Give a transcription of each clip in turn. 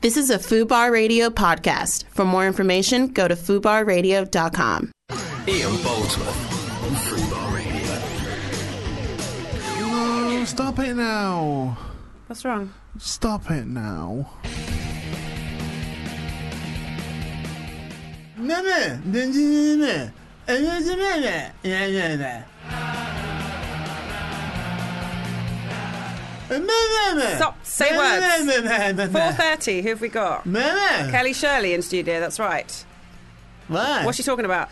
This is a FUBAR Radio podcast. For more information, go to FUBARradio.com. Ian Boldsworth on Fubar Radio. No, stop it now. What's wrong? Stop it now. Stop. Say words. Four thirty. Who have we got? Kelly Shirley in studio. That's right. What's she talking about?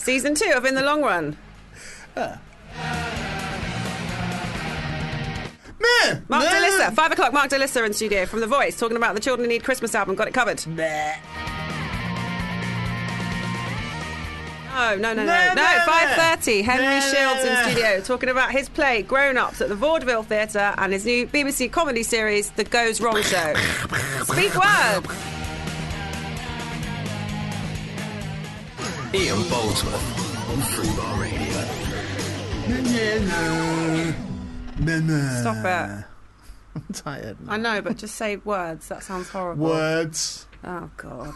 Season two of In the Long Run. Mark Delissa, five o'clock. Mark Delissa in studio from The Voice, talking about the Children Need Christmas album. Got it covered. No, no, no, no, No, no. no, no. Five thirty. Henry No, no, Shields no. in studio, talking about his play Grown Ups at the Vaudeville Theatre and his new BBC comedy series, The Goes Wrong Show. Speak word. Ian Boldsworth on Fubar Radio. Stop it. I'm tired. now. I know, but just say words. That sounds horrible. Words. Oh God.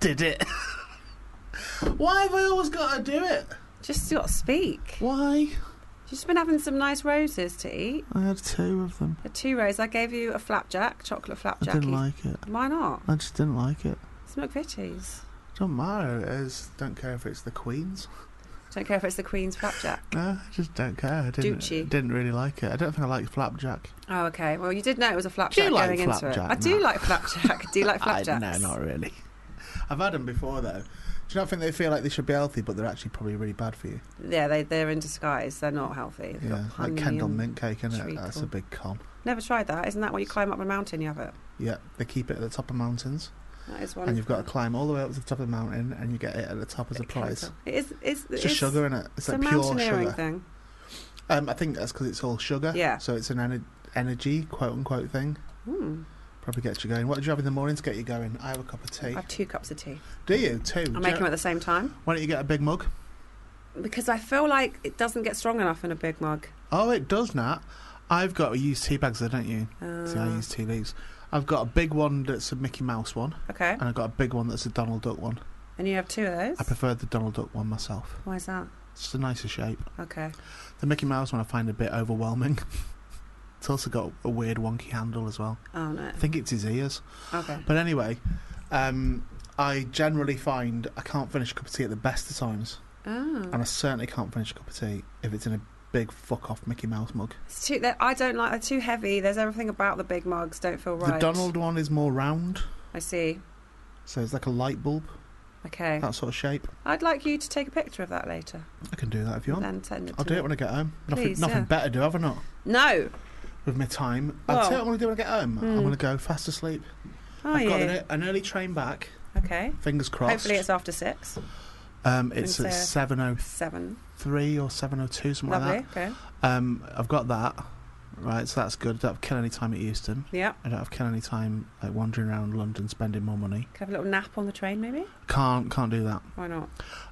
Did it. Why have I always got to do it? Just got to speak. Why? She's been having some nice roses to eat. I had two of them. The two roses. I gave you a flapjack, chocolate I flapjack. didn't like it. Why not? I just didn't like it. It's McVitie's. Don't matter. It is. Don't care if it's the Queen's. Don't care if it's the Queen's flapjack. No, I just don't care. I didn't, Ducci. didn't really like it. I don't think I liked flapjack. Oh, okay. Well, you did know it was a flapjack like going into it. flapjack, I do no. like flapjack. do you like I- flapjacks? no, not really. I've had them before though. Do you not think they feel like they should be healthy, but they're actually probably really bad for you? Yeah, they they're in disguise. They're not healthy. They've Yeah, got like honey Kendall and- mint cake, innit? treacle. That's a big con. Never tried that. Isn't that where you climb up a mountain? You have it. Yeah, they keep it at the top of mountains, That is one. and you've got to climb all the way up to the top of the mountain, and you get it at the top as a prize. It is. It's, It's it's just sugar in it. It's, It's a like pure mountaineering sugar. thing. Um, I think that's because it's all sugar. Yeah. So it's an ener- energy quote unquote thing. Hmm. Probably gets you going. What did you have in the morning to get you going? I have a cup of I tea. have two cups of tea. Do you too? I Do make you- them at the same time Why don't you get a big mug? because I feel like it doesn't get strong enough in a big mug. Oh, it does not. I've got used tea bags, though, don't you? Uh, See, I use tea leaves. I've got a big one that's a Mickey Mouse one, okay. and I've got a big one that's a Donald Duck one. And you have two of those. I prefer the Donald Duck one myself. Why is that? It's the nicer shape. Okay. The Mickey Mouse one I find a bit overwhelming. it's also got a weird wonky handle as well. Oh no. I think it's his ears. Okay. But anyway, um, I generally find I can't finish a cup of tea at the best of times, and Oh. I certainly can't finish a cup of tea if it's in a big fuck off Mickey Mouse mug. It's too, they're- I don't like. They're too heavy. There's everything about the big mugs. Don't feel right. The Donald one is more round. I see. So it's like a light bulb, Okay. that sort of shape. I'd like you to take a picture of that later. I can do that if you want. Then send it. I'll to do me. it when I get home. Nothing, Please, nothing yeah. better to do, have I not? No. With my time. I'll Well- tell you what I'm going to do when I get home. I'm Hmm. Oh, going to go fast asleep. Are I've you? got an, e, an early train back, Okay. fingers crossed. Hopefully it's after six, um, it's and at so- 7.03 seven. or 7.02, something Lovely. like Okay. that. Um, I've got that. Right, so that's good. I don't have to kill any time at Euston. Yeah. I don't have to kill any time like wandering around London spending more money. Can I have a little nap on the train, maybe? Can't can't do that. Why not?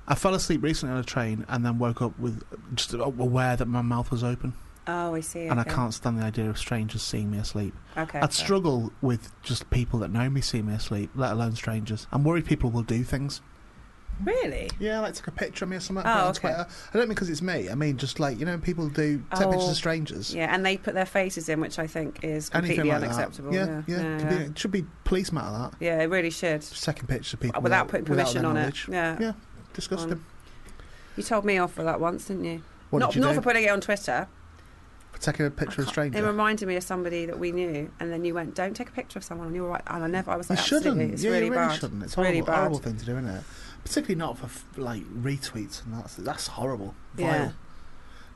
I fell asleep recently on a train and then woke up with just aware that my mouth was open. Oh, I see. and I okay. can't stand the idea of strangers seeing me asleep. Okay. I'd struggle with just people that know me seeing me asleep, let alone strangers. I'm worried people will do things. Really? Yeah, like take a picture of me or something. Oh, put it on okay. Twitter. I don't mean because it's me. I mean just like you know when people do take pictures Oh, of strangers. Yeah, and they put their faces in, which I think is Anything completely like unacceptable. that. Yeah, yeah. No, could be- it should be police matter that. yeah. it really should. Just taking pictures of people Without, putting without permission their on knowledge. it. Yeah. Yeah. Disgusting. Um, You told me off for that once, didn't you? what not did you not do? for putting it on Twitter. For taking a picture of a stranger. It reminded me of somebody that we knew, and then you went, "Don't take a picture of someone," and you were right. And I never, I was you like, "Absolutely, shouldn't. it's yeah, really, you really bad." shouldn't. It's It's a horrible, really bad. horrible thing to do, isn't it? Particularly not for f- like retweets and that's that's horrible. Vile. Yeah.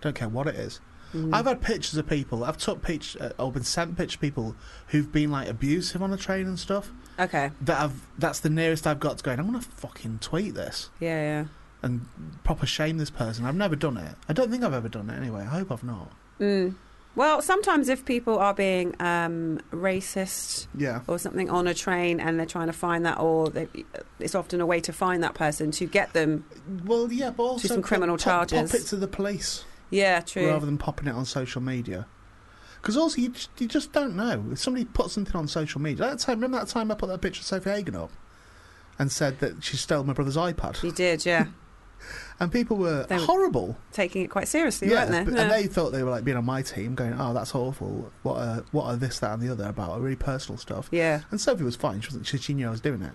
Don't care what it is. Mm. I've uh, had pictures of people. I've took pictures uh, or been sent pictures of people who've been like abusive on a train and stuff. Okay, That I've that's the nearest I've got to going. I'm gonna fucking tweet this yeah, yeah. and proper shame this person. I've never done it. I don't think I've ever done it anyway. I hope I've not. Mm. Well, sometimes if people are being um, racist Yeah. or something on a train and they're trying to find that, or they, it's often a way to find that person to get them. Well, yeah, but also some pop- criminal pop- Pop charges. it to the police Yeah, true. rather than popping it on social media. Because also, you just, you just don't know. If somebody puts something on social media, that time, remember that time I put that picture of Sophie Hagen up and said that she stole my brother's iPad? You did, yeah. And people were They were- horrible. Taking it quite seriously, yeah, weren't but- they? and they thought they were like being on my team, going, "Oh, that's awful. What are what are this, that, and the other about? Really personal stuff." yeah. And Sophie was fine. She wasn't. She, she knew I was doing it.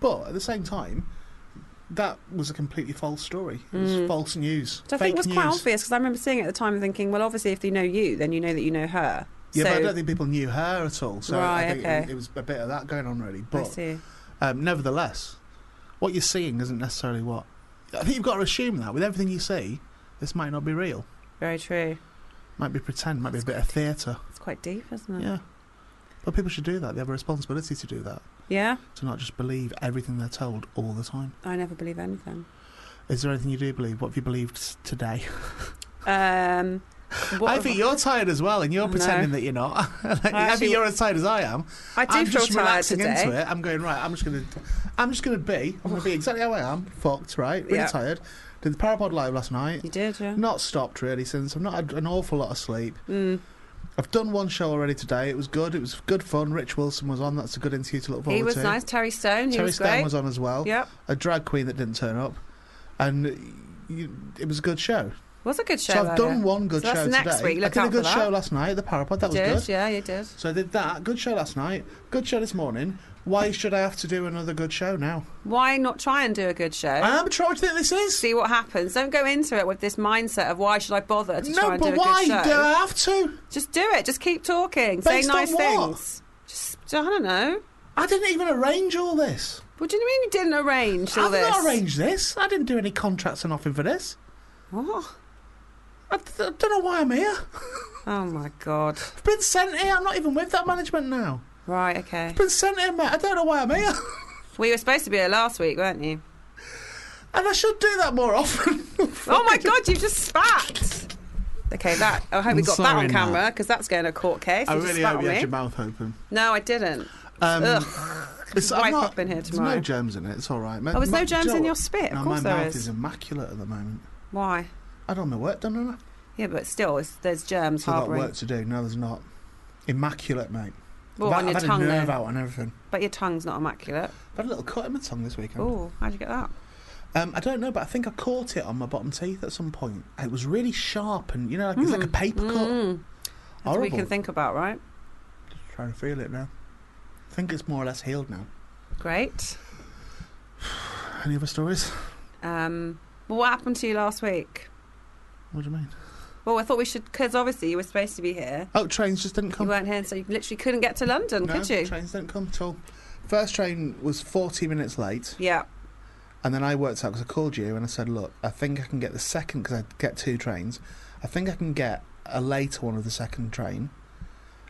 But at the same time, that was a completely false story. It was false news. Which Mm. I fake think was news. quite obvious because I remember seeing it at the time and thinking, well, obviously, if they know you, then you know that you know her. Yeah, so, but I don't think people knew her at all. So I Right, think okay. it, it was a bit of that going on really. I But see. um, nevertheless, what you're seeing isn't necessarily what. I think you've got to assume that with everything you see, this might not be real. Very true. Might be pretend. Might be a bit of theatre. It's quite deep, isn't it? Yeah. But people should do that. They have a responsibility to do that. Yeah? To not just believe everything they're told all the time. I never believe anything. Is there anything you do believe? What have you believed s- today? Um, what I have think you're tired as well, and you're I know. pretending that you're not. I actually- think you're as tired as I am. I do I'm feel just tired relaxing today. Oh. into it. I'm going right. I'm just gonna, I'm just gonna be. I'm gonna be exactly how I am. Fucked right. Really Yeah. tired. Did the Parapod live last night. You did, yeah. Not stopped really since. I've not had an awful lot of sleep. Mm. I've done one show already today. It was good. It was good fun. Rich Wilson was on. That's a good interview to look forward He was to. nice. Terry Stone, he Terry was Stone great. was on as well. Yep. A drag queen that didn't turn up, and you, it was a good show. Was a good show. So I've done earlier. one good So that's show next today. week. Look I did out a for good that. show last night at the Parapod. That was You did, good. yeah, you did. So I did that. Good show last night. Good show this morning. Why should I have to do another good show now? Why not try and do a good show? I am trying to think this is. Eh? See what happens. Don't go into it with this mindset of why should I bother to try No, and do but a why good show. do I have to? Just do it. Just keep talking. Based Say on nice what? things. Just I don't know. I didn't even arrange all this. What do you mean you didn't arrange all I've this? not arranged this. I didn't do any contracts or nothing for this. What? I, d- I don't know why I'm here. Oh my god. I've been sent here. I'm not even with that management now. Right. Okay. I've been sent here, mate. I don't know why I'm here. Well, you were supposed to be here last week, weren't you? And I should do that more often. Oh my god! You just spat. Okay, that. I hope we I'm got that sorry, on Nat. camera because that's going to court case. You just spat on me. mouth open. No, I didn't. Um, it's, I'm Wipe not- up in here There's tomorrow. no germs in it. It's all right. My, Oh, there's my- no do you germs know in what? your spit. Of No, course my there mouth is. is immaculate at the moment. Why? I don't know work done enough. Yeah, but still, it's, there's germs So I've got harbouring. work to do. No, there's not. Immaculate, mate. Well, I've, on your I've tongue, had a nerve though. out and everything. But your tongue's not immaculate. I've had a little cut in my tongue this weekend. Oh, how'd you get that? Um, I don't know, but I think I caught it on my bottom teeth at some point. It was really sharp and, you know, like, it's like a paper cut. Mm. That's what we Horrible. can think about, right? Hmm. Trying to feel it now. I think it's more or less healed now. Great. Any other stories? Um, well, what happened to you last week? What do you mean? Well, I thought we should, because obviously you were supposed to be here. Oh, trains just didn't come. You weren't here, so you literally couldn't get to London, no, could you? trains didn't come at all. First train was 40 minutes late. yeah. And then I worked out because I called you and I said, look, I think I can get the second because I get two trains. I think I can get a later one of the second train,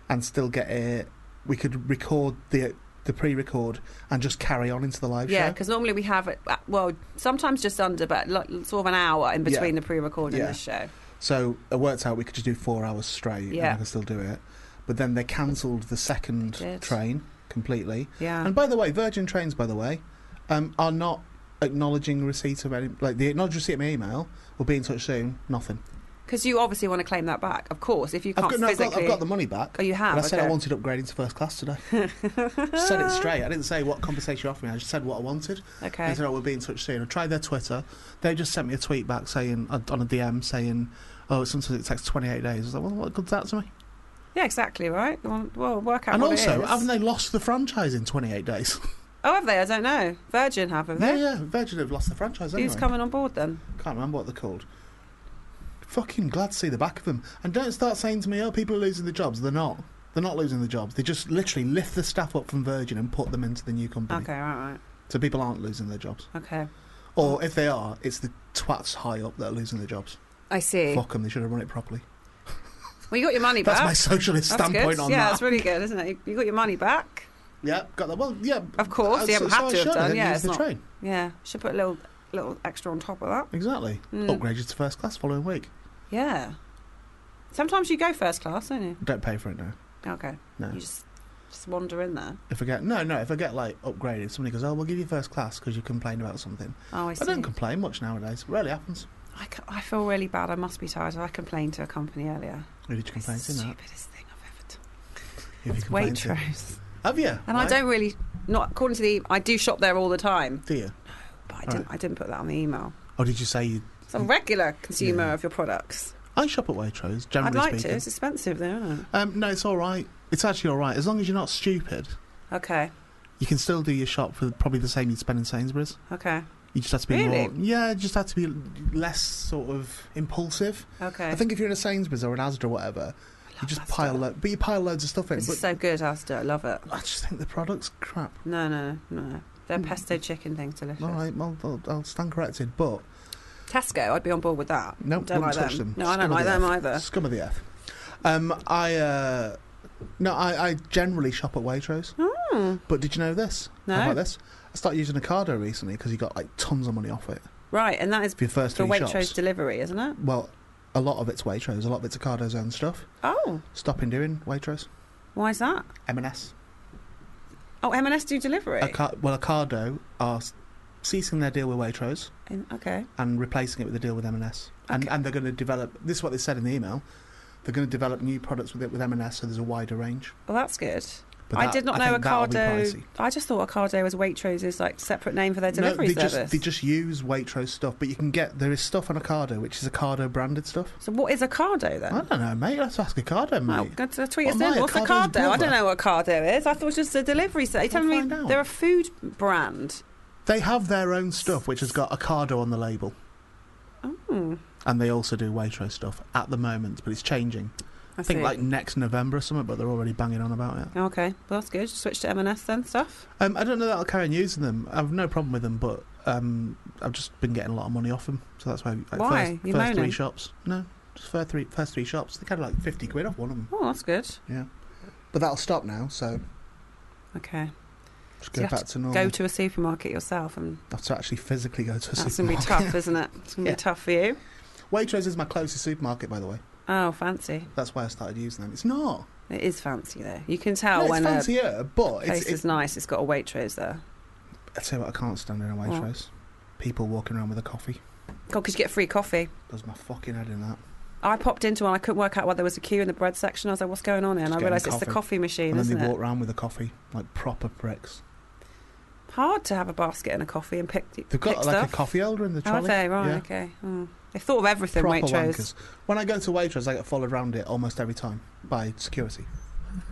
and still get it. We could record the the pre-record and just carry on into the live Yeah, show. because normally we have, it, uh, well, sometimes just under, but like, sort of an hour in between the pre recording Yeah. this show. So I worked out we could just do four hours straight. and Yeah. I could still do it. But then they cancelled the second Did. train completely. Yeah. And by the way, Virgin Trains, by the way, um, are not acknowledging receipt of any like the acknowledge receipt of my email. We'll be in touch soon. Nothing. Because you obviously want to claim that back, of course, if you can't I've got, no, I've, physically. got, I've got the money back. Oh, you have? And I said okay. I wanted upgrading to first class today. said it straight. I didn't say what compensation you offered me. I just said what I wanted. Okay. They said, "Oh, we'll be in touch soon." I tried their Twitter. They just sent me a tweet back saying on a DM saying, "Oh, sometimes it takes 28 days." I was like, "Well, what good's that to me?" Yeah, exactly, right? Well, well, work out and what it also, is. haven't they lost the franchise in 28 days? Oh, have they? I don't know. Virgin have, have yeah, they? yeah. Virgin have lost the franchise. Anyway. Who's coming on board then? Can't remember what they're called. Fucking glad to see the back of them. And don't start saying to me, "Oh, people are losing their jobs." They're not. They're not losing their jobs. They just literally lift the staff up from Virgin and put them into the new company. Okay, right, So people aren't losing their jobs. right. Okay. Or if they are, it's the twats high up that are losing their jobs. I see. Fuck them, they should have run it properly. Well, you got your money That's my back. socialist That's good. standpoint on yeah, that. that's really good, isn't it? You- You got your money back. Yeah, got that. Well, yeah. Of course, you so- haven't so had I to have should. I done, didn't yeah, use it's the not- train. Yeah, should put a little little extra on top of that. Exactly. Mm. Upgraded to first class following week. Yeah. Sometimes you go first class, don't you? Don't pay for it now. Okay. No. You just just wander in there. If I get no, no. If I get like upgraded, somebody goes, "Oh, we'll give you first class because you complained about something." Oh, I I see. don't complain much nowadays. Rarely happens. I, ca- I feel really bad. I must be tired. I complained to a company earlier. Who did you complain It's to? the Nat? stupidest thing Who have you complained to? Waitrose. Have you? And I Right. don't really, not according to the, I do shop there all the time, Do you? but I didn't. I didn't put that on the email. Or Oh, did you say you? So I'm a regular consumer of your products. I shop at Waitrose. Generally I'd like speaking. to. It's expensive though, isn't it? Um, no, it's all right. It's actually all right as long as you're not stupid. Okay. You can still do your shop for probably the same you'd spend in Sainsbury's. Okay. You just have to be Really? more. Yeah, you just have to be less sort of impulsive. Okay. I think if you're in a Sainsbury's or an Asda or whatever, you just pile lo- but you pile loads of stuff in. This but is so good, Asda. I love it. I just think the product's crap. No, no, no. Their pesto chicken thing's delicious. All right, well, I'll, I'll stand corrected, but Tesco, I'd be on board with that. no, don't wouldn't like touch them. them. No, I don't Scum of like the them earth. either. Scum of the earth. Um, I uh, no, I, I generally shop at Waitrose. But did you know this? No. How about this? I started using Ocado recently because you got like tons of money off it Right, and that is for your first for three Waitrose shops. delivery, isn't it? well, a lot of it's Waitrose, a lot of it's Ocado's own stuff. Oh, Stopping doing Waitrose, why is that? M&S. Oh, M&S do delivery. Oca- well, Ocado are s- ceasing their deal with Waitrose In- okay. and replacing it with a deal with M&S. And, Okay. and they're going to develop. This is what they said in the email. They're going to develop new products with it with M&S, so there's a wider range. Well, that's good. But I that- did not I know think that'll be Ocado. pricey. I just thought Ocado was Waitrose's like separate name for their delivery no, they service. just they just use Waitrose stuff, but you can get there is stuff on Ocado which is Ocado branded stuff. so what is Ocado then? I don't know, mate. Let's ask Ocado, Oh, mate. go to tweet What us am in. I, What's Ocado's Ocado? I don't brother? know what Ocado is. I thought it was just a delivery service. You're We'll telling me find out. they're a food brand. They have their own stuff which has got Ocado on the label, Oh, and they also do Waitrose stuff at the moment, but it's changing. I I think see. Oh. like next November or something, but they're already banging on about it. okay, well that's good. Switch to M&S then stuff. Um, I don't know that I'll carry on using them. I've no problem with them, but um, I've just been getting a lot of money off them, so that's why. Like, Why? First, You first moaning? three shops? No, just first three first three shops. They kind of like fifty quid off one of them. Oh, that's good. But that'll stop now, so Okay, just So go you have back to normal. go to a supermarket yourself, and I have to actually physically go to a that's going to be supermarket. tough, isn't it? It's going to Yeah. be tough for you. Waitrose is my closest supermarket, by the way. Oh, fancy. That's why I started using them. It's not. It is fancy there. You can tell no, it's when a fancier, but Uh, place it's, is it's. nice. It's got a Waitrose there. I tell you what, I can't stand in a Waitrose. People walking around with a coffee God, could you get free coffee? does my fucking head in that. I popped into one. I couldn't work out why there was a queue in the bread section. I was like, "What's going on here?" And Just I get realised them it's the coffee. coffee machine, and then isn't they it? walk around with a coffee like proper pricks. Hard to have a basket and a coffee and pick. They've got pick like stuff. a coffee holder in the Oh, have trolley. they? Right. Yeah. Okay. Mm. They thought of everything. Proper Waitrose. wankers. When I go to Waitrose, I get followed around it almost every time by security.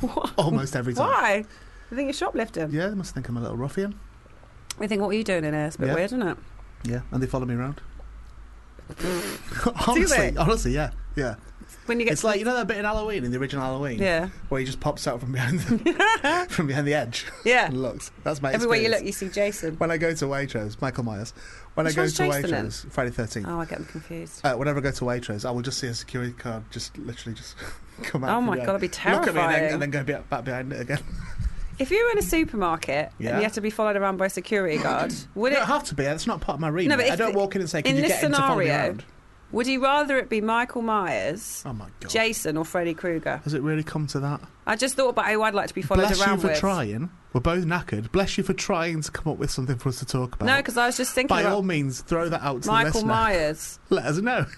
What? Almost every time. Why? They think you're shoplifting. Yeah, they must think I'm a little ruffian. They think, "What are you doing in here?" It's a bit Yeah. weird, isn't it? Yeah, and they follow me around. honestly, they? honestly, yeah, yeah. When you get It's like you know that bit in Halloween, in the original Halloween, yeah, where he just pops out from behind the, from behind the edge yeah. and looks. That's my Everywhere you look, experience. you see Jason. When I go to Waitrose, Michael Myers. When Which I go one's to Jason in? Waitrose, Friday Thirteenth. Oh, I get them confused. Uh, whenever I go to Waitrose, I will just see a security card just literally just come out. Oh from my behind, God, that'd be Look at me and terrifying. then, and then go be- back behind it again. If you were in a supermarket and Yeah. you had to be followed around by a security guard, would You it? don't have to be. That's not part of my remit. No, but I if don't the- walk in and say, in "Can you this get in to follow me scenario- around?" Would you rather it be Michael Myers, Oh my god. Jason, or Freddy Krueger? Has it really come to that? I just thought about who I'd like to be followed Bless around you for with. trying. We're both knackered. Bless you for trying to come up with something for us to talk about. No, because I was just thinking By all about means, throw that out to the Michael listener. Myers. Let us know.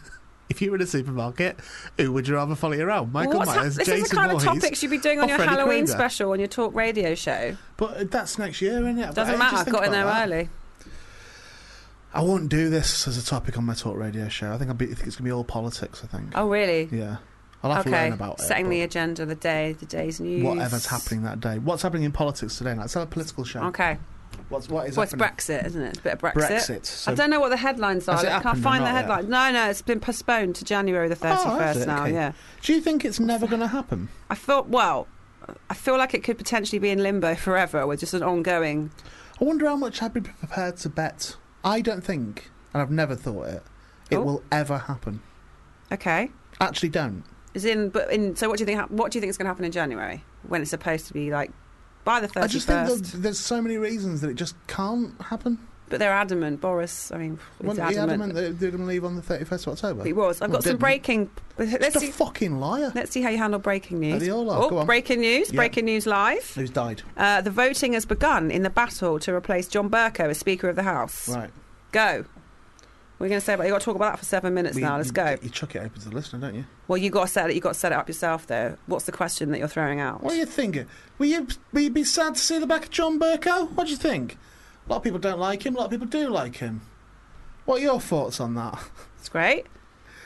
If you were in a supermarket, who would you rather follow you around? Michael Well, what's hap- Myers, this Jason is the kind Voorhees. of topics you'd be doing on or your Freddy Halloween Krueger? special on your talk radio show. But uh, that's next year, isn't it? Doesn't Hey, matter. just I think got in about there that. early. I won't do this as a topic on my talk radio show. I think, I'll be, I think it's going to be all politics, I think. Oh, really? Yeah. I'll have to okay. learn about Setting the it. agenda, the day, the day's but news. Whatever's happening that day. What's happening in politics today? That's a political show. Okay. What's, what is Well, it's happening? Brexit, isn't it? It's a bit of Brexit. Brexit. So I don't know what the headlines are. Has it I can't happened or find the not yet? headlines. No, no, it's been postponed to January the 31st Oh, has it? now, Okay. yeah. Do you think it's never going to happen? I felt, well, I feel like it could potentially be in limbo forever with just an ongoing. I wonder how much I'd be prepared to bet. I don't think, and I've never thought it, it Oh. will ever happen. Okay. Actually, don't. Is in, but in, so what do you think? hap- What do you think is going to happen in January when it's supposed to be like by the I just think 31st? there's, there's so many reasons that it just can't happen. But they're adamant. Boris, I mean, he's Wasn't adamant. he adamant that it didn't leave on the 31st of October? He was. I've Well, got some didn't. breaking. Let's Just see, a fucking liar. let's see how you handle breaking Like news. they all are. Go Oh, on. breaking news! Yeah. Breaking news live. Who's died? Uh, the voting has begun in the battle to replace John Burko as Speaker of the House. Right. Go. We're going to say about you got to talk about that for seven minutes We- now. Let's you- go. You chuck it open to the listener, don't you? Well, you got to set it. You got to set it up yourself, though. What's the question that you're throwing out? What are you thinking? Will you, will you be sad to see the back of John Burko? What do you think? A lot of people don't like him. A lot of people do like him. What are your thoughts on that? It's great.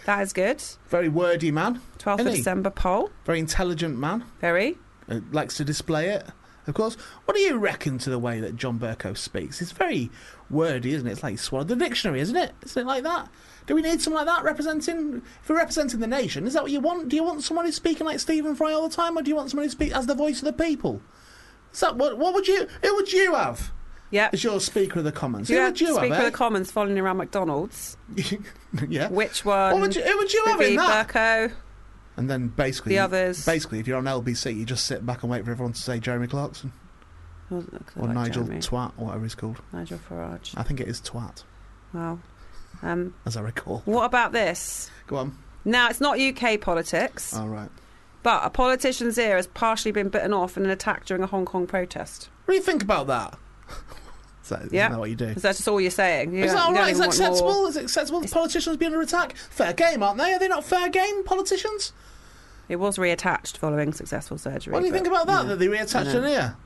That is good. Very wordy man. 12th of Isn't he? December poll. Very intelligent man. Very. Uh, likes to display it. Of course. What do you reckon to the way that John Burko speaks? It's very wordy, isn't it? It's like he swallowed the dictionary, isn't it? Isn't it like that? Do we need someone like that representing? If we're representing the nation, is that what you want? Do you want someone who's speaking like Stephen Fry all the time, or do you want someone who speaks as the voice of the people? Is that what? What would you? Who would you have Yep. as your Speaker of the Commons? Do Who you have would you Speaker have? of the Commons following around McDonald's? eh? yeah. Which one? What would you, who would you Would have in be that? Burko. And then basically, The others. Basically, if you're on LBC, you just sit back and wait for everyone to say Jeremy Clarkson Oh, look, I or like Nigel Jeremy. Twat, or whatever he's called. Nigel Farage. I think it is Twat, Wow. Um, as I recall. what about this? Go on. Now, it's not UK politics, All right. but a politician's ear has partially been bitten off in an attack during a Hong Kong protest. What do you think about that? Is that, isn't Yeah. that what you do? Is that just all you're saying? You Is that don't- all you don't right? Is even that want more. acceptable? Is it acceptable that politicians being under attack? Fair game, aren't they? Are they not fair game, politicians? It was reattached following successful surgery. What do you but- think about that, yeah. that they reattached I know. an ear?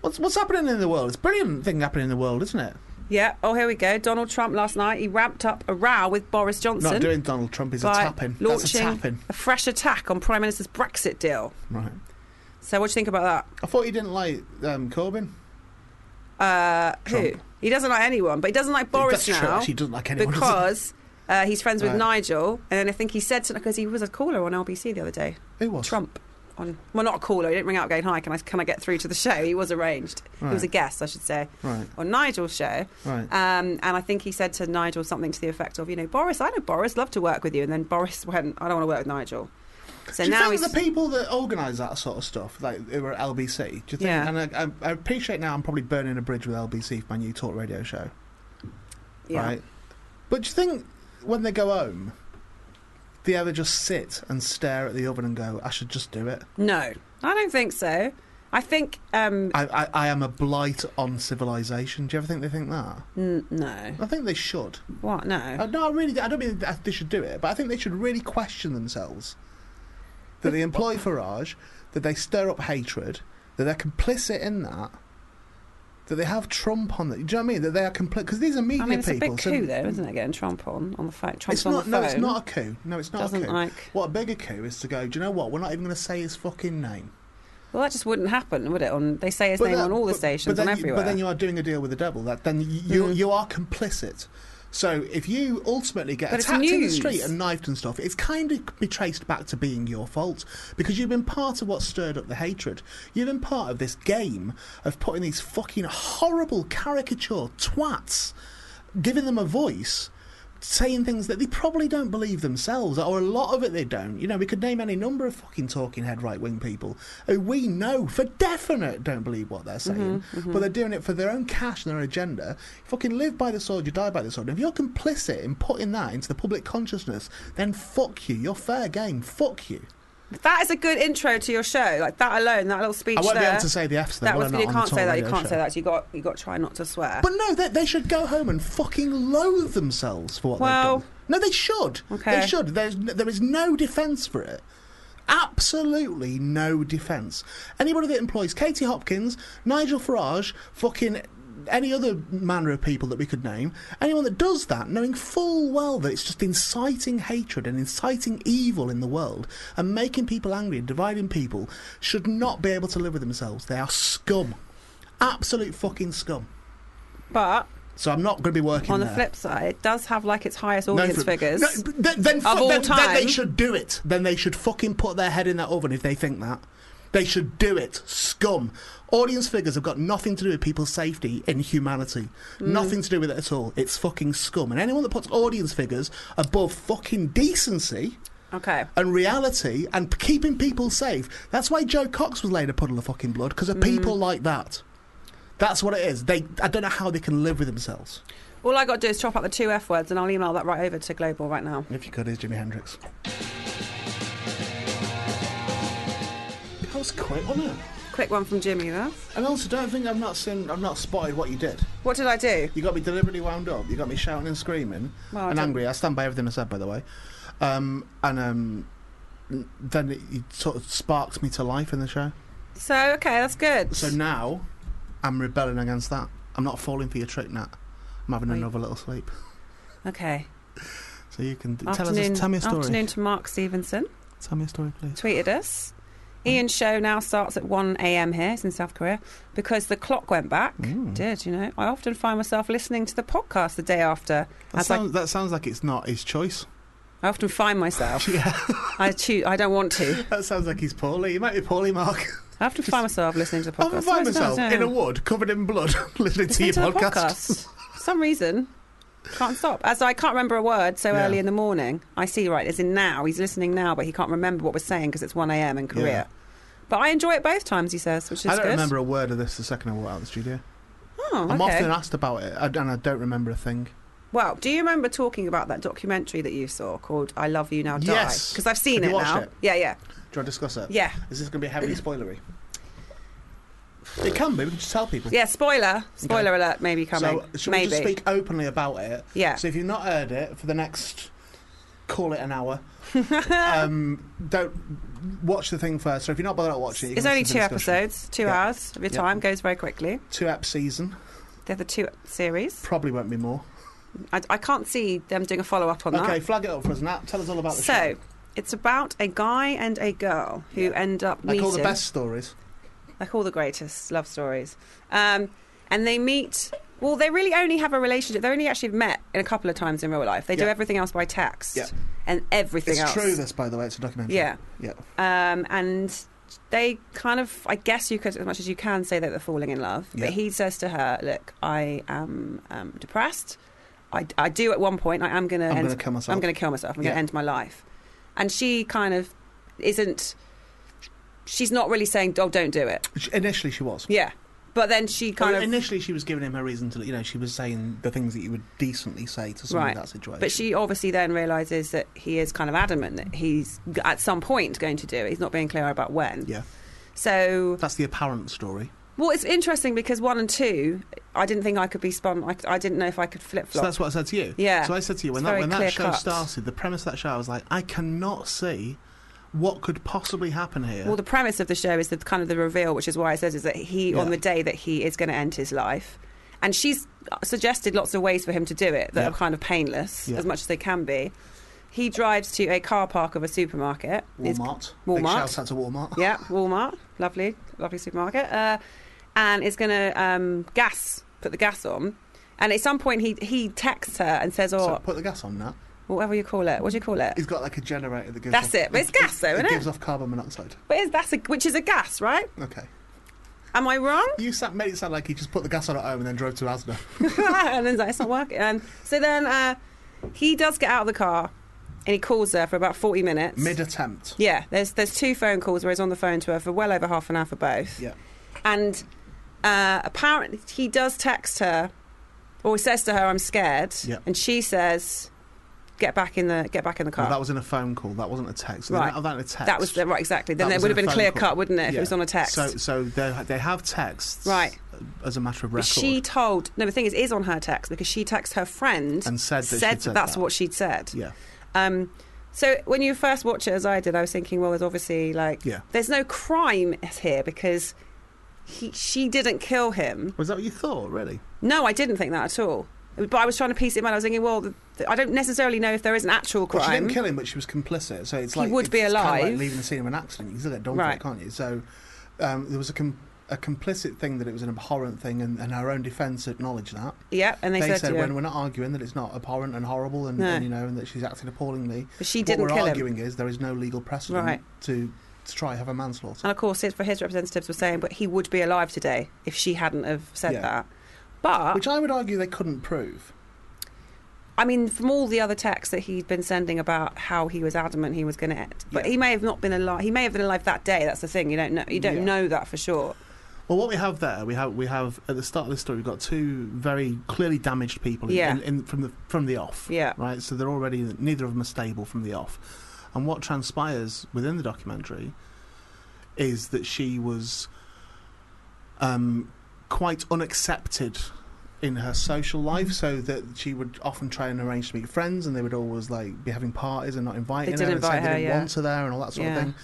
What's, what's happening in the world? It's a brilliant thing happening in the world, isn't it? Yeah. Oh, here we go. Donald Trump last night he ramped up a row with Boris Johnson Not doing Donald Trump, he's a by tapping. That's a launching tapping. a fresh attack on Prime Minister's Brexit deal. Right. So, what do you think about I thought you didn't like um, Corbyn. that? Uh, who? Trump. He doesn't like anyone, but he doesn't like Boris That's true, now actually, he doesn't like anyone. does he? because uh, he's friends with Right. Nigel, and I think he said something because he was a caller on LBC the other day. Who was? Trump. On, well, not a caller. He didn't ring out going, "Hi, can I can I get through to the show?" He was arranged. He was Right. a guest, I should say, Right, on Nigel's show. right. Um, and I think he said to Nigel something to the effect of, you know, Boris, I know Boris, love to work with you. And then Boris went, I don't want to work with Nigel. So do you now think he's. the people that organise that sort of stuff, like who were at LBC, do you think? Yeah. And I, I, I appreciate now I'm probably burning a bridge with LBC for my new talk radio show, yeah. right? But do you think when they go home, they ever just sit and stare at the oven and go, "I should just do it"? No, I don't think so. I think. Um, I, I, I am a blight on civilization. Do you ever think they think that? n- no. I think they should. What? No. Uh, no, I really. I don't mean that they should do it, but I think they should really question themselves that they employ Farage, that they stir up hatred, that they're complicit in that, that they have Trump on that. Do you know what I mean? That they are complicit because these are media I mean, it's a people. big so coup, though, isn't it? Getting Trump on on the phone. Trump's it's on not. the no, phone. it's not a coup. No, it's not Doesn't a coup. like. What a bigger coup is to go. Do you know what? We're not even going to say his fucking name. Well, that just wouldn't happen, would it? On they say his But name that- on all the but- stations, but then on you- everywhere. but then you are doing a deal with the devil. That then you you, Mm. you are complicit. So if you ultimately get But it's attacked in the street news. and knifed and stuff, it's kind of could be traced back to being your fault because you've been part of what stirred up the hatred. You've been part of this game of putting these fucking horrible caricature twats, giving them a voice. Saying things that they probably don't believe themselves, or a lot of it they don't. You know, we could name any number of fucking talking head right wing people who we know for definite don't believe what they're saying, but they're doing it for their own cash and their agenda. Fucking live by the sword, you die by the sword. And if you're complicit in putting that into the public consciousness, then fuck you. You're fair game. Fuck you. That is a good intro to your show. Like that alone, that little speech I won't there. be able to say the F's though. that will I was not, you on can't the say Talk that. You Radio can't show? say that. You got you got to try not to swear. But no, they, they should go home and fucking loathe themselves for what Well- they've done. No, they should. Okay. They should. There's, n- there is no defence for it. Absolutely no defence. Anybody that employs Katie Hopkins, Nigel Farage, fucking any other manner of people that we could name, anyone that does that, knowing full well that it's just inciting hatred and inciting evil in the world and making people angry and dividing people, should not be able to live with themselves. They are scum. Absolute fucking scum. but So I'm not going to be working on the there. flip side, it does have like its highest No audience flip. figures. No, but then, then, fu- all then, then they time. should do it. Then they should fucking put their head in that oven if they think that. They should do it. Scum. Audience figures have got nothing to do with people's safety in humanity. Mm. Nothing to do with it at all. It's fucking scum. And anyone that puts audience figures above fucking decency Okay. and reality and keeping people safe. That's why Joe Cox was laid a puddle of fucking blood because Mm. of people like that. That's what it is. They I don't know how they can live with themselves. All I got to do is chop out the two F words and I'll email that right over to Global right now. If you could, is Jimi Hendrix. That was quick, wasn't it? quick one from Jimmy there. And also, don't think I've not seen, I've not spotted what you did. What did I do? You got me deliberately wound up. You got me shouting and screaming Well, I and don't- angry. I stand by everything I said, by the way. Um, and um, then it, it sort of sparked me to life in the show. So okay, that's good. So now I'm rebelling against that. I'm not falling for your trick, Nat. I'm having Right. another little sleep. okay. So you can tell us, afternoon, tell me a story. afternoon to Mark Stevenson. Tell me a story, please. Tweeted us. Ian's show now starts at 1 a.m. here, it's in South Korea, because the clock went back. Mm. Did you know? I often find myself listening to the podcast the day after. That As I, sounds, that sounds like it's not his choice. I often find myself. Yeah, I choose. I don't want to. that sounds like he's poorly. He might be poorly, Mark. I often find myself listening to the I podcast. can find myself in a wood, covered in blood, listening to Listening your to the podcast. podcast. For some reason, can't stop. As I can't remember a word so Yeah. early in the morning, I see, right, as in now, he's listening now, but he can't remember what we're saying because it's 1 a.m. in Korea. Yeah. But I enjoy it both times, he says, which is I don't good. remember a word of this the second I walked out of the studio. Oh, okay. I'm often asked about it, I- and I don't remember a thing. Well, do you remember talking about that documentary that you saw called I Love You Now Die? Yes. Because I've seen Have it you watched now. it? Yeah, yeah. Do you want to discuss it? Yeah. Is this going to be heavily spoilery? It can be. We can just tell people. Yeah, spoiler. Spoiler alert, maybe coming. So should maybe. we just speak openly about it? Yeah. So if you've not heard it for the next, call it an hour. um, don't watch the thing first. So if you're not bothered to watch it, you It's can only listen two to the discussion. episodes, two Yeah. hours of your Yeah. time, goes very quickly. Two ep season They're the two series. probably won't be more. I, I can't see them doing a follow up on that. Okay, flag it up for us, Nat. Tell us all about the So, show. it's about a guy and a girl who Yeah. end up Like meeting, all the best stories. like all the greatest love stories, um, and they meet. Well, they really only have a relationship. They only actually met a couple of times in real life. They do Yeah. everything else by text Yeah. and everything It's else. true. This, by the way, it's a documentary. Yeah, Yeah. um, and they kind of, I guess you could, as much as you can, say that they're falling in love. Yeah. But he says to her, "Look, I am um, depressed. I, I do at one point. I am going to I'm end going to kill myself. I'm going to kill myself. I'm going Yeah. to end my life. And she kind of isn't. She's not really saying, "Oh, don't do it." She- Initially, she was. Yeah, but then she kind Well, of. initially, she was giving him her reason to, you know, she was saying the things that you would decently say to someone Right. in that situation. But she obviously then realizes that he is kind of adamant that he's g- at some point going to do it. He's not being clear about when. Yeah. So, That's the apparent story. well, it's interesting because one and two, I didn't think I could be spun. I, I didn't know if I could flip So flop. that's what I said to you. Yeah. So I said to you when It's that very when that clear show cut. started, the premise of that show, I was like, I cannot see what could possibly happen here. Well, the premise of the show is the kind of the reveal, which is why it says is that he Yeah. on the day that he is going to end his life, and she's suggested lots of ways for him to do it that Yeah. are kind of painless Yeah. as much as they can be. He drives to a car park of a supermarket. He's- Walmart. Walmart. Big shout out to Walmart. yeah, Walmart, lovely, lovely supermarket, uh, and is going to um, gas put the gas on. And at some point, he he texts her and says, "Oh, So put the gas on that. whatever you call it, what do you call it?" He's got like a generator that gives. That's off, it, but it's gas though, it isn't it? gives off carbon monoxide. But is, that's a, which is a gas, right? Okay. Am I wrong? You sa- made it sound like he just put the gas on at home and then drove to Asda. and then it's like, it's not working. And so then uh, he does get out of the car and he calls her for about 40 minutes. Mid attempt. yeah, there's there's two phone calls where he's on the phone to her for well over half an hour for both. Yeah. And uh, apparently he does text her or he says to her, I'm scared. Yeah. And she says, Get back in the get back in the car. Well, that was in a phone call. That wasn't a text. Right. That, that, a text. That was the, right, exactly. Then That there was would in have a been phone clear call. cut, wouldn't it, if Yeah. it was on a text? So, so they they have texts. uh, Right. As a matter of But record. she told no. The thing is, it is on her text because she texted her friend and said that said she'd said that's that. what she'd said. Yeah. Um, so when you first watch it, as I did, I was thinking, well, there's obviously like, Yeah. there's no crime here because he, she didn't kill him. Was that what you thought? Really? No, I didn't think that at all. But I was trying to piece it in. mind. I was thinking, well, th- I don't necessarily know if there is an actual Well, she crime. didn't kill him, but she was complicit. So it's He like would be it's Kind of alive. like leaving the scene of an accident. You still get done Right. for it, can't you? So um, there was a, com- a complicit thing that it was an abhorrent thing, and, and our own defence acknowledged that. yeah, and they, said, to her- when we're not arguing that it's not abhorrent and horrible, and, No. and, you know, and that she's acted appallingly. but she what didn't we're kill him. arguing is there is no legal precedent Right. to to try have a manslaughter. And of course, his, for his representatives were saying, but he would be alive today if she hadn't have said Yeah. that. But Which I would argue they couldn't prove. I mean, from all the other texts that he'd been sending about how he was adamant he was going to, but Yeah. he may have not been alive. He may have been alive that day. That's the thing. You don't know. You don't Yeah. know that for sure. Well, what we have there, we have we have at the start of this story, we've got two very clearly damaged people in, Yeah. in, in, from the from the off. Yeah. right? So they're already neither of them are stable from the off. And what transpires within the documentary is that she was um, quite unaccepted in her social life, so that she would often try and arrange to meet friends, and they would always like be having parties and not inviting did her, invite and saying her, they didn't yeah. want her there, and all that sort Yeah. of thing.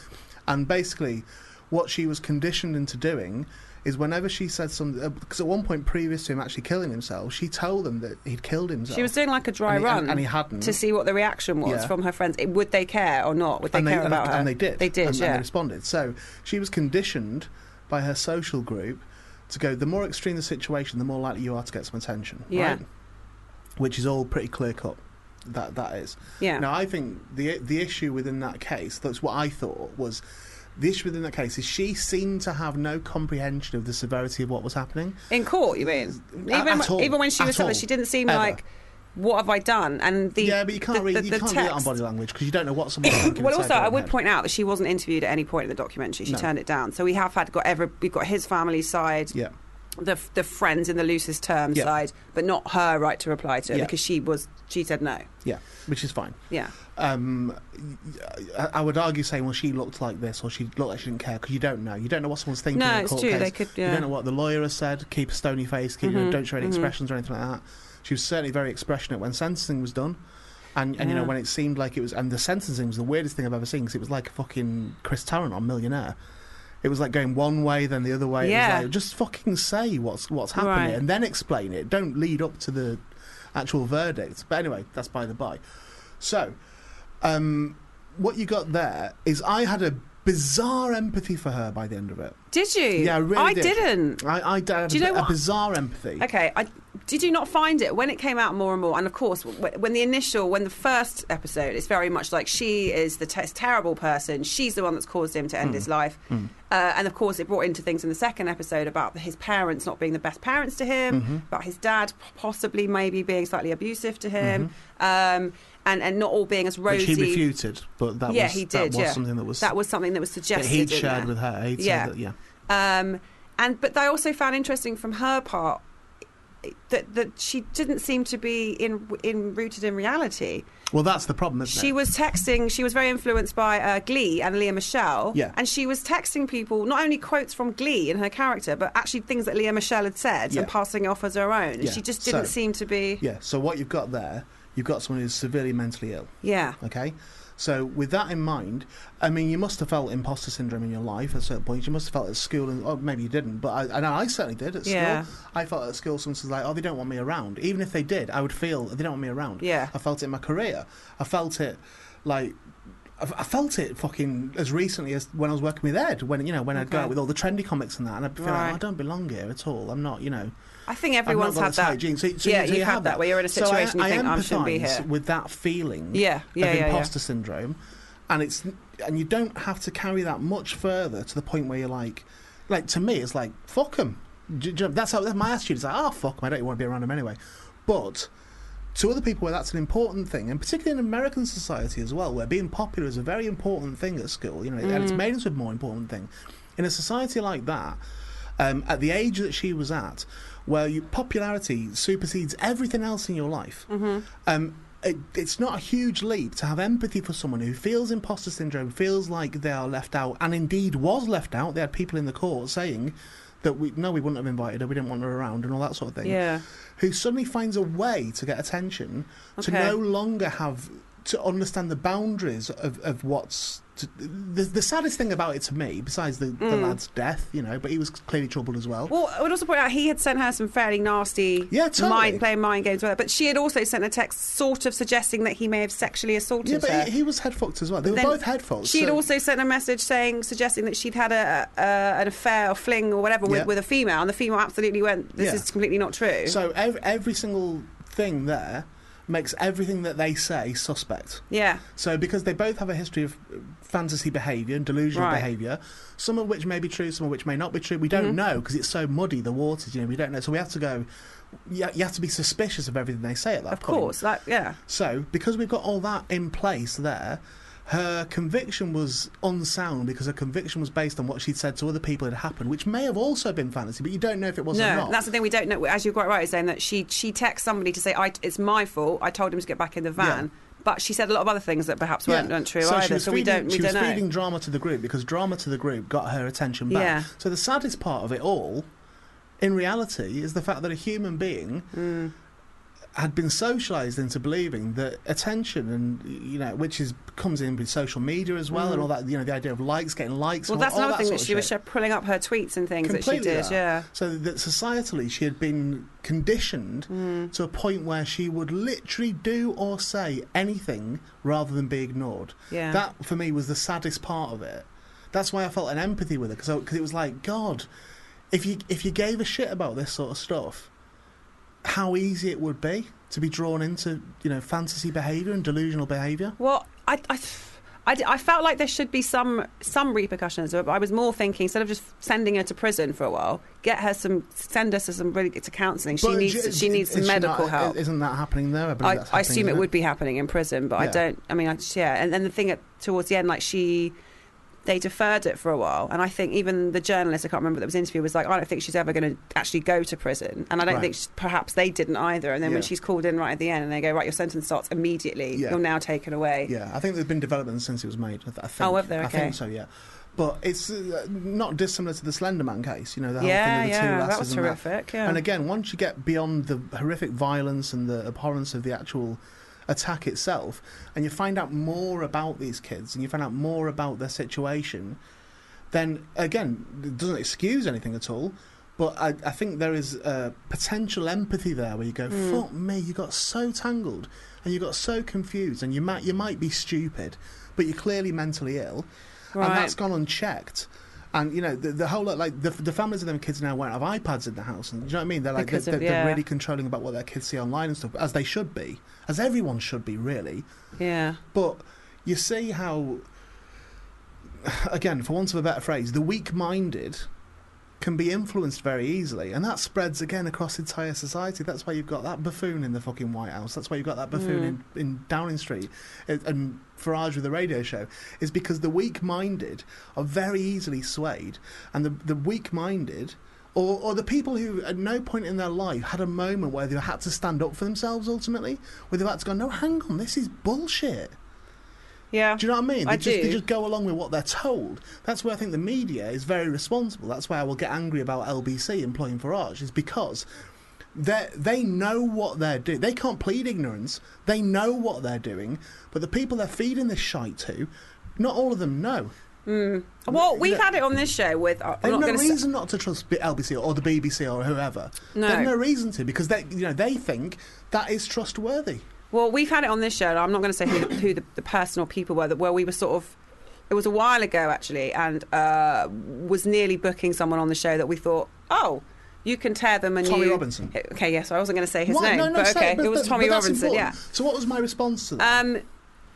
And basically, what she was conditioned into doing is whenever she said something, because at one point previous to him actually killing himself, she told them that he'd killed himself. She was doing like a dry and he, run and, and he hadn't. to see what the reaction was Yeah. from her friends. It- Would they care or not? Would they and care and about her? and they did. They did, and, yeah. and they responded. So she was conditioned by her social group to go. The more extreme the situation, the more likely you are to get some attention. Yeah. Right? Which is all pretty clear cut. That that is. yeah. Now I think the the issue within that case. That's what I thought was. The issue within that case is she seemed to have no comprehension of the severity of what was happening. In court, you mean? Even At- at all. even when she At was telling, all. she didn't seem Ever. like, "What have I done?" And the yeah, but you can't the, read the, you the can't text. read it on body language because you don't know what someone's thinking. well, inside also, their I own would head. point out that she wasn't interviewed at any point in the documentary. She No. turned it down. So we have had got every we've got his family side, Yeah, the the friends in the loosest term Yeah. side, but not her right to reply to it Yeah. because she was she said no. yeah, which is fine. Yeah, um, I, I would argue saying, well, she looked like this or she looked like she didn't care because you don't know. You don't know what someone's thinking. no, in a it's court true. Case. They could. Yeah. You don't know what the lawyer has said. Keep a stony face. Keep, Mhm, Don't show any mhm. expressions or anything like that. She was certainly very expressionate when sentencing was done. And, and you know Yeah. when it seemed like it was and the sentencing was the weirdest thing I've ever seen because it was like fucking Chris Tarrant on Millionaire, it was like going one way then the other way. Yeah. It was like, just fucking say what's what's happening Right. and then explain it. Don't lead up to the actual verdict. But anyway, that's by the by. So, um, what you got there is I had a bizarre empathy for her by the end of it. Did you? Yeah, I really I did. didn't. I, I d- had Do you a, know bi- a what- bizarre empathy. Okay, I, did you not find it when it came out more and more? And of course, wh- when the initial, when the first episode, it's very much like she is the te- terrible person. She's the one that's caused him to Mm. end his life. Uh, and of course, it brought into things in the second episode about his parents not being the best parents to him, Mm-hmm. about his dad p- possibly maybe being slightly abusive to him, Mm-hmm. um, and and not all being as Which he rosy. refuted, but that Yeah, was, he that did, was yeah. something that was that was something that was that suggested. he'd in shared there. with her. He'd said Yeah. that- yeah, Um, and but I also found interesting from her part that that she didn't seem to be in in rooted in reality. Well, that's the problem, isn't She it? was texting. She was very influenced by uh, Glee and Leah Michelle. Yeah. And she was texting people not only quotes from Glee in her character, but actually things that Leah Michelle had said Yeah. and passing off as her own. And Yeah. She just didn't So- seem to be. Yeah. So what you've got there, you've got someone who's severely mentally ill. Yeah. Okay. So with that in mind, I mean, you must have felt imposter syndrome in your life at certain points. You must have felt at school, and or maybe you didn't, but I, I know I certainly did at school. Yeah. I felt at school sometimes like, oh, they don't want me around. Even if they did, I would feel they don't want me around. Yeah. I felt it in my career. I felt it, like. I I felt it fucking as recently as when I was working with Ed, when you know when I'd go Okay. out with all the trendy comics and that, and I'd feel like "Oh, Right. I don't belong here at all. I'm not, you know, I think I've not everyone's got had the tight that. jeans. So, so yeah, you, so you've you had have that where you're in a So situation I, you think "Oh, I I shouldn't be empathise here. With that feeling, Yeah. Yeah. of Yeah. yeah. imposter syndrome, and it's and you don't have to carry that much further to the point where you're like, like to me, it's like fuck them. That's how that's my attitude. It's like, oh fuck 'em, I don't want to be around them anyway. But to other people, where that's an important thing, and particularly in American society as well, where being popular is a very important thing at school, you know, and it's made into a more important thing. In a society like that, um, at the age that she was at, where you, popularity supersedes everything else in your life, um, it, it's not a huge leap to have empathy for someone who feels imposter syndrome, feels like they are left out, and indeed was left out. They had people in the court saying that we no, we wouldn't have invited her, we didn't want her around, and all that sort of thing Yeah. who suddenly finds a way to get attention to Okay. no longer have to understand the boundaries of, of what's to, the, the saddest thing about it to me besides the, the Mm. lad's death you know but he was clearly troubled as well Well, I would also point out he had sent her some fairly nasty Yeah, totally. mind playing mind games with her, but she had also sent a text sort of suggesting that he may have sexually yeah assaulted her. but he, he was head fucked as well they were then both head fucked She'd so- also sent a message saying, suggesting that she'd had a, a an affair or fling or whatever with, Yeah. with a female, and the female absolutely went, "This Yeah. is completely not true." so every, every single thing there makes everything that they say suspect yeah, So, because they both have a history of uh, fantasy behaviour and delusional Right. Mm-hmm. behaviour, some of which may be true, some of which may not be true. We don't 'cause know because it's so muddy the waters. You know, we don't know. So we have to go. You, you have to be suspicious of everything they say at that of point. course, like yeah, So, because we've got all that in place there, her conviction was unsound because her conviction was based on what she'd said to other people had happened, which may have also been fantasy, but you don't know if it was or no, not. that's the thing we don't know. As you're quite right, saying that she she texts somebody to say, I, "It's my fault. I told him to get back in the van." But she said a lot of other things that perhaps weren't, Yeah. weren't true so either. She was so feeding, we don't we she don't was know. feeding drama to the group because drama to the group got her attention back. Yeah. So the saddest part of it all in reality is the fact that a human being Mm. had been socialized into believing that attention and you know which is comes in with social media as well and all that you know the idea of likes getting likes Mm. and Well, all- that's all another that thing sort that of she was shit. sh- pulling up her tweets and things Completely that she that. did. Yeah. so that societally she had been conditioned Mm. to a point where she would literally do or say anything rather than be ignored Yeah. that for me was the saddest part of it that's why i felt an empathy with her because it was like god if you if you gave a shit about this sort of stuff how easy it would be to be drawn into you know fantasy behavior and delusional behavior Well, I, I, I, d- I felt like there should be some some repercussions. But I was more thinking instead of just sending her to prison for a while, get her some, send her to some really to counselling. She needs she needs some medical help. Isn't that happening there? I, believe I, that's I happening, assume it isn't would be happening in prison, but I Yeah. don't. I mean, I, yeah. And then the thing at, towards the end, like she, they deferred it for a while, and I think even the journalist, I can't remember that was interviewed, was like, I don't think she's ever going to actually go to prison, and I don't Right. think she, perhaps they didn't either. And then when Yeah. she's called in right at the end, and they go, right, your sentence starts immediately. Yeah. You're now taken away. Yeah, I think there's been developments since it was made. I, th- I think. Oh, have there? I Okay. think so. Yeah, but it's uh, not dissimilar to the Slender Man case. You know, the whole thing yeah, with the two yeah, lasses that was and that. terrific. Yeah. And again, once you get beyond the horrific violence and the abhorrence of the actual attack itself, and you find out more about these kids and you find out more about their situation, then again, it doesn't excuse anything at all. But I, I think there is a potential empathy there where you go, Mm. "Fuck me, you got so tangled and you got so confused, and you might you might be stupid, but you're clearly mentally ill." and that's gone uncheckct. And you know the, the whole lot, like the, the families of them kids now won't have iPads in the house, and do you know what I mean? They're like Because they're, of- they're, yeah. really controlling about what their kids see online and stuff, as they should be, as everyone should be, really. yeah. But you see how, again, for want of a better phrase, the weak-minded can be influenced very easily, and that spreads again across entire society. That's why you've got that buffoon in the fucking White House. That's why you've got that buffoon in, in Downing Street, and, and Farage with the radio show is because the weak-minded are very easily swayed, and the the weak-minded. Or, or the people who at no point in their life had a moment where they had to stand up for themselves ultimately, where they've had to go, no, hang on, this is bullshit. Yeah. Do you know what I mean? They I just they do. just go along with what they're told. That's where I think the media is very responsible. That's why I will get angry about LBC employing Farage is because they they know what they're doing. They can't plead ignorance. They know what they're doing, but the people they're feeding this shite to, not all of them know. Well, we've Yeah. had it on this show with. uh, I'm They've not no going to. reason not to trust B- LBC or the BBC or whoever. No. They've no reason to because they you know they think that is trustworthy. Well, we've had it on this show. and I'm not going to say who, the, who the, the person or people were that where we were sort of. It was a while ago actually, and uh, was nearly booking someone on the show that we thought, oh, you can tear them and Tommy you. Robinson. Okay, yes, I wasn't going to say his Why- name, no, no, but say- okay, it was but- Tommy but that's Robinson. Yeah. important. So what was my response to that? Um,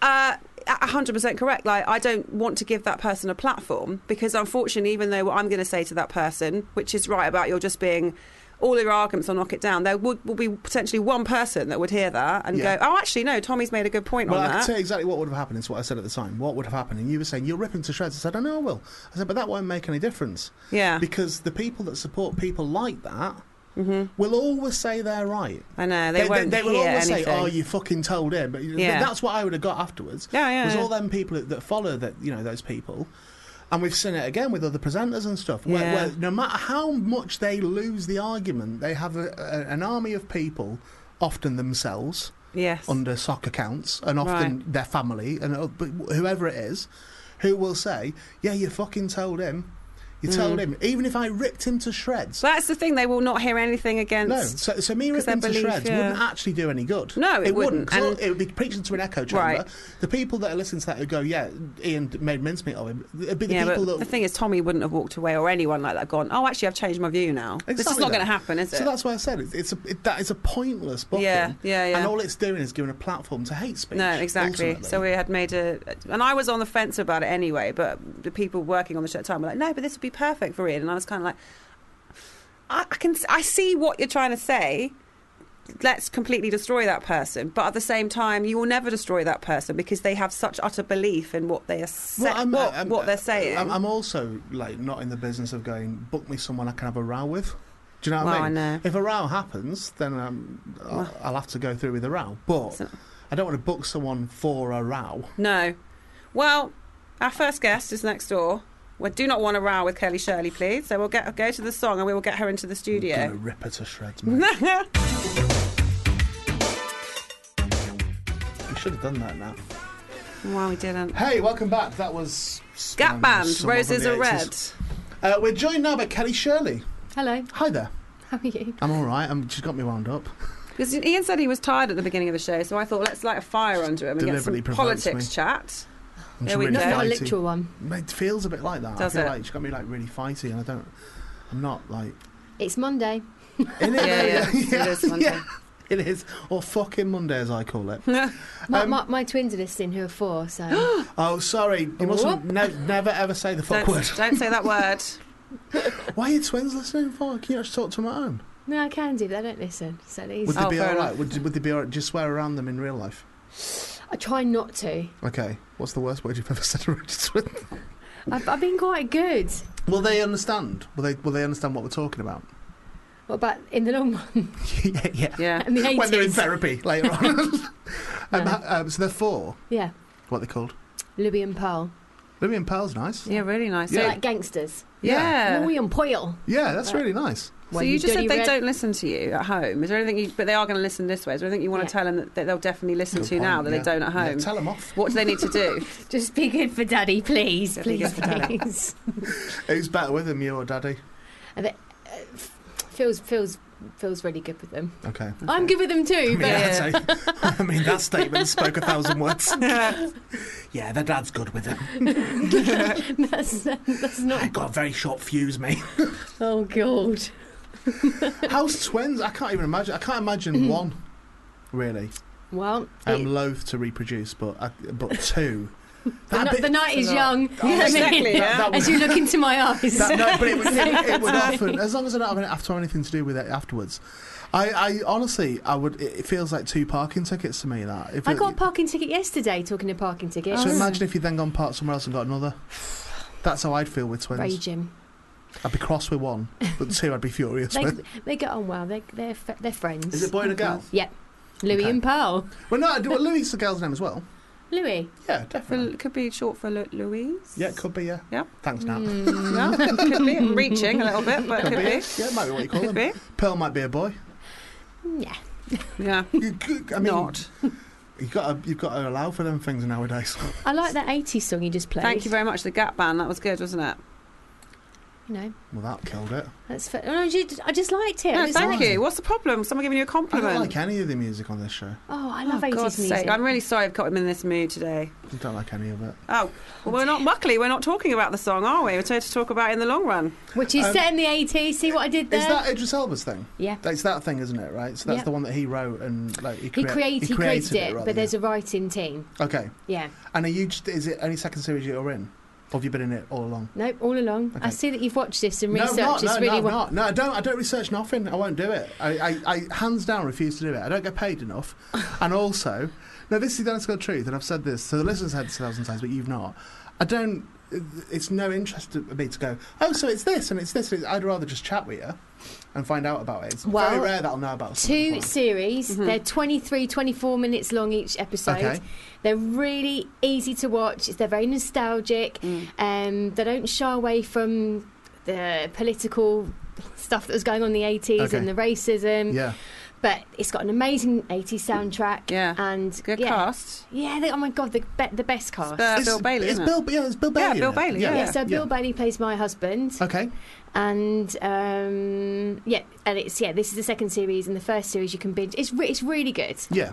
uh, a hundred percent correct. Like, I don't want to give that person a platform because, unfortunately, even though what I'm going to say to that person, which is right about you're just being all your arguments, I'll knock it down. There would will be potentially one person that would hear that and Yeah. go, "Oh, actually, no, Tommy's made a good point Well, on I can that." tell you exactly what would have happened. It's what I said at the time. What would have happened? And you were saying you'll rip him to shreds. I said, I know I will. I said, but that won't make any difference yeah, because the people that support people like that will always say they're right. I know Mm-hmm. they, won't they, will hear always anything. say, "Oh, you fucking told him." But you know, Yeah. that's what I would have got afterwards. Yeah, yeah, Was yeah. all them people that, that follow that you know those people, and we've seen it again with other presenters and stuff. Where, Yeah. where no matter how much they lose the argument, they have a, a, an army of people, often themselves yes, under sock accounts and often their family and uh, but whoever it is who will say, Yeah, you fucking told him. You Mm. told him, even if I ripped him to shreds. So that's the thing. They will not hear anything no, against. so, so me 'Cause ripping their to belief, shreds yeah. wouldn't actually do any good. No, it wouldn't, 'cause and- it would be preaching to an echo chamber. Right. The people that are listening to that who go, yeah, Ian d- made mincemeat of him, it'd be the yeah, people but that the thing is, Tommy wouldn't have walked away or anyone like that gone. Oh, actually, I've changed my view now. this is Exactly not going to that. happen, is it? So that's why I said it's, it's a, it, that is a pointless booking. Yeah, yeah, yeah. And all it's doing is giving a platform to hate speech. No, exactly. ultimately. So we had made a, and I was on the fence about it anyway. But the people working on the show at the time were like, "No, but this would be perfect for Ian." And I was kind of like, I, "I can, I see what you're trying to say. Let's completely destroy that person, but at the same time, you will never destroy that person because they have such utter belief in what they are, sa- what, what they're saying." I'm, I'm also like not in the business of going book me someone I can have a row with. Do you know what Well, I mean? I know. If a row happens, then um, I'll, Well- I'll have to go through with a row. But So- I don't want to book someone for a row. no, well, our first guest is next door. We do not want a row with Kelly Shirley, please. So we'll get go to the song and we will get her into the Gonna studio. rip her to shreds, mate. we should have done that now. Why we didn't. Hey, welcome back. That was s- Gap um, Band, someone from Roses the Are Red. 80s. Uh, we're joined now by Kelly Shirley. Hello, Hi there. how are you? I'm all right. I'm, she's got me wound up. Because Ian said he was tired at the beginning of the show, so I thought let's light a fire under him and get Deliberately some provokes politics me. chat. I'm There just we really Not, not a fighty. literal one. It feels a bit like that. Does I feel it? like she got me like really fighty, and I don't. I'm not like. It's Monday. In it, Yeah, yeah. It is Monday. yeah. It is, or fucking Monday as I call it. My, Um, my, my twins are listening who are four, so Oh, sorry, you mustn't ne- never ever say the fuck Don't, word. don't say that word. Why are your twins listening for? Can you just talk to them at home? no, I can do. But they don't listen, so it's Would easy. they Oh, be fair all right? enough. Would, would they be all right? Just swear around them in real life. I try not to. Okay, what's the worst word you've ever said around your twins? I've, I've been quite good. Will they understand? Will they? Will they understand what we're talking about? What about in the long run? yeah, yeah. Yeah. In the 80s? When they're in therapy later on. um, No. ha- um, so they're four. Yeah, What are they called? Libby and Pearl. Libby and Pearl's nice. Yeah, really nice. They're Yeah. Uh. like gangsters. Yeah. Louis and Poyle. Yeah, that's really nice. So you just said they don't listen to you at home. Is there anything you? But they are going to listen this way. Is there anything you want Yeah. to tell them that, that they'll definitely listen Good to now point, that yeah. they don't at Yeah, home? tell them off. what do they need to do? Just be good for daddy, please, Just be good please, for Daddy. please. Who's better with them, you or daddy? feels feels feels really good with them. Okay. I'm good with them I too. mean, But Yeah. that's a- I mean, that statement spoke a thousand words. yeah, their dad's good with them. that's that's not. Got a very short fuse, mate. Oh god. How's twins? I can't even imagine. I can't Mm-hmm. imagine one, really. Well, it- I'm loath to reproduce, but I, but two. the, That ni- bit- the night is It's a lot. young. Yeah, I mean, Oh, exactly, yeah. that As you look into my eyes. That, no, but it, would- it, it would often, as long as I don't have, any, have to have anything to do with it afterwards. I, I honestly, I would. It it feels like two parking tickets to me. That if I it- got a parking ticket yesterday. Talking of parking tickets, So imagine if you then gone parked somewhere else and got another. That's how I'd feel with twins. raging. I'd be cross with one, but two I'd be furious They, with. they get on well. They, they're f- they're friends. Is it boy and a girl? Mm. Louis okay. and Pearl. Well, no, I do. Well, Louis is the girl's name as well. Louis. Yeah, For, definitely. could be short for Lu- Louise. Yeah, it could be. Yeah. Yeah. Thanks, Mm. Nat. No, could be. I'm reaching a little bit, but Could be. could Yeah, it might be what you be. call Could them. be. Pearl might be a boy. Yeah. Yeah. You could, I mean, Not. You've got to, you've got to allow for them things nowadays. I like that 80s song you just played. Thank you very much. The Gap Band. That was good, wasn't it? You know, Well, that killed it. that's fair. No, you just- I just liked it. I No, just thank liked- you. What's the problem? Someone giving you a I compliment. don't like any of the music on this show. Oh, I love Oh, 80s God's music. sake. I'm really sorry I've got him in this mood today. I don't like any of it. Oh, well, we're not, luckily, we're not talking about the song, are we? We're here to talk about it in the long run. Which is Um, set in the 80s. See what I did there? Is that Idris Elba's thing? yeah. It's that thing, isn't it? Right. So that's Yeah. the one that he wrote and like he, He, crea- create, he created it, rather, but there's a writing team. yeah. okay. Yeah. And are you? Just, is it any second series you're in? Or have you been in it all along? Nope, all along. I Okay. see that you've watched this and researched no, I'm not, this no, really no, well. I'm not. No, I don't. I don't research nothing. I won't do it. I, I, I hands down refuse to do it. I don't get paid enough, and also, no, this is the honest truth, and I've said this so the listeners had this a thousand times, but you've not. I don't. It's no interest to me to go. Oh, so it's this and it's this. and it's-" I'd rather just chat with you and find out about it. It's very Well, rare that I'll know about something. Two series. They're 23, 24 minutes long each episode. Mm-hmm. Okay. They're really easy to watch. They're very nostalgic. Um, they don't shy away from the political stuff that was going on in the 80s Okay. and the racism. Yeah, But it's got an amazing 80s soundtrack. Yeah. And Good yeah. cast. Yeah, they, oh my God, the, be- the best cast. It's, uh, Bill Bailey, It's isn't Bill. Yeah, Uh, it's Bill Bailey. Yeah, in Bill it. Bailey, yeah, yeah. so Bill Bailey plays my husband. Okay. and um, yeah, and it's yeah. This is the second series, and the first series you can binge. It's re- it's really good. Yeah.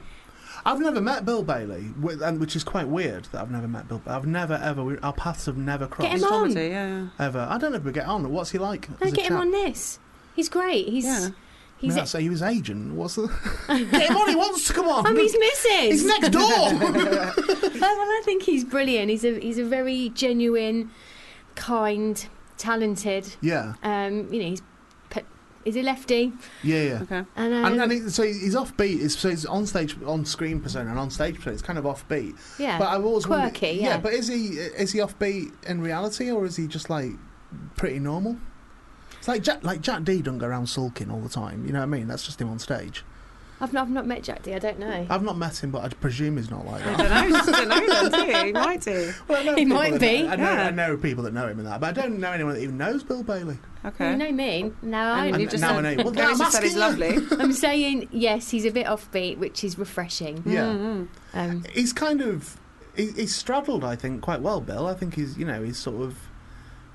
I've never met Bill Bailey, wh- and which is quite weird that I've never met Bill. I've never ever we- our paths have never crossed. him It's on. comedy, yeah. ever. I don't know if we get on. What's he like? No, as a get him chap? on this. He's great. He's Yeah. he's. no, that's- he was agent. What's the? get him on. He wants to come on. I'm his oh, missus. He's next door. Oh, well, I think he's brilliant. He's a he's a very genuine, kind, talented. yeah, Um, you know, he's pe- he's a lefty, yeah, yeah. Okay. and, um, And, and it, so he's offbeat. It's, so he's on stage, on screen persona, and on stage persona. It's kind of offbeat. yeah, But I've always wondered- Quirky, yeah. yeah. But is he is he offbeat in reality, or is he just like pretty normal? It's like Jack, like Jack D don't go around sulking all the time. You know what I mean? That's just him on stage. I've not, I've not met Jack D. I don't know. I've not met him, but I presume he's not like I that. don't know. Just don't know then, do you? You Might do. Well, I know He people might that be, know- I know, yeah. I know people that know him and that, but I don't know anyone that even knows Bill Bailey. Okay. You know me. No, I And And you've just now said- I know. Well, Gary then I'm just said he's asking you. lovely. I'm saying yes. He's a bit offbeat, which is refreshing. Yeah. Mm, Um, he's kind of he, he's straddled, I think, quite well. Bill, I think he's you know he's sort of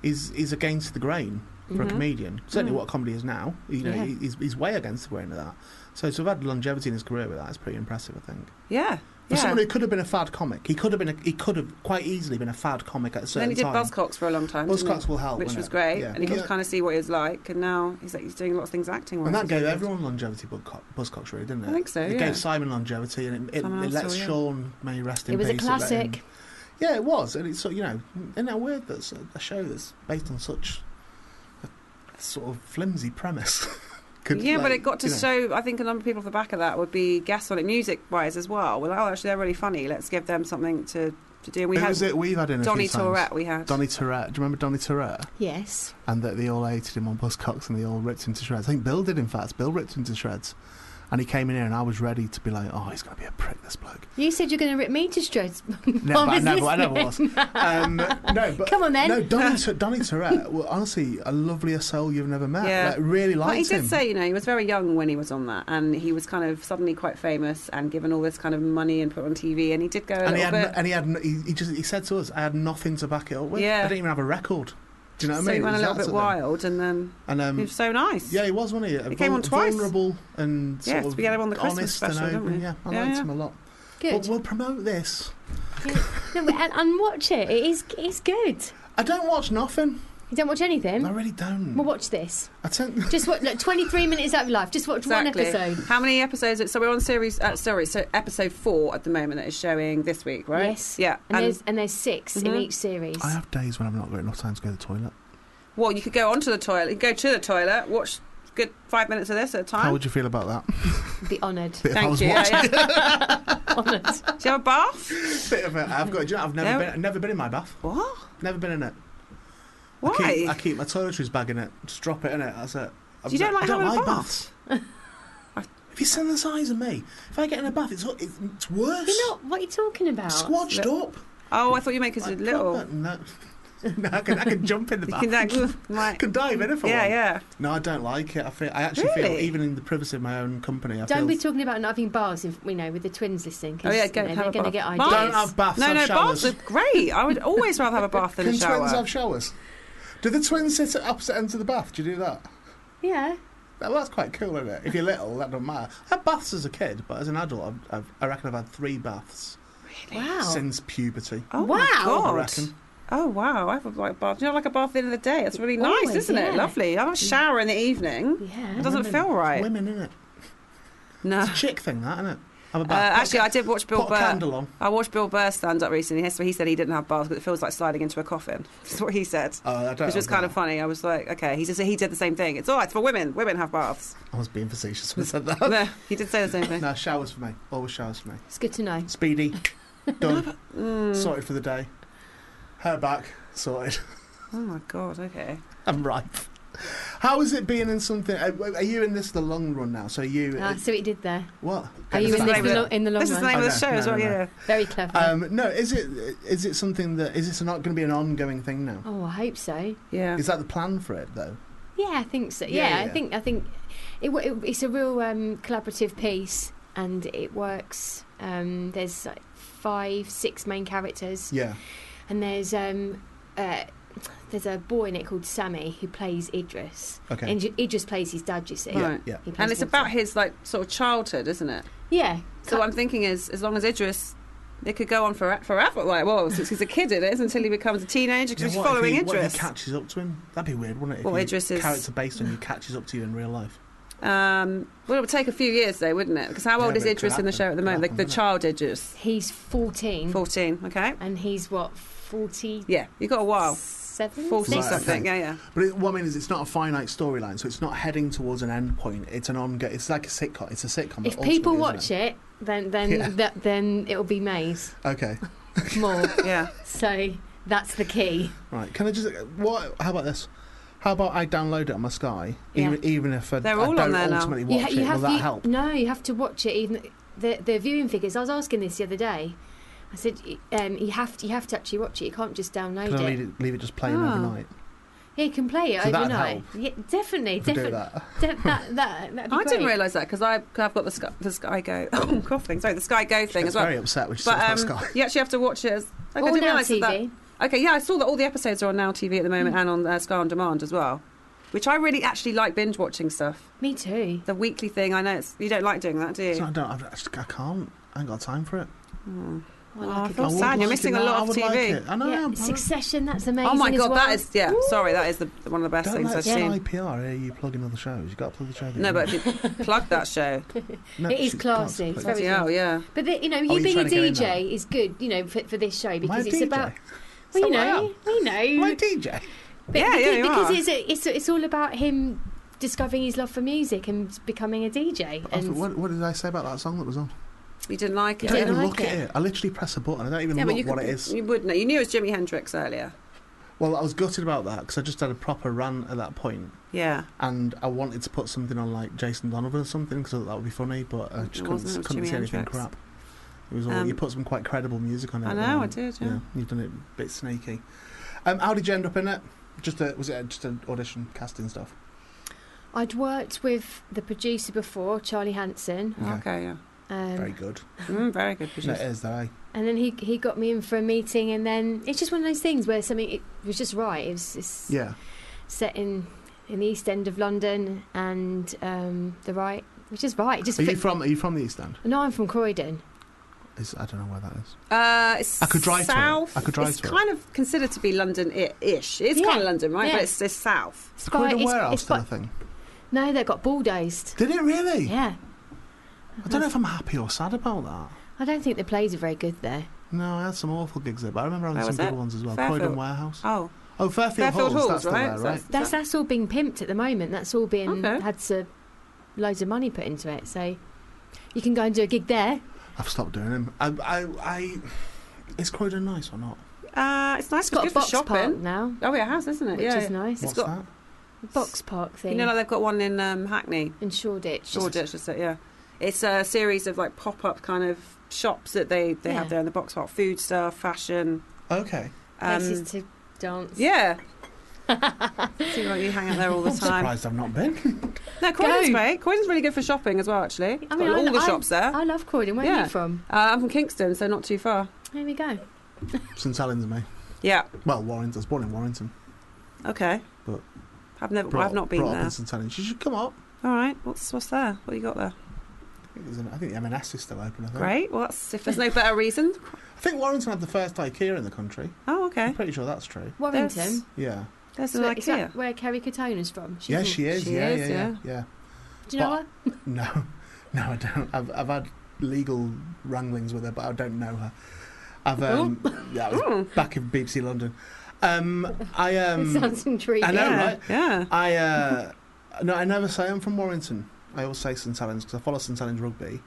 he's he's against the grain for a Mhm. comedian. Certainly, Mm. what comedy is now, you know, Yeah. he he's, he's way against the grain of that. So to have had longevity in his career with that is pretty impressive, I think. Yeah. For Yeah. someone who could have been a fad comic, he could have been a, he could have quite easily been a fad comic at a then certain he did time. Buzzcocks for a long time. didn't he? Buzzcocks will help, which won't was Oh, it? great, Yeah. and you Yeah. could kind of see what he was like. And now he's like he's doing lots of things acting. And wise, that which is gave good. everyone longevity, Buzzco- Buzzcocks, really, didn't it? I think so, It yeah. gave Simon longevity, and it, it, Simon it lets Ancel, yeah. Sean may rest in it was a peace, it let him- classic. Yeah, it was, and it's sort of, you know, isn't that weird that s- a show that's based on such a sort of flimsy premise? could, yeah, but like, it got to you know- show. I think a number of people off the back of that would be guests on it, music-wise as well. Well, oh, actually, they're really funny. Let's give them something to, to do. And we Who had was it we've had in a Donny few times? Tourette. We had Donny Tourette. Do you remember Donny Tourette? Yes. And that they all hated him on Buzzcocks and they all ripped him to shreds. I think Bill did, in fact. Bill ripped him to shreds. And he came in here and I was ready to be like, oh, he's going to be a prick, this bloke. You said you're going to rip me to shreds. No, but I was never, I never was. listening. Um, no, but Come on then. No, Donny, Tur- Donny Tourette. Well, honestly, a lovelier soul you've never met. Yeah. Like, really Well, he liked did him. say, you know, he was very young when he was on that, and he was kind of suddenly quite famous and given all this kind of money and put on TV, and he did go a and he little had, bit. n- and he had, n- he, he just, he said to us, "I had nothing to back it up with. Yeah. I didn't even have a record." Do you know what so I mean? he It went a was little that bit sort of thing. wild, and then And he um, was so nice. yeah, he was, wasn't he? A He came on twice. Vulnerable and sort Yes, of we had him on the Christmas honest special, and didn't open. we? Yeah, I Yeah, liked yeah. him a lot. Good. But we'll promote this. No, but- and, and watch it. It is. It's good. I don't watch nothing. You don't watch anything. I really don't. Well, watch this. I don't. Just watch. Look, 23 minutes out of your life. Just watch Exactly. one episode. How many episodes? So we're on series, uh, sorry, so episode four at the moment that is showing this week, right? Yes. Yeah. And, And, there's and there's 6 in Mhm. each series. I have days when I've not got enough time to go to the toilet. well, you could go onto the toilet, you could go to the toilet, watch good five minutes of this at a How time. would you feel about that? Be honoured. If I Thank was you. watching Yeah, yeah. honoured. Do you have a bath? bit of a, I've got. do you know, I've No. never been. Never been in my bath. What? Never been in it. Why? I keep, I keep my toiletries bag in it. Just drop it in it. That's it. Do you don't like I don't having a like bath? baths. If you seen the size of me, if I get in a bath, it's it's, it's worse. You're not. What are you talking about? squashed up. Oh, I thought you meant because Like, you're little. proper- No, no, I can I can jump in the You bath. can, like, I like, can dive in if I yeah, want. yeah. No, I don't like it. I feel I actually feel Really? even in the privacy of my own company. I Don't feel, be talking about not having bars, if, you know, with the twins listening. 'cause, Oh, yeah, you go know, have they're a going bath. to get ideas. Don't don't have baths. No, have no, showers. baths are great. I would always rather have a bath than Can a twins shower. have showers? Do the twins sit at opposite ends of the bath? Do you do that? Yeah. That- That's quite cool, isn't it? If you're little, that doesn't matter. I had baths as a kid, but as an adult, I've, I've, I reckon I've had three baths Wow. since puberty. Oh Wow. my I god! reckon. Oh wow! I have a like bath. You know, like a bath at the end of the day. It's really nice, Always, isn't it? yeah. Lovely. I have a shower in the evening. It Yeah. doesn't Women- feel right. Women, innit? No. It's a chick thing, that, isn't it? Have a Uh, bath. Put a actually, ca- I did watch Bill put a Burr. candle on. I watched Bill Burr stand up recently. He said- He said he didn't have baths because it feels like sliding into a coffin. That's what he said, Oh, I don't which was have kind that. of funny. I was like, okay. He just he did the same thing. It's all right for women. Women have baths. I was being facetious when I said that. no, he did say the same thing. no, showers for me. Always showers for me. It's good to know. Speedy, done, Mm. sorted for the day. Her back, sorted. Oh my god. Okay. I'm right. How is it being in something? Are, are you in this the long run now? So you uh, Ah, see what you did there. what? Are you in this the lo- in the long This is the run? name of the Okay. show as No, well. no, no. Yeah. Very clever. Um, no, is it is it something that is this not going to be an ongoing thing now? oh, I hope so. Yeah. Is that the plan for it though? Yeah, I think so. Yeah, Yeah, yeah. I think I think it, wo- it, it's a real um, collaborative piece, and it works. Um, there's like five, six main characters, Yeah. and there's um, uh, there's a boy in it called Sammy who plays Idris, Okay. and Ju- Idris plays his dad. You see, Yeah. Yeah. He plays And it's him. about his like sort of childhood, isn't it? yeah. So what I'm thinking is, as long as Idris, it could go on for, forever. Like, well, since he's a kid, it is until he becomes a teenager Yeah, because he's what if following he, what if Idris. he catches up to him? That'd be weird, wouldn't it? If Well, your Idris is- character based on you catches up to you in real life. um, well, it would take a few years though, wouldn't it? Because how Yeah, old but is it could Idris in the happen. show at the Could moment? happen, the wouldn't the it? child Idris, he's 14, fourteen. Okay. and he's what 40. Yeah, you got a while. Seven, Forty Right, something. okay. Yeah, yeah. But it, what I mean is, it's not a finite storyline, so it's not heading towards an end point. It's an ongoing. It's like a sitcom. It's a sitcom. If people watch it, then then Yeah. that then it'll be made okay, more. Yeah. so that's the key. right. Can I just? What? How about this? How about I download it on my Sky, even, even if I, They're I all on don't there now. ultimately You, ha- watch you it? have Will that you- help? No, you have to watch it. Even the the viewing figures. I was asking this the other day. I said y- um, you have to, you have to actually watch it. You can't just download Can I it. leave it, leave it just playing Ah. overnight? Yeah, you can play it So that'd overnight. help. Yeah, definitely, If I do definitely. that. That. that, that that'd be I didn't great. realise that because I've, I've got the Sky, the Sky Go. Oh, coughing. Sorry, the Sky Go I thing was as well. very upset when she but said um, Sky. you actually have to watch it. As, like, I All didn't now realise that that. TV. Okay, yeah, I saw that all the episodes are on Now TV at the Mm. moment and on uh, Sky on Demand as well, which I really actually like binge watching stuff. Me too. The weekly thing, I know it's, you don't like doing that, do you? So I don't. I've- I, just, I can't. I ain't got time for it. Mm. I Oh, like I it. feel I would sad, you're like missing it a now, lot I of would like TV. it. I know. yeah, I'm- Succession. That's amazing. Oh my as god, well. that is yeah. Sorry, that is the, one of the best Don't things let I've seen. CIPR hear you plugging other shows. You got to plug the show. that No, you but like. if you plug that show, No, It is she can't classy. It's plug it. bloody very hell, yeah. But the, you know, you're you being a Oh, trying to get in there. DJ is good. You know, for, for this show Am I a because it's DJ? about. Well, you So I know, we know. Am I a DJ? But Yeah, yeah, you because, because are. it's, a, it's it's all about him discovering his love for music and becoming a DJ. But I And thought, what, what did I say about that song that was on? You didn't I like it. don't didn't even like look at it. I literally press a button. I don't even Yeah, but you look what could- it is. You would know. You knew it was Jimi Hendrix earlier. Well, I was gutted about that because I just had a proper rant at that point, Yeah. and I wanted to put something on like Jason Donovan or something because that would be funny, but I It just wasn't, it couldn't, was couldn't Jimi see anything Hendrix. crap. It was all Um, you put some quite credible music on it. I at the know, I moment. did, yeah. you've done it a bit sneaky. Um, how did you end up in it? Just a, was it a, just an audition casting stuff? I'd worked with the producer before, Charlie Hanson, Mm-hmm. Okay, yeah. very um, good. Mm, very good No, producer. it is that I. and then he he got me in for a meeting, and then it's just one of those things where something it was just right. It was it's Yeah, set in in the East End of London, and um, the right, which is right. It Just are you fit- from? Are you from the East End? no, I'm from Croydon. Is I don't know where that is. Uh, it's I could drive to it. south. I could drive it's to it. kind of considered to be London-ish. It's Yeah. kind of London, right? Yeah. But it's, it's south. It's It's quite a it's- warehouse it's kind by- of thing. no, they got bulldozed. Did it really? Yeah, I don't know if I'm happy or sad about that. I don't think the plays are very good there. No, I had some awful gigs there, but I remember having Where some was good it? ones as well. Fairfield. Croydon Warehouse. Oh, Oh, Fairfield, Fairfield Halls, Halls, that's still right? So there, right? that's- That's that's all being pimped at the moment. That's all being Okay. had to loads of money put into it. So you can go and do a gig there. I've stopped doing them. I, I, I, is Croydon nice or not? uh, it's nice. It's got good a box for park shopping. now, Oh, yeah, it has, isn't it? which yeah. is nice. What's got- that? A box park thing You know, like Um, they've got one in um, Hackney, in Shoreditch. Shoreditch. Is it? Yeah, it's a series of like pop-up kind of shops that they, they Yeah. have there in the box park, food stuff, fashion. Okay. places Um, to dance. yeah. See, like you hang out there all the I'm time. surprised I've not been. No, Croydon's Go. great. Croydon's really good for shopping as well. Actually, It's I mean, got all I- the I- shops there. I love Croydon. Where are Yeah. you from? Uh, I'm from Kingston, so not too far. There we go. St Helens, me. Yeah. Well, Warrington. I was born in Warrington. Okay. But- I've never. Brought I've not up- been brought up there. in St Helens. You should come up. All right. What's what's there? What you got there? I think, there's an, I think the M&S is still open. I think. Great. Well, that's, if there's no better reason. I think Warrington had the first IKEA in the country. Oh, okay. I'm pretty sure that's true. Warrington. Yeah. There's So an is that IKEA. where Kerry Katona's from? She's yeah, from- she is. she yeah, is, yeah, yeah, yeah. yeah. Do you know But- her? No, no, I don't. I've, I've had legal wranglings with her, but I don't know her. I've um, yeah, I was Mm. back in BBC London. Um, I It um, sounds intriguing. I know, yeah. right? Yeah. I uh, no, I never say I'm from Warrington. I always say St Helens because I follow St Helens rugby,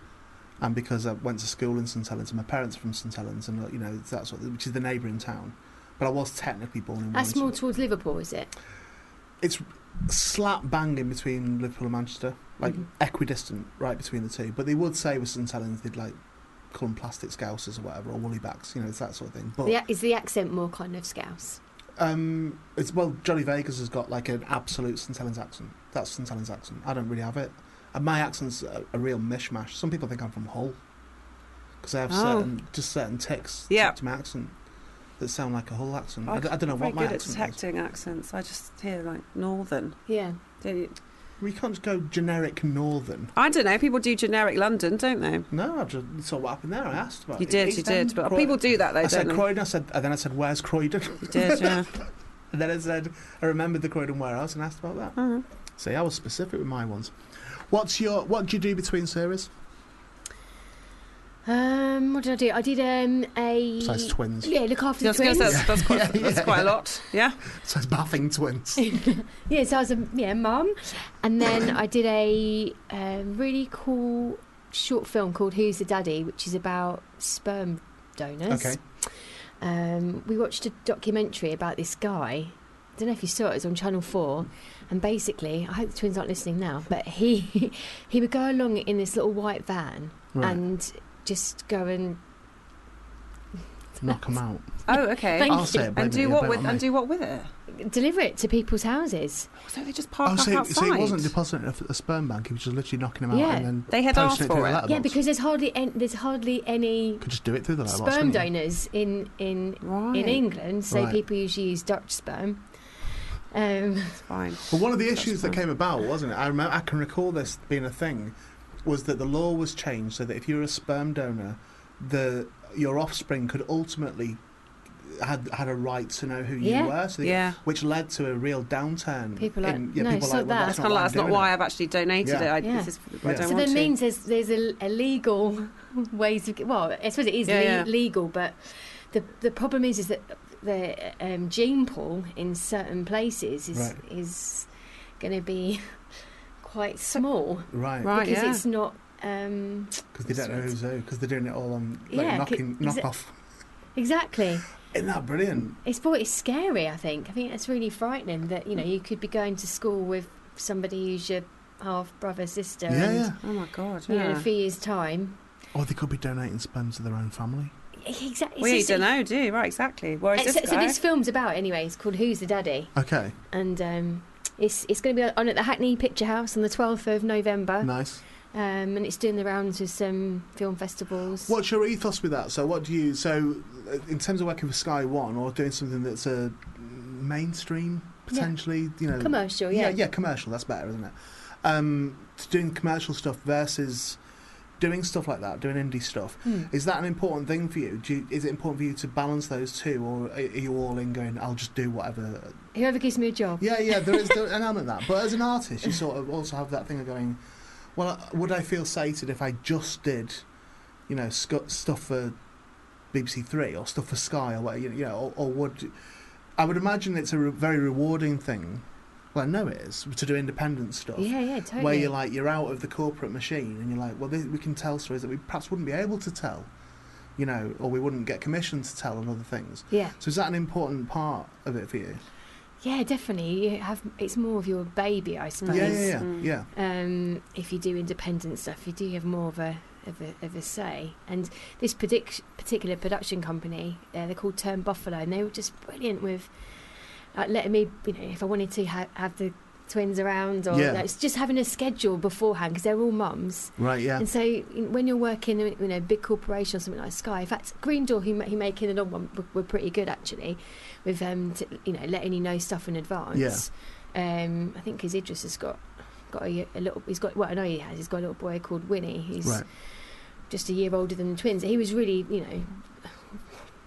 and because I went to school in St Helens, and my parents are from St Helens, and uh, you know that's what, which is the neighbouring town. But I was technically born in That's Warrington. more towards Liverpool, is it? it's slap bang in between Liverpool and Manchester, like Mhm. equidistant, right between the two. But they would say with St Helens they'd like call them plastic scousers or whatever, or woolly backs, you know, it's that sort of thing. But The ac- is the accent more kind of Scouse? um, it's well, Johnny Vegas has got like an absolute St Helens accent. That's St Helens accent. I don't really have it, and my accent's a, a real mishmash. Some people think I'm from Hull because I have Oh. certain just certain ticks Yeah. to my accent that sound like a Hull accent. I, I d- I don't know Very what my good at accent is. detecting accents. I just hear like northern. Yeah. Don't you? We can't just go generic northern. I don't know. People do generic London, don't they? No, I just saw what happened there. I asked about You it. did, East you did. End, But Uh, Croy- people do that though, I don't said they? Croydon. I said, and then I said, "Where's Croydon?" You did, yeah. And then I said, I remembered the Croydon warehouse and asked about that. Mhm. See, I was specific with my ones. What's your? What do you do between series? Um, what did I do? I did um a Besides twins, yeah, look after I was the going to twins. say that's, that's, quite, Yeah, that's yeah. quite a lot. Yeah. besides bathing twins. yeah, so I was a yeah mum, and then I did a, um really cool short film called Who's the Daddy, which is about sperm donors. Okay. Um, we watched a documentary about this guy I don't know if you saw it, it was on Channel 4. And basically, I hope the twins aren't listening now, but he he would go along in this little white van Right. and just go and Knock them out. Oh, okay. Thank I'll say it. blame and it, do yeah, what blame it with on and me. do what with it? deliver it to people's houses. So they just Oh, parked so, up outside. so it wasn't depositing at a sperm bank. He was just literally knocking them out Yeah. and then They had posting asked it through for the it. letterbox. Yeah, because there's hardly any, there's hardly any could just do it through the letterbox. sperm couldn't you? donors in in right. in England, so Right. people usually use Dutch sperm. Um, It's fine. Well, one of the That's issues that fine. came about, wasn't it? I remember, I can recall this being a thing, was that the law was changed so that if you're a sperm donor, the your offspring could ultimately had had a right to know who Yeah. you were, so they- Yeah. which led to a real downturn. People like, in, yeah, "No, people sort like, well, that." That's that's, kind of like, that's I'm not doing why it. I've actually donated Yeah. it. I, Yeah. this is, I Yeah. don't so want that to. means there's there's a, a legal ways of well, I suppose it is Yeah, le- yeah. legal, but the the problem is is that the um, gene pool in certain places is Right. is going to be quite small Right, Right, because yeah. it's not. Um, because they don't know who's who, because they're doing it all on like, Yeah, knocking c- is knock it- off. exactly. Isn't that brilliant? It's boy, it's scary. I think. I think it's really frightening that you know you could be going to school with somebody who's your half brother, sister, yeah, and yeah. Oh my god! you know, in a Yeah. few years' time. Or they could be donating sperm to their own family. Exactly. Well, you don't know, do you? Right, exactly. Whereas So, this so guy, this film's about anyway. It's called Who's the Daddy, Okay, and um, it's it's going to be on at the Hackney Picture House on the 12th of November, nice. um, and it's doing the rounds with some film festivals. What's your ethos with that? So, what do you so uh, in terms of working for Sky One or doing something that's a mainstream potentially? You know, Commercial, yeah, yeah. yeah, commercial. That's better, isn't it? Um, to doing commercial stuff versus doing stuff like that, doing indie stuff. Hmm. Is that an important thing for you? Do you? Is it important for you to balance those two, or are are you all in going? I'll just do whatever. Whoever gives me a job. Yeah, yeah. There is there, an element of that, but as an artist, you sort of also have that thing of going. Well, uh, would I feel sated if I just did, you know, sc- stuff for BBC Three or stuff for Sky or what? You know, or, or would I would imagine it's a re- very rewarding thing. Well, I know it is to do independent stuff yeah, Oh, yeah, totally. where you're like you're out of the corporate machine and you're like well this, we can tell stories that we perhaps wouldn't be able to tell you know or we wouldn't get commissioned to tell and other things yeah, so is that an important part of it for you yeah, definitely. You have it's more of your baby, I suppose. yeah yeah yeah, Mm. yeah. um, if you do independent stuff, you do have more of a of a, of a say. And this predic- particular production company, uh, they're called Turn Buffalo, and they were just brilliant with like letting me, you know, if I wanted to ha- have the twins around, or Yeah. like, it's just having a schedule beforehand because they're all mums. right yeah And so you know, when you're working in you know, a big corporation or something like Sky, in fact, Green Door, who, ma- who make in the long one, were, were pretty good actually with um, t- you know letting you know stuff in advance. Um, I think because Idris has got got a, a little. He's got well, I know he has. He's got a little boy called Winnie, who's right just a year older than the twins. He was really you know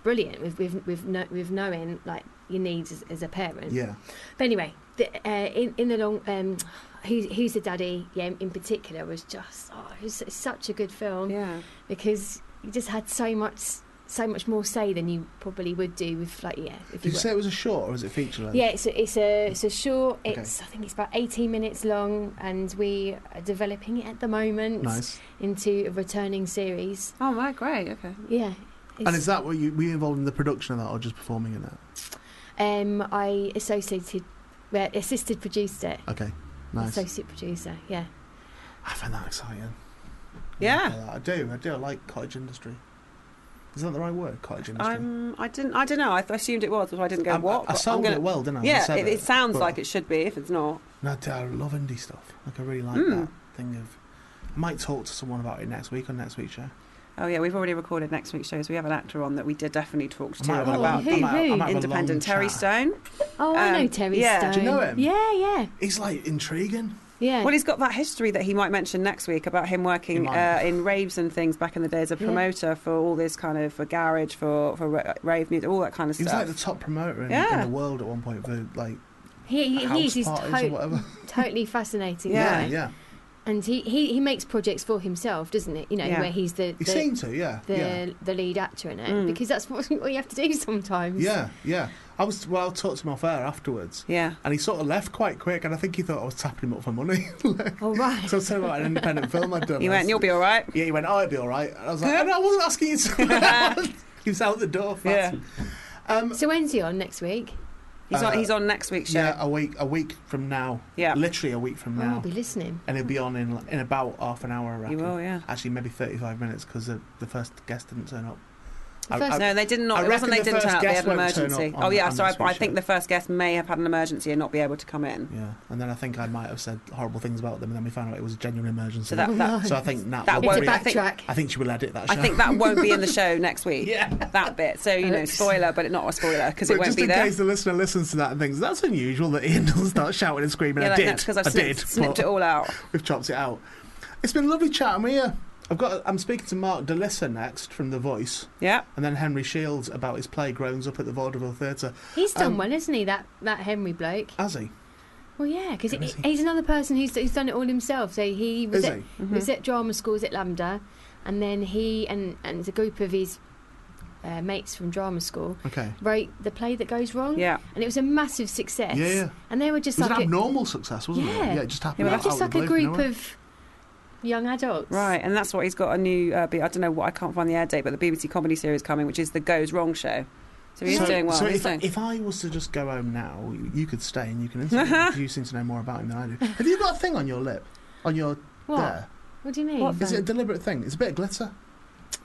brilliant with with with, kno- with knowing like your needs as, as a parent. yeah But anyway, the, uh, in in the long, um, who, who's the daddy? Yeah, in particular was just oh, it was such a good film yeah, because you just had so much so much more say than you probably would do with like yeah. If did you were- say it was a short or is it feature length yeah, it's a, it's a it's a short. Okay. It's I think it's about eighteen minutes long, and we are developing it at the moment nice into a returning series. oh my, great, okay. Yeah. and is that what you were you involved in the production of that or just performing in it um, I associated, well, assisted produced it. okay Ah, nice Associate producer, yeah. I find that exciting Yeah. I do I do I like cottage industry is that the right word cottage industry Um, I didn't, I don't know. I th- assumed it was, but I didn't go. I, what? I, but sold I'm gonna, it well didn't I? I Yeah, said it, it sounds but- like it should be. If it's not, No, I, do- I love indie stuff. Like I really like Mm. that thing of. I might talk to someone about it next week on next week's show. oh yeah, we've already recorded next week's show, so we have an actor on that we did definitely talk I might to have a- about who- I the might- I who? might have a long independent Terry chat. Stone. Oh, I Um, know Terry yeah. Stone. Do you know him? Yeah, yeah, He's like intriguing. yeah. Well, he's got that history that he might mention next week about him He working uh, might. in raves and things back in the day as a Yeah. promoter for all this kind of for garage for for ra- rave music, all that kind of He was stuff. like the top promoter in, in Yeah. the world at one point for like he, he, house he's, he's parties or to- whatever. totally fascinating. Yeah. guy. yeah. And he, he, he makes projects for himself, doesn't it? You know, Yeah. where he's the He the, seemed to. Yeah, the, yeah, the lead actor in it Mm. because that's what, what you have to do sometimes. yeah, yeah. I was well. I talked to him off air afterwards, yeah, and he sort of left quite quick. And I think he thought I was tapping him up for money. All right. so I was telling him about an independent film I'd done. he I went, was- "You'll be all right." Yeah, he went, oh, it'd be all right. And I was like, oh, no, I wasn't asking you to. he was out the door fast. Yeah. Um, So when's he on next week? He's on. Uh, He's on next week's show. Yeah, a week a week from now. Yeah. literally a week from Oh, I'll now, be listening. and it'll be on in in about half an hour. I you reckon. will, yeah. Actually, maybe thirty-five minutes because the, the first guest didn't turn up. The I- first- I- No, they did I not. It reckon wasn't they the didn't turn first up. They had guest an won't turn emergency. up on Oh the- yeah, on so I, this I week's think show. the first guest may have had an emergency and not be able to come in. Yeah, and then I think I might have said horrible things about them, and then we found out it was a genuine emergency. So that, Oh, that no. So I think Nat That will it's a won't be- I think- backtrack. I think she will edit that. I show. think that won't be in the show next week. Yeah. That bit. So you know, Oops. spoiler, but not a spoiler because Uh, it But won't just be in there. case the listener listens to that and thinks that's unusual that Ian doesn't start shouting and screaming. yeah, I that- did. that's because I've I snipped, did. snipped but it all out. We've chopped it out. It's been lovely chatting with you. I've got. I'm speaking to Mark Delissa next from The Voice, Yeah. and then Henry Shields about his play Groans Up at the Vaudeville Theatre. He's done Um, well, hasn't he? That that Henry bloke. Has he? Well, yeah, because Who is he? he's another person who's, who's done it all himself. So he was Is at, he? Mm-hmm. was at drama schools at Lambda, and then he and and there's a group of his uh, mates from drama school Okay. wrote the play that goes wrong. Yeah. and it was a massive success. Yeah, yeah. and they were just It was like an a, abnormal success, wasn't Yeah. it? Yeah, it just they happened. were out, out just of like the a blue, group nowhere. of young adults. Right, and that's what he's got a new. Uh, B- I don't know what I can't find the air date, but the BBC comedy series coming, which is the Goes Wrong show. So he's so, doing well. so he's if, doing. if I was to just go home now, you- you could stay and you can interview him, 'cause You seem to know more about him than I do. Have you got a thing on your lip? On your What? there? What do you mean? What Is it a deliberate thing? It's a bit of glitter.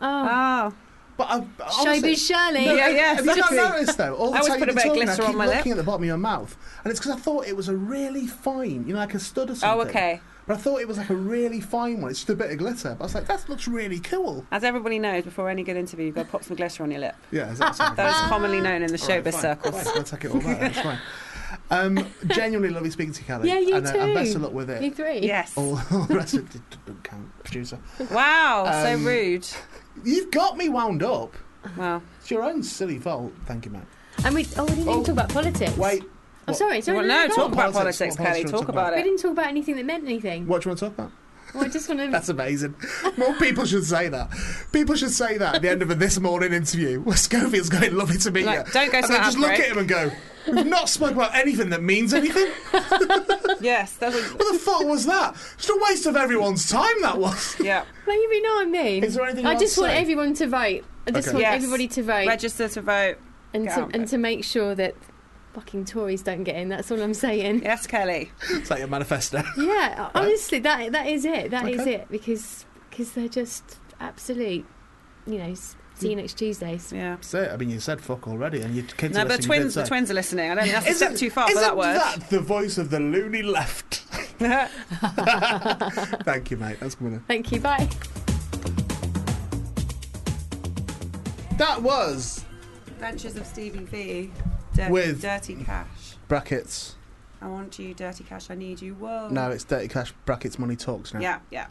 Uh, Oh, oh, But I, honestly, showbiz Shirley. No, Yeah, yeah, Have you not exactly. noticed though? All the I always time put you've a bit of been talking, I glitter keep on my lip. looking at the bottom of your mouth, and it's because I thought it was a really fine, you know, like a stud or oh, something. okay. But I thought it was like a really fine one. It's just a bit of glitter. But I was like, that looks really cool. As everybody knows, before any good interview, you've got to pop some glitter on your lip. Yeah, is that something? That is commonly known in the All right, showbiz fine. circles. All right, I'll take it all back. That's fine. Um, genuinely lovely speaking to you, Kelly. Yeah, you and, uh, and too. best of luck with it. You three. Yes. All, all the rest of it doesn't count, producer. Wow, Um, so rude. You've got me wound up. Well, It's your own silly fault. Thank you, mate. And we. Oh, we didn't Oh, even talk about politics. Wait, I'm what- sorry. Sorry. well, no, no, no, talk no. about Politics, what politics, Kelly. politics Talk talk about about? We it. didn't talk about anything that meant anything. what do you want to talk about? Well, I just want to. That's amazing. More people should say that. People should say that at the end of a this morning interview where Scofield's going, lovely to meet Like, you. don't go and to then that just look outbreak. at him and go, we've not spoken about anything that means anything. Yes, that was. What the fuck was that? Just a waste of everyone's time that was. Yeah. Well, you know what I mean. Is there anything I else just to want say? everyone to vote. I just Okay. want Yes. everybody to vote Register to vote. and get to, out and there. to make sure that fucking Tories don't get in. That's all I'm saying. Yes, Kelly. It's like a manifesto. Yeah, honestly, that that is it. That is Okay. it because because they're just absolute. You know, s- see you Mm. next Tuesday. S- Yeah. That's it. I mean, you said fuck already, and your kids No, are the listening, you did twins. The say. twins are listening. I don't. That's a step Isn't- too far for isn't that word. that the voice of the loony left? Thank you, mate. That's coming in. Thank you. Bye. That was Adventures of Stevie V. Dirty, With- dirty cash. brackets. I want you, dirty cash. I need you. Whoa. No, it's Dirty Cash brackets money talks now. Yeah, yeah.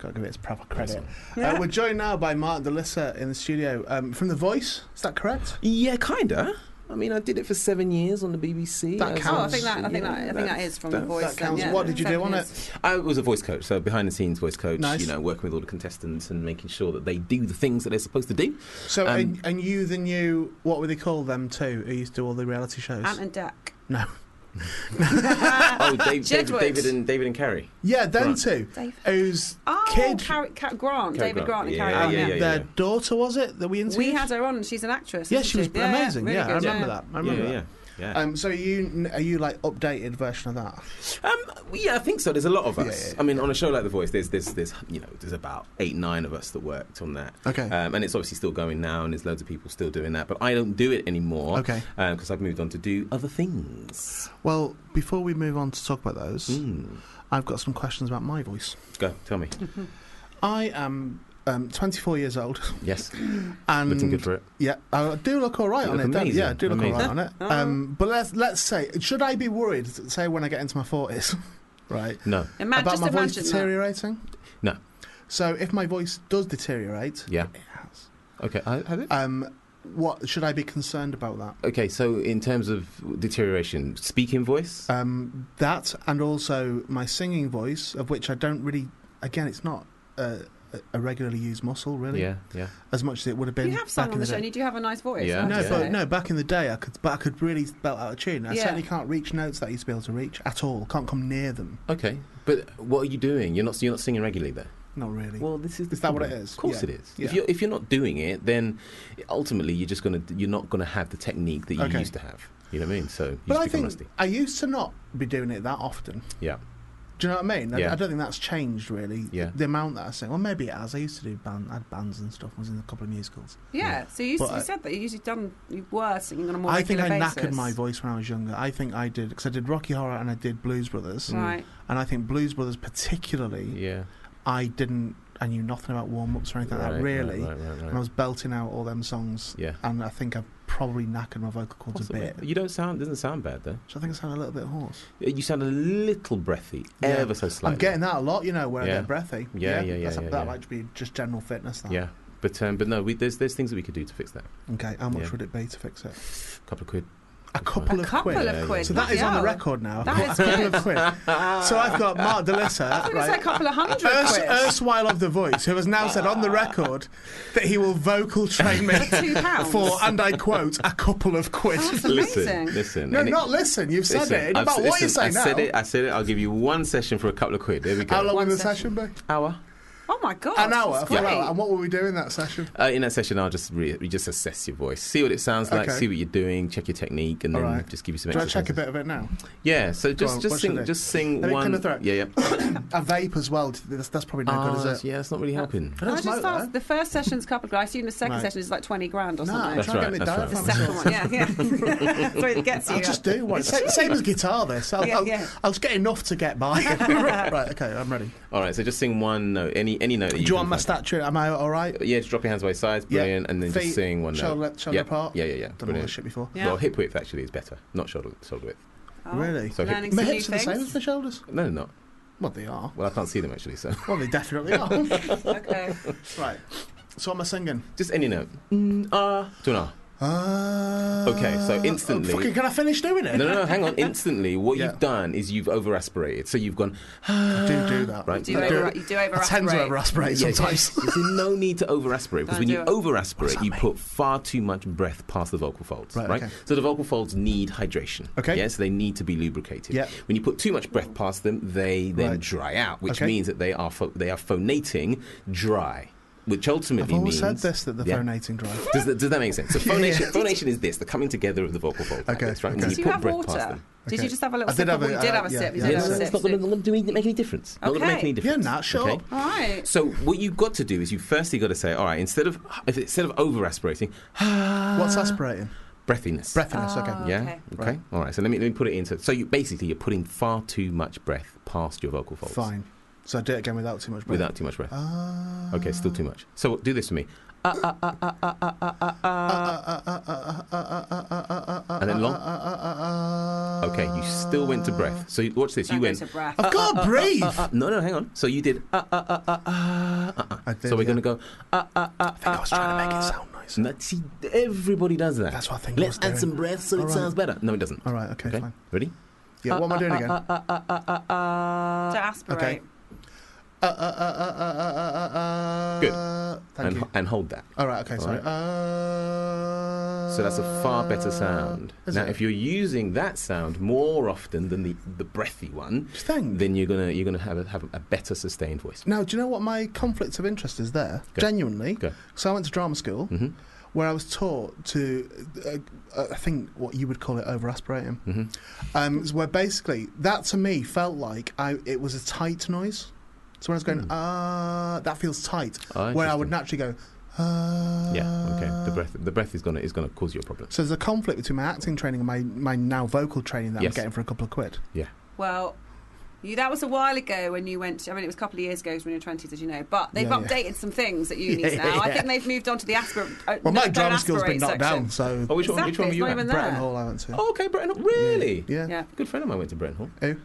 Got to give it its proper credit. Uh, we're joined now by Mark Delissa in the studio um, from The Voice. Is that correct? Yeah, kinda. I mean, I did it for seven years on the BBC. That I was counts. Oh, on- I think that. I think yeah, that. I think that is from the that- voice. that then, counts. yeah. What did you do on Seven years. I was a voice coach, so behind the scenes voice coach. Nice. You know, working with all the contestants and making sure that they do the things that they're supposed to do. So, Um, and, and you, the new, what were they called them too, who used to do all the reality shows? Ant and Duck. no. Oh, Dave, David, Jedward. David, and David and Carrie. Yeah, them Right. two. Dave. Who's Oh, kid? Car- Car- Grant. Cary David Grant, Grant. Yeah, and Cary yeah, Grant. yeah, Yeah, yeah. their daughter, was it, that we interviewed? We had her on. She's an actress. Yeah, isn't she was amazing. Yeah, really I good, remember that. I Yeah, remember yeah, that. yeah. Uh, Um, so are you are you like updated version of that? Um, yeah, I think so. There's a lot of us. Yeah, yeah, I mean, on a show like The Voice, there's there's there's you know there's about eight nine of us that worked on that. Okay. Um, and it's obviously still going now, and there's loads of people still doing that. But I don't do it anymore. Okay. Because I've moved on to do other things. Well, before we move on to talk about those, Mm. I've got some questions about my voice. Go, tell me. I am um, 24 years old, Yes. Um, and Looking good for it. yeah, I do look all right You on look it. Don't, yeah, I amazing. do look all right Amazing. on it. Um, but let's let's say, should I be worried? Say when I get into my 40s, right? No. Yeah. Ima- about just my voice imagine that. deteriorating. No. So if my voice does deteriorate, Yeah. it has, Okay. I have it. um, what should I be concerned about that? Okay. So in terms of deterioration, speaking voice. Um, that and also my singing voice, of which I don't really. Again, it's not uh, a- a regularly used muscle, really, Yeah. Yeah. as much as it would have been. You have back sung in on the the show, day. and you do have a nice voice. Yeah. I have No, to but say. no. Back in the day, I could, but I could really belt out a tune. I Yeah. certainly can't reach notes that I used to be able to reach at all. Can't come near them. Okay. But what are you doing? You're not you're not singing regularly there. Not really. Well, this is the Is that what problem. it is? Of course, Yeah. it is. Yeah. If you're if you're not doing it, then ultimately you're just gonna you're not gonna have the technique that you Okay. used to have. You know what I mean? So you But just I become think rusty. I used to not be doing it that often. Yeah. Do you know what I mean? I, Yeah. I don't think that's changed really. Yeah. The amount that I sing, well, maybe it has. I used to do band, I had bands and stuff. I was in a couple of musicals. Yeah. So you, But you I- said that you usually done you were singing on a more I think I regular knackered basis. my voice when I was younger. I think I did because I did Rocky Horror and I did Blues Brothers, Right. and I think Blues Brothers particularly, Mm. Yeah. I didn't. I knew nothing about warm ups or anything like Right, that really, Right, right, right, and I right. was belting out all them songs. Yeah. And I think I've probably knackered my vocal cords Possibly. a bit. You don't sound. Doesn't sound bad though. So I think I sound a little bit hoarse. You sound a little breathy, Yeah. ever so slightly. I'm getting that a lot, you know, where I Yeah. get breathy. Yeah, yeah, yeah, That's, yeah, that yeah. might be just general fitness. That. Yeah, but um, but no, we, there's there's things that we could do to fix that. Okay. How much Yeah. would it be to fix it? A couple of quid. A couple A of couple quid. Yeah, yeah. of quid. So that is on the bloody hell. record now. That I've is got a couple of quid. So I've got Mark Delissa, I was gonna say a right? Uh, couple of hundred Ers- quid. erstwhile of The Voice, who has now said on the record that he will vocal train me Two pounds. for, and I quote, a couple of quid. Oh, that's Listen, amazing. listen. No, and it- not listen. You've said listen, it. It's I've about s- what you listen, say now. I said it. I said it. I'll give you one session for a couple of quid. There we go. How long One will the session. session be? Hour. Oh my god. An hour, that's full great. hour. And what will we do in that session? Uh, in that session, I'll just re- we just assess your voice, see what it sounds like, Okay. see what you're doing, check your technique, and All then right. just give you some. Do I check a exercises. bit of it now? Yeah. So just on, just what should I sing do? just sing Let me one. clear the throat. Yeah, yeah. A vape as well. That's, that's probably no Ah, good, is it? yeah, it's not really helping. I Can don't I smoke, just ask, though. the first session's a couple of I assume the second Right. session is like 20 grand or No, something. I'm That's trying to right, get me that's down right. the from I'm second one, yeah, yeah. That's what it gets you. I'll just do one. Sa- Same as guitar, this. I'll, Yeah, I'll, yeah. I'll just get enough to get by. right, okay, I'm ready. All right. So just sing one note. Any any note. That Do you you can want my find. statue? Am I all right? Yeah, just drop your hands by your sides, Yeah. brilliant, and then Feet, just sing one shoulder note. left, shoulder yeah. apart. Yeah, yeah, yeah. Done all Brilliant. this shit before. Yeah. Well, hip width actually is better, not shoulder shoulder width. Oh. Really? So hip, Learning My some new hips are the same as things. the shoulders. no, no, not. Well, they are. Well, I can't see them actually. So Well, they definitely are. Okay. right. So what am I singing? just any note. Mm, ah, do an ah. Uh, Okay, so instantly- fucking, can I finish doing it? No, no, no. Hang on. Instantly, what Yeah. you've done is you've over aspirated. So you've gone. "Ah." I do do that. Right. Do you I over, you do over I tend to aspirate. over aspirate Yeah, yeah. sometimes. There's no need to over aspirate because when Don't do you it. over aspirate, you mean? put far too much breath past the vocal folds. Right, Right. okay. So the vocal folds need hydration. Okay. Yes, they need to be lubricated. Yeah. When you put too much breath past them, they then Right. dry out, which Okay. means that they are pho- they are phonating dry, which ultimately I've always means. said this that the Yeah. phonating drive. Does that, does that make sense? So phonation, phonation is this, the coming together of the vocal folds. like Okay, this, right? okay. When Did you put have breath past water? them. Did Okay. you just have a I little did sip? have of water? a- You did I- have a yeah, sip. You yeah. did Yeah, so have a it's sip. not going to sip. make any difference. Not going to make Okay. any Yeah, difference. nah, sure. Okay? All right. So what you've got to do is you firstly got to say, all right, instead of if- instead of over aspirating, Uh, What's aspirating? breathiness. Breathiness, okay. Yeah. Okay. Okay. Right. All right. So let me let me put it in. So, so you basically you're putting far too much breath past your vocal folds. Fine. So I do it again without too much breath. Without too much breath. Ah. okay. Still too much. So do this for me. Uh, And ah, And then long. Okay. You still went to breath. So you, watch this. Don't you go went. to breath. ah. I've got to breathe. Uh, no, no, hang on. So you did. Uh, uh, uh, uh, uh, uh, uh. I did, so we're yeah. going to go. Uh, uh, uh, I think I was trying to make it sound So nicer. that, see, everybody does that. That's what I think I Let's was add doing. some breath so All it right. sounds better. No, it doesn't. All right, okay, Okay. fine. Ready? Yeah, what am I doing Uh, again? to aspirate. Uh, okay. uh, Good. Thank and, you. and hold that. All right, okay, All sorry. right. Uh, So that's a far better sound. Is now, it? if you're using that sound more often than the, the breathy one, Do you think? then you're gonna you're gonna have a, have a better sustained voice. Now, do you know what my conflict of interest is there? Go. Genuinely. Go. So I went to drama school Mhm. where I was taught to, uh, uh, I think what you would call it over aspirating, Mhm. um, is where basically that to me felt like I it was a tight noise. So when I was going, Hmm. ah, that feels tight, Ah, where I would interesting. naturally go, ah. Yeah. Okay. The breath the breath is gonna is gonna cause you a problem. So there's a conflict between my acting training and my, my now vocal training that Yes. I'm getting for a couple of quid. Well, you, that was a while ago when you went. I mean, it was a couple of years ago when you were twenties, as you know. But they've Yeah, yeah. updated some things at unis Yeah, now. I yeah. think they've moved on to the aspirate. Uh, Well, my don't drama school's been aspirate knocked section. down, so Oh, which one? Which one were Exactly, you it's at? not even Bretton there. Hall I went to. Oh, okay, Bretton Hall. Really? Yeah. Yeah. A good friend of mine went to Bretton Hall. Who?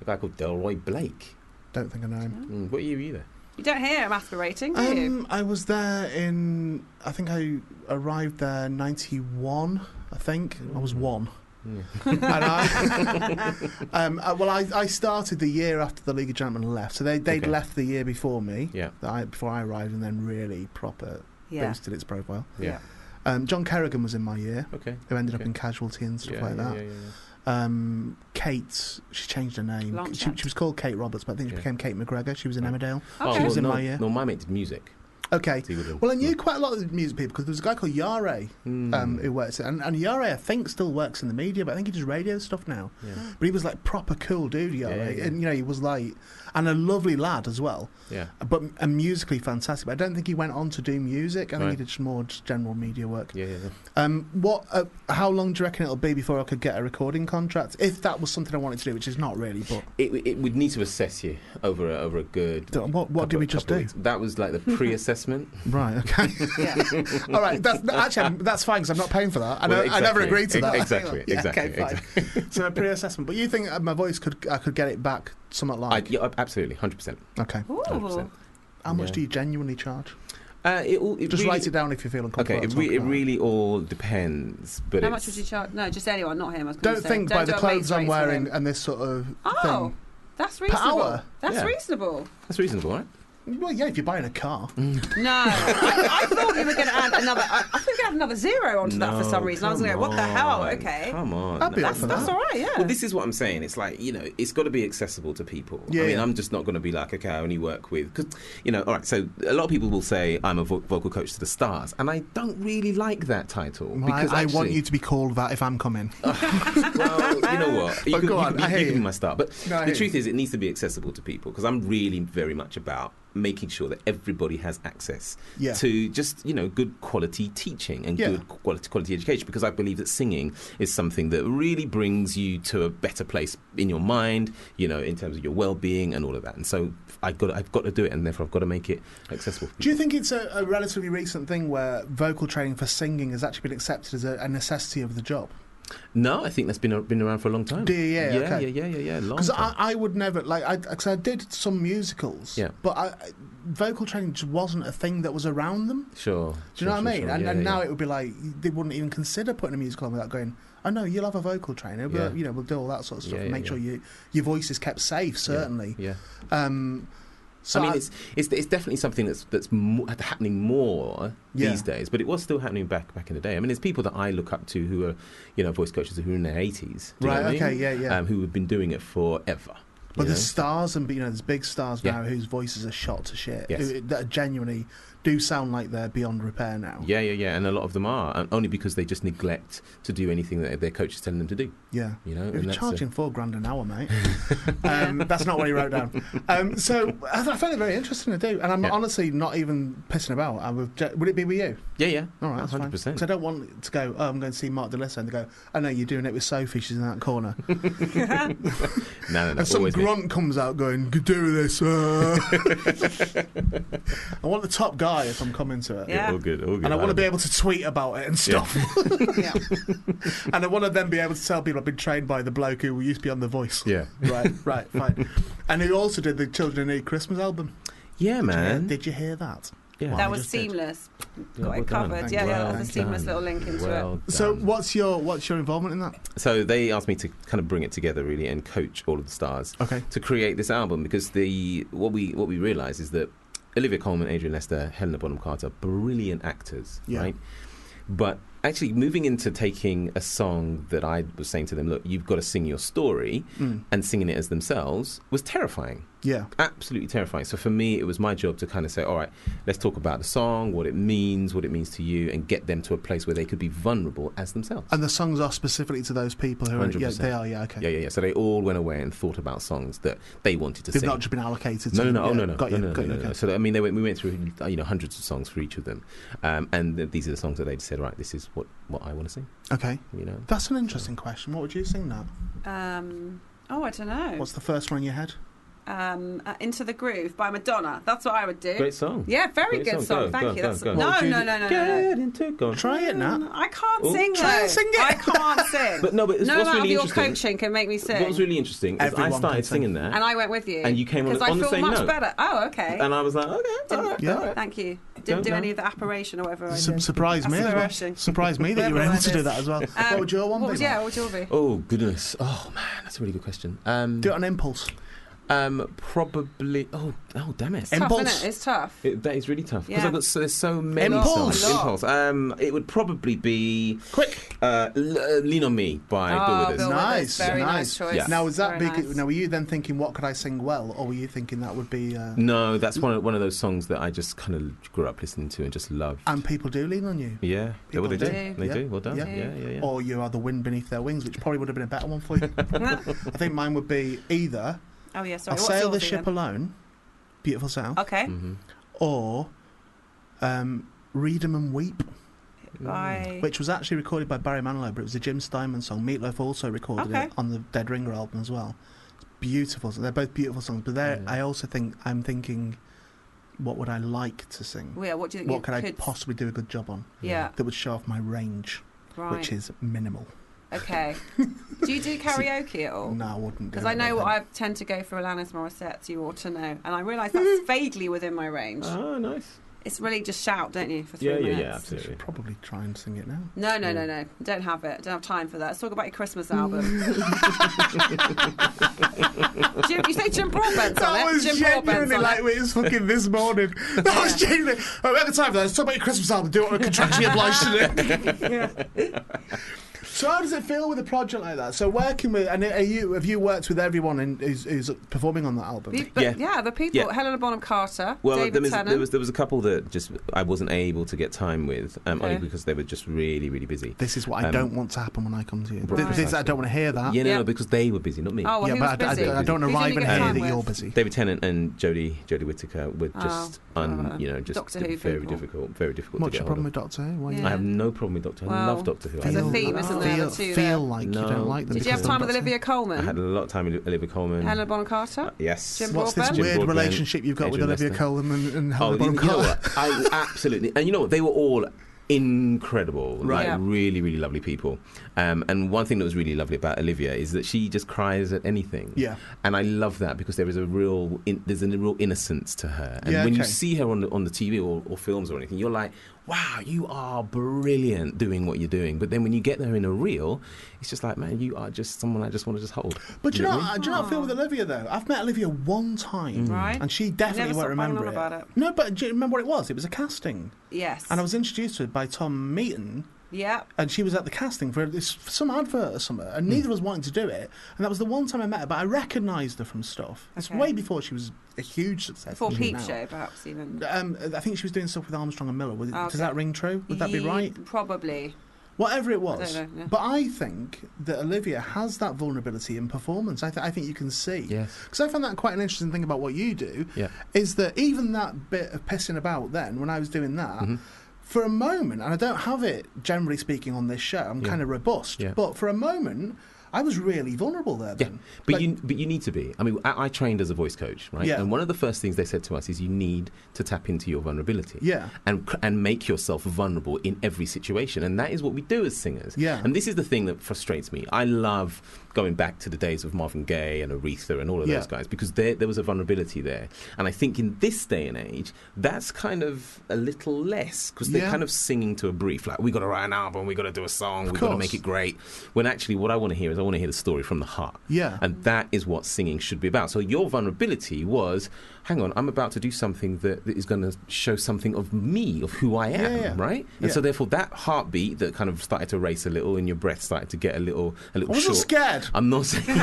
A guy called Delroy Blake. Don't think I know him. Mm, what year were you there? You don't hear him aspirating, do you? Um, I was there in. I think I arrived there ninety one. I think I Mm. was one. Yeah. and I, um, uh, well, I, I started the year after the League of Gentlemen left, so they they'd Okay. left the year before me. Yeah. That I, before I arrived, and then really proper Yeah. boosted its profile. Yeah. Um, John Kerrigan was in my year, Okay. who ended up Okay. in Casualty and stuff yeah, like yeah, that. Yeah, yeah, Um, Kate, she changed her name. Blanchett. She, she was called Kate Roberts, but I think she Yeah. became Kate McGregor. She was in Right. Emmerdale. Oh, Okay. She was in no, my year. no, my mate did music. Okay. He would've- Well, I knew quite a lot of music people because there was a guy called Yare Mm. Hmm. um, who works, and, and Yare I think still works in the media, but I think he does radio stuff now. Yeah. But he was like proper cool dude, Yare, Yeah, yeah. and you know he was like, and a lovely lad as well, Yeah. but and musically fantastic. But I don't think he went on to do music. I think he Right. did just more just general media work. Yeah, yeah, yeah. Um, what? Uh, how long do you reckon it'll be before I could get a recording contract? If that was something I wanted to do, which is not really, but It, it would need to assess you over a, over a good. Don't- what- what did couple- we just couple of do? weeks. That was like the pre-assessment. right, okay, all right. That's actually I'm- that's fine because I'm not paying for that. I, know, Well, I never exactly. agreed to E- that. Exactly, Yeah, exactly, okay, fine. exactly. so a pre-assessment. But you think uh, my voice could I could get it back somewhat I, like? yeah, ab- absolutely, hundred percent. okay. Ooh. 100%. How much Yeah. do you genuinely charge? Uh, it, all- it Just really, write it down if you feel Okay, uncomfortable. it, about re- it talking about really all depends. But How it's, much would you charge? No, just anyone, not him. I was gonna Don't say. think by do the a clothes maid's I'm rates for wearing him. and this sort of Oh, that's hour? reasonable. That's Yeah. reasonable. That's reasonable, right? thing. Well, yeah, if you're buying a car, No, I, I thought we were going to add another. I, I think we add another zero onto that for some reason. I was come going, what the hell? on, Okay, Come on. I'd be up that's for that's that. all right. Yeah. Well, this is what I'm saying. It's like you know, it's got to be accessible to people. Yeah, I mean, yeah. I'm just not going to be like, okay, I only work with because you know, all right. So a lot of people will say I'm a vo- vocal coach to the stars, and I don't really like that title Well, because I, I want actually- you to be called that if I'm coming. well, you know what? You Oh, can, go you on, can be- I hear you can you. be my star. But No, I hear the truth is, it needs to be accessible to people because I'm really very much about making sure that everybody has access Yeah. to just you know good quality teaching and Yeah. good quality quality education because I believe that singing is something that really brings you to a better place in your mind, you know, in terms of your well being and all of that. And so I got I've got to do it, and therefore I've got to make it accessible. For Do you people. think it's a, a relatively recent thing where vocal training for singing has actually been accepted as a, a necessity of the job? No, I think that's been been around for a long time. Do you? Yeah, Oh, yeah, okay. yeah, yeah, yeah, yeah. long Because time. I, I would never like I because I did some musicals, Yeah. but I, I- vocal training just wasn't a thing that was around them. sure. Do sure, you know what I sure, mean? sure. and Yeah, and yeah, now yeah. it would be like they wouldn't even consider putting a musical on without going. Oh no, you'll have a vocal trainer, but Yeah. you know we'll do all that sort of stuff Yeah, and yeah, make yeah. sure you your voice is kept safe. Yeah, Certainly. yeah. Um, so I mean, it's, it's it's definitely something that's that's mo- happening more Yeah. these days, but it was still happening back back in the day. I mean, there's people that I look up to who are, you know, voice coaches who are in their 80s, do you know right. what I mean? Okay. Yeah. Yeah. um, who have been doing it forever. you But know? there's stars and you know there's big stars Yeah. now whose voices are shot to shit Yes. who, that genuinely do sound like they're beyond repair now. yeah, yeah, yeah, and a lot of them are and only because they just neglect to do anything that their coach is telling them to do. Yeah. You know, You're and that's, uh, charging four grand an hour, mate. um, that's not what he wrote down. Um, so I, I found it very interesting to do, and I'm Yeah. honestly not even pissing about. I would, ju- would it be with you? yeah, yeah, All right, That's that's fine. 100%. Because I don't want to go. Oh, I'm going to see Mark DeLissa, and they go, "Oh no, you're doing it with Sophie. She's in that corner." no, no, no, and some always me. grunt comes out going, "Could do this." uh." I want the top guy if I'm coming to it. Yeah. all good, all good. And I want to I'll be able to tweet about it and stuff. and I want to then be able to tell people I've been trained by the bloke who used to be on The Voice. Yeah, right, right, fine. And who also did the Children Need Christmas album. yeah, Did you hear- man. Did you hear that? yeah. that I was just did. seamless. Yeah, Got well it done. covered. Thank Yeah, you. yeah, Well that was a seamless done. little link into it. Well So, done. what's your what's your involvement in that? So they asked me to kind of bring it together really and coach all of the stars Okay. to create this album because the what we what we realize is that Olivia Colman, Adrian Lester, Helena Bonham Carter, brilliant actors, Yeah. right? But actually moving into taking a song that I was saying to them, look, you've got to sing your story Mm. and singing it as themselves was terrifying Yeah. absolutely terrifying. So for me, it was my job to kind of say, all right, let's talk about the song, what it means, what it means to you, and get them to a place where they could be vulnerable as themselves. And the songs are specifically to those people who are. Yeah, 100%. they are, yeah, okay. yeah, yeah, yeah. So they all went away and thought about songs that they wanted to They've sing. not just been allocated no, to no, no, yeah, oh, no, no, Got no, you, no, no, got you, no, okay. no. So I mean, they went, we went through uh, you know hundreds of songs for each of them, um, and th- these are the songs that they said, right, this is what what I want to sing. Okay. You know, That's an interesting question. What would you sing now? Um, oh, I don't know. What's the first one in your head? Um, uh, into the Groove by Madonna. That's what I would do. great song. Yeah, very Great good song. song. Go, Thank go, you. go, That's go. No, What would you no, no, no, no. Mm, Get into go. Try it, Nat. I can't Oh, sing. try and though. sing it. I can't sing. But no, but it's, no what's amount really of your interesting. coaching can make me sing. what was really interesting is I Everyone can started sing. singing that, and I went with you. and you came on because the- I on the feel same much note. better. Oh, okay. and I was like, okay, all Didn't- right, Yeah. all right. Thank you. Don't Didn't do know. any of the apparition or whatever. I Su- did. surprise me That's as well. embarrassing. Surprise me that you were Whatever able I to do did. that as well. Um, what would your one Oh. what be? was- like? Yeah, what would yours be? Oh goodness! Oh man, that's a really good question. Um, Do it on impulse. Um, probably. Oh, oh, damn it. It's tough, Impulse. isn't it? It's tough. It- that is really tough because Yeah. I've got so, there's so many Impulse. songs. Lot. Impulse. Um, it would probably be Quick. uh, L- uh, "Lean on Me" by Oh, Bill Withers. Bill- Nice, Very nice. nice choice. Yeah. Now was that Very big? nice. Now were you then thinking, what could I sing well, or were you thinking that would be? Uh, No, that's one of, one of those songs that I just kind of grew up listening to and just loved. and people do lean on you, yeah, they, well, they do. People do. They Yeah. do. Well done. Yeah. Yeah, yeah, yeah. or you are the wind beneath their wings, which probably would have been a better one for you. I think mine would be either oh yeah, sorry. "I What's Sail the yours, Ship Ian? Alone," beautiful sound, Okay. Mhm. or um, "Read 'Em and Weep," Bye. Mm. which was actually recorded by Barry Manilow, but it was a Jim Steinman song. Meatloaf also recorded Okay. it on the Dead Ringer album as well. It's beautiful. So they're both beautiful songs, but there Yeah. I also think I'm thinking, what would I like to sing? Well, yeah. What do you think? you what could I could- possibly do a good job on Yeah. that would show off my range, Right. which is minimal? Okay. do you do karaoke at all? No, I wouldn't. do Because it, I know what don't I tend to go for Alanis Morissette's You Ought to Know, and I realise that's vaguely within my range. Uh-huh. Oh, nice. It's really just shout, don't you, for three Yeah, yeah, minutes? yeah. think. I Absolutely. should probably try and sing it now. No, no, Mm. no, no. Don't have it. Don't have time for that. Let's talk about your Christmas album. Jim, you say Jim Broadbent's on it. Jim Broadbent's on it. it was fucking this morning. That was genuinely. Oh, at the time, though, somebody at Christmas album, do what I'm contractually obliged to do. So how does it feel with a project like that? So working with, and are you have you worked with everyone in, who's, who's performing on that album? You- but- Yeah. yeah. the people. Yeah. Helena Bonham Carter, Well, there David was, Tennant. there was there was a couple that just I wasn't able to get time with, um, only Okay. because they were just really really busy. This is what I Um, don't want to happen when I come to you. Right. This, this- I don't want to hear that. yeah, no, Yeah. no, because they were busy, not me. Oh, well, Yeah, he was but I, I- busy. I don't Who did arrive you and get hear time that you're with? busy. David Tennant and Jodie Jodie Whittaker were Oh, just un, uh, you know just Doctor Who very people. difficult, very difficult What's to your get hold problem of. with Doctor Who? Why Yeah. you I have no problem with Doctor. Who. I Well, love Doctor Who. I there's a love theme, Doctor isn't Who. there, feel, the feel two there? like you No. don't like them. Did you have because time of with Doctor I Olivia had Coleman? a um, uh, lot of time with Olivia Coleman. Helena Bonham Carter? yes. Jim What's this Broadbent? Jim weird Broadbent, relationship you've got Adrian with Olivia Lester. Coleman and, and Oh, Helena you, Bonham you know Carter? what? I absolutely. And you know what? They were all incredible, Right. like Yeah. really, really lovely people. Um, and one thing that was really lovely about Olivia is that she just cries at anything. Yeah. And I love that because there is a real, in, there's a real innocence to her. And Yeah, when you okay. see her on the, on the TV or, or films or anything, you're like, wow, you are brilliant doing what you're doing. But then when you get there in a reel, it's just like, man, you are just someone I just want to just hold. But do you know know, what I mean? do you know what I feel with Olivia though? I've met Olivia one time, mm. Right. and she definitely Never won't stop banging remember on it. about it. No, but do you remember what it was? It was a casting, Yes. and I was introduced to it by Tom Meaton, Yeah. and she was at the casting for this for some advert or something, and neither of us wanted to do it. And that was the one time I met her, but I recognised her from stuff. It's Okay. way before she was a huge success. Before as she is Peep now. Show, perhaps even. Uh, Um, I think she was doing stuff with Armstrong and Miller. Was it- Oh, Okay. Does that ring true? Would that be Ye- right? Probably. Whatever it was. know, yeah. But I think that Olivia has that vulnerability in performance. I, th- I think you can see. Yes. Because I found that quite an interesting thing about what you do. Yeah. Is that even that bit of pissing about then, when I was doing that, Mm-hmm. for a moment, and I don't have it generally speaking on this show, I'm Yeah. kind of robust, Yeah. but for a moment, I was really vulnerable there Yeah, then. but Like, you but you need to be. I mean, I, I trained as a voice coach, right? Yeah. And one of the first things they said to us is you need to tap into your vulnerability. Yeah. And cr- and make yourself vulnerable in every situation, and that is what we do as singers. Yeah. And this is the thing that frustrates me. I love going back to the days of Marvin Gaye and Aretha and all of Yeah. those guys because there there was a vulnerability there, and I think in this day and age that's kind of a little less because they're Yeah. kind of singing to a brief. Like we got to write an album, we got to do a song, we got to course. make it great. When actually, what I want to hear is I want to hear the story from the heart. Yeah. And that is what singing should be about. So your vulnerability was, hang on, I'm about to do something that, that is going to show something of me, of who I am, Yeah, yeah. right? And Yeah. so therefore, that heartbeat that kind of started to race a little, and your breath started to get a little, a I little wasn't short. scared. I'm not saying,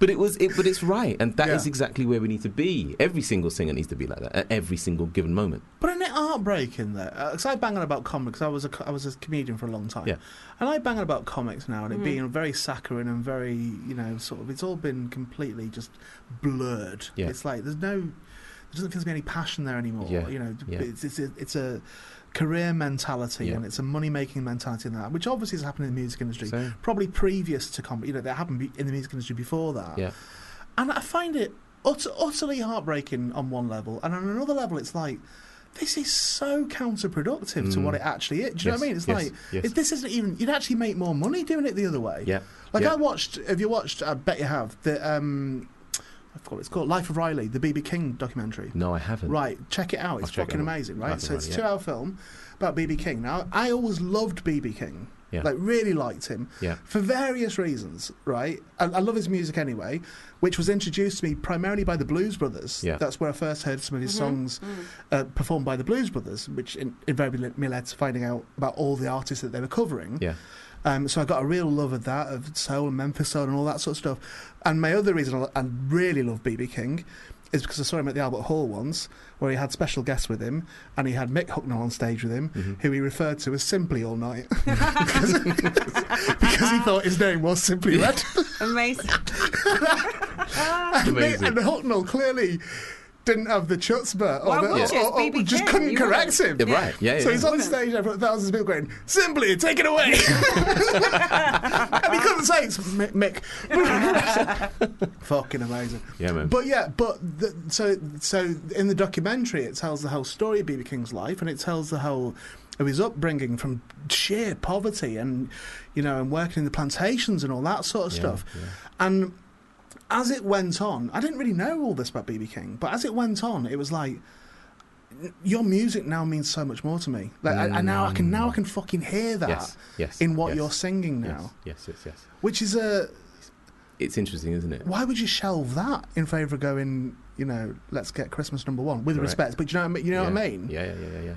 but it was, it, but it's right, and that is Yeah. exactly where we need to be. Every single singer needs to be like that at every single given moment. But isn't it heartbreaking though? Because I bang on about comics. I was a, co- I was a comedian for a long time, Yeah. and I bang on about comics now, and it being very saccharine and very you know sort of it's all been completely just blurred. Yeah. It's like there's no there doesn't seem to be any passion there anymore. Yeah, You know, yeah. it's it's a, it's a career mentality Yeah. and it's a money making mentality and that, which obviously has happened in the music industry. So- Probably previous to comedy, you know, that happened be- in the music industry before that. Yeah. And I find it utter, utterly heartbreaking on one level, and on another level, it's like this is so counterproductive to Mm. what it actually is. Do you Yes, know what I mean? It's yes, like yes. it- this isn't even. You'd actually make more money doing it the other way. Yeah. Like yeah. I watched. Have you watched? I bet you have. The um, I forgot what it's called. Life of Riley, the BB King documentary. no, I haven't. Right, check it out. Mm. I'll It's check it fucking out. amazing, right? Life of so it's a Riley, yeah. two-hour film about BB King. Now, I always loved BB King. Yeah. Like really liked him Yeah. for various reasons, right? I, I love his music anyway, which was introduced to me primarily by the Blues Brothers. Yeah. That's where I first heard some of his songs Mm. uh, performed by the Blues Brothers, which in, invariably led me led to finding out about all the artists that they were covering. Yeah. Um, so I got a real love of that, of soul and Memphis soul and all that sort of stuff. And my other reason I lo- I really love BB King is because I saw him at the Albert Hall once, where he had special guests with him, and he had Mick Hucknall on stage with him, Mm-hmm. who he referred to as Simply All Night, because, because he thought his name was Simply Red. Amazing. and, Mick- Amazing. and Hucknall clearly didn't have the chutzpah, or, Why the, would you? or, or, It's or BB just King, couldn't you correct him. Yeah, right. Yeah, yeah. So he's yeah. on stage in front of thousands of people going, Simply, take it away. and he couldn't say, it's Mick. Mick. Fucking amazing. Yeah, man. But yeah, but the, so so in the documentary, it tells the whole story of BB King's life, and it tells the whole of his upbringing from sheer poverty, and you know, and working in the plantations and all that sort of stuff. And as it went on, I didn't really know all this about BB King, but as it went on, it was like your music now means so much more to me. Like I, I now I can now I can fucking hear that Mm. Yes, yes, in what yes, you're singing now, Yes, yes, yes, yes. which is a It's interesting, isn't it? why would you shelve that in favour of going, you know, let's get Christmas number one with Correct. respect? But you know, what I mean? you know yeah. what I mean? Yeah, yeah, yeah, yeah. yeah.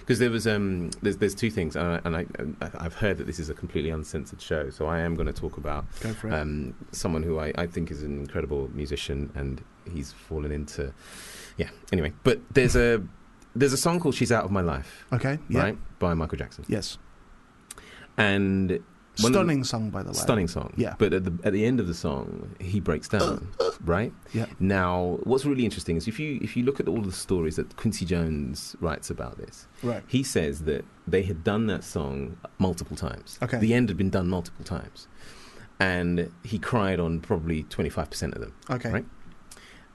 Because there was um, there's there's two things, and, I, and I, I I've heard that this is a completely uncensored show, so I am going to talk about Go for it. um, someone who I, I think is an incredible musician, and he's fallen into, yeah. Anyway, but there's a there's a song called "She's Out of My Life," okay. Yeah. right, by Michael Jackson, Yes. and One of the- Stunning song, by the way. stunning song. Oh, Yeah. But at the at the end of the song, he breaks down, right? Yeah. Now, what's really interesting is if you if you look at all the stories that Quincy Jones writes about this, Right. he says that they had done that song multiple times. Okay. The end had been done multiple times. And he cried on probably 25% of them. Okay. Right.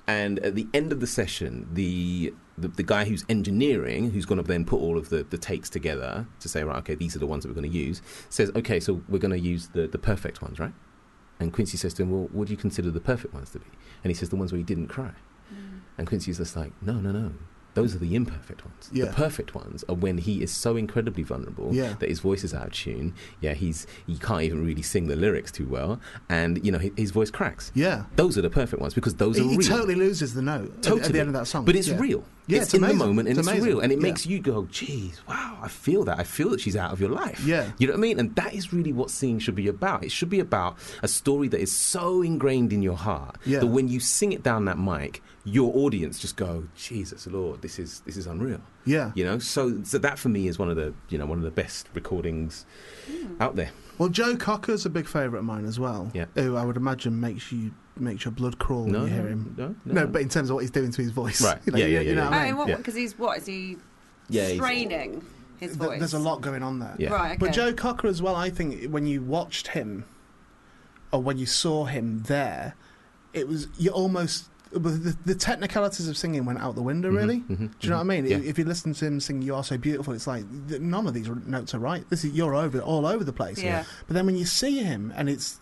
And at the end of the session, the the, the guy who's engineering, who's going to then put all of the, the takes together to say, right, okay, these are the ones that we're going to use, says, okay, so we're going to use the, the perfect ones, right? And Quincy says to him, well, what do you consider the perfect ones to be? And he says, the ones where he didn't cry. And Quincy's just like, no, no, no. Those are the imperfect ones. Yeah. The perfect ones are when he is so incredibly vulnerable Yeah. that his voice is out of tune. Yeah, he's he can't even really sing the lyrics too well, and you know his, his voice cracks. Yeah. Those are the perfect ones because those He, are he real. totally loses the note at the- at, the Totally. end of that song. But it's Yeah. real. Yeah, it's, it's in the amazing. moment and It's it's, amazing. real. And it Yeah. makes you go, geez, wow, I feel that. I feel that she's out of your life. Yeah. You know what I mean? And that is really what singing should be about. It should be about a story that is so ingrained in your heart Yeah. that when you sing it down that mic, your audience just go, Jesus Lord, this is this is unreal. Yeah. You know? So so that for me is one of the you know, one of the best recordings out there. Well, Joe Cocker's a big favourite of mine as well. Yeah. Who I would imagine makes you makes your blood crawl No, when Oh, you hear no, him. no, no, no, no. but in terms of what he's doing to his voice. Right. You know, Yeah, you- yeah, you yeah, know yeah. what I Oh, mean? what? Yeah. Because he's what is he Yeah, he's- training his Th- voice? There's a lot going on there. Yeah. Right. Okay. But Joe Cocker as well, I think when you watched him or when you saw him there, it was you almost the, the technicalities of singing went out the window. Really, do you know what I mean? Mm-hmm. Yeah. If you listen to him sing "You Are So Beautiful," it's like th- none of these notes are right. This is you're over all over the place. Yeah. But then when you see him and it's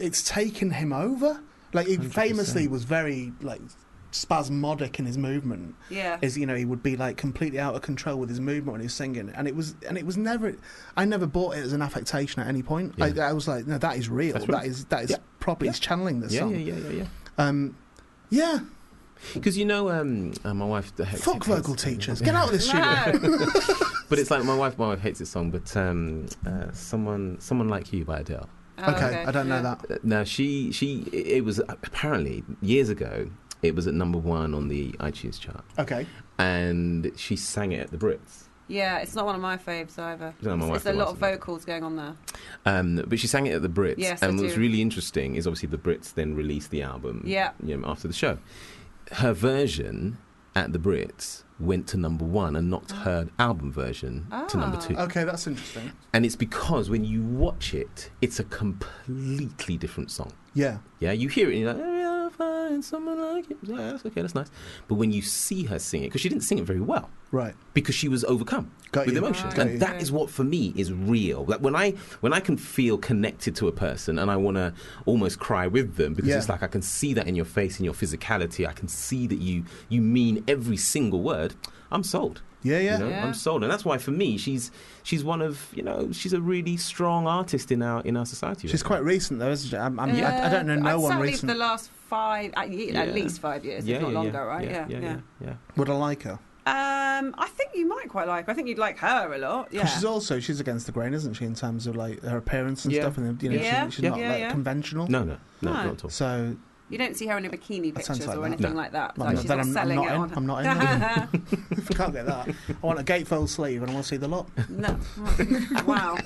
it's taken him over. Like he famously was very like spasmodic in his movement Yeah. is you know he would be like completely out of control with his movement when he was singing and it was and it was never i never bought it as an affectation at any point I, I was like no that is real That's that right. is that is Yeah. properly Yeah. he's channeling this Yeah, song yeah, yeah, yeah, yeah. um yeah Because you know, um, uh, my wife. fuck vocal teachers get out of this studio No. But it's like my wife. My wife hates this song, but um, uh, someone, someone like you by Adele. Oh, okay, i don't know yeah. that Uh, Now she, she, it was apparently years ago. It was at number one on the iTunes chart, okay and she sang it at the Brits. Yeah, it's not one of my faves either. No, my It's- wife it's a lot likes of it. vocals going on there. Um, but she sang it at the Brits. Yes, I and what's do. really interesting is obviously the Brits then released the album. Yeah. You know, after the show, her version at the Brits went to number one and knocked her album version to number Ah. two. okay that's interesting And it's because when you watch it, it's a completely different song. yeah Yeah, you hear it and you're like, "Oh, yeah, I'll find someone like you. Yeah, that's okay, that's nice. But when you see her sing it, because she didn't sing it very well, right because she was overcome Got with you. emotion, Got and you. that is what for me is real. Like when I when I can feel connected to a person and I want to almost cry with them because Yeah. it's like I can see that in your face, in your physicality. I can see that you you mean every single word. I'm sold. Yeah, yeah. You know, Yeah. I'm sold, and that's why for me, she's she's one of you know she's a really strong artist in our in our society. She's right quite recent though, isn't she? I'm, I'm, Um, I, I don't know Uh, no one certainly recent. the last five, at, ye- Yeah. at least five years, now. if not longer, right? Yeah, yeah. yeah, yeah, yeah. Would I like her? Um, I think you might quite like. her. I think you'd like her a lot. Yeah. 'Cause she's also she's against the grain, isn't she? In terms of like her appearance and Yeah. stuff, and you know Yeah. she, she's Yeah. not Yeah, like, yeah. conventional. No, no, no, No. not at all. So You don't see her in a bikini That sounds pictures like or that. anything No. like that. Well, like no, she's then not I'm- I'm selling not it in. on. I'm not in. if I can't get that, I want a gatefold sleeve and I want to see the lot. no. Wow.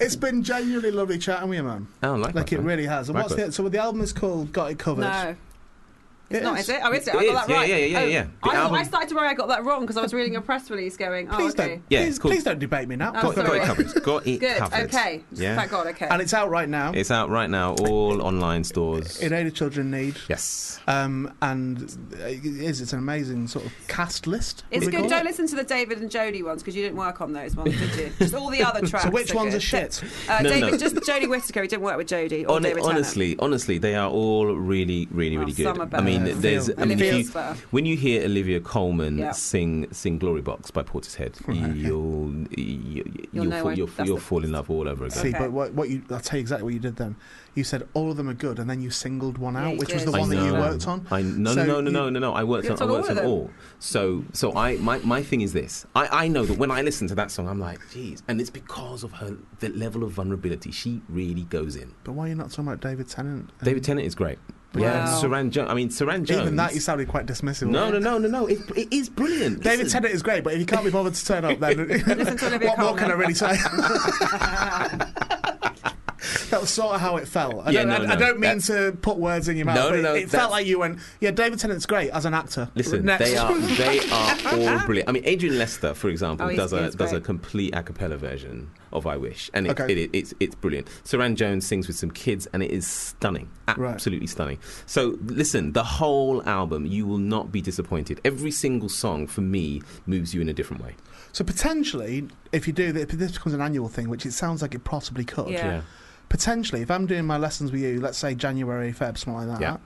It's been genuinely lovely chatting with you, man. Oh, like, Like it really has. And what's Likewise. the so the album is called Got It Covered. No. It's It not, is. is it? Oh, is it? It I is. got that Yeah, right. yeah, yeah, Oh, yeah. The I, thought- I album- started to worry I got that wrong because I was reading a press release going, oh, Please okay. don't. Yeah, please, it's cool. please don't debate me now. Oh, Got, sorry. got it covered. Got it Good, covered. okay. Yeah. Thank God, okay. And it's out right now. It's out right now, all online stores. in aid of children need. Yes. Um, and it is it's an amazing sort of cast list. would It's we good. call Don't it? listen to the David and Jodie ones because you didn't work on those ones, did you? Just all the other tracks. So which are ones good. are shit? Uh, No, David, no. just Jodie Whittaker. We didn't work with Jodie. Or Hon- David Tennant. honestly, honestly, they are all really, really, Well, really some are good. I mean, better. there's. Feel- I mean, Feel- if you, when you hear Olivia Coleman Yeah. sing sing "Glory Box" by Portishead, Right, okay. you'll you, You'll will know fall, when- you'll, that's you'll the- fall in love all over again. See, Okay. but what, what you I'll tell you exactly what you did then. You said all of them are good, and then you singled one Yeah, out, you which was did. the I one that you know. worked on. I no So no no no no you- no no. I worked You on worked I on worked all of on them. all. So so I my, my thing is this. I, I know that when I listen to that song, I'm like, geez, and it's because of her the level of vulnerability. She really goes in. But why are you not talking about David Tennant? And David Tennant is great. Wow. Yeah, Saran Jones. I mean, Saran Jones. Even that you sounded quite dismissive. no, no, no, no, no. It, it is brilliant. David Listen. Tennant is great, but if you can't be bothered to turn up, then to Olivia what more can I Colman. really say? That was sort of how it felt. I, Yeah, don't, no, I- no, I don't mean that's- to put words in your mouth, No, but no, no, it felt that's- like you went, yeah, David Tennant's great as an actor. Listen, Next. they are they are all brilliant. I mean, Adrian Lester, for example, Oh, he's- does a he's does a great. complete a cappella version of "I Wish," and it, Okay. it, it's it's brilliant. Saran Jones sings with some kids, and it is stunning, Right. absolutely stunning. So, listen, the whole album, you will not be disappointed. Every single song for me moves you in a different way. So potentially, if you do, that, if this becomes an annual thing, which it sounds like it possibly could, Yeah. potentially, if I'm doing my lessons with you, let's say January, Feb, something like Yeah.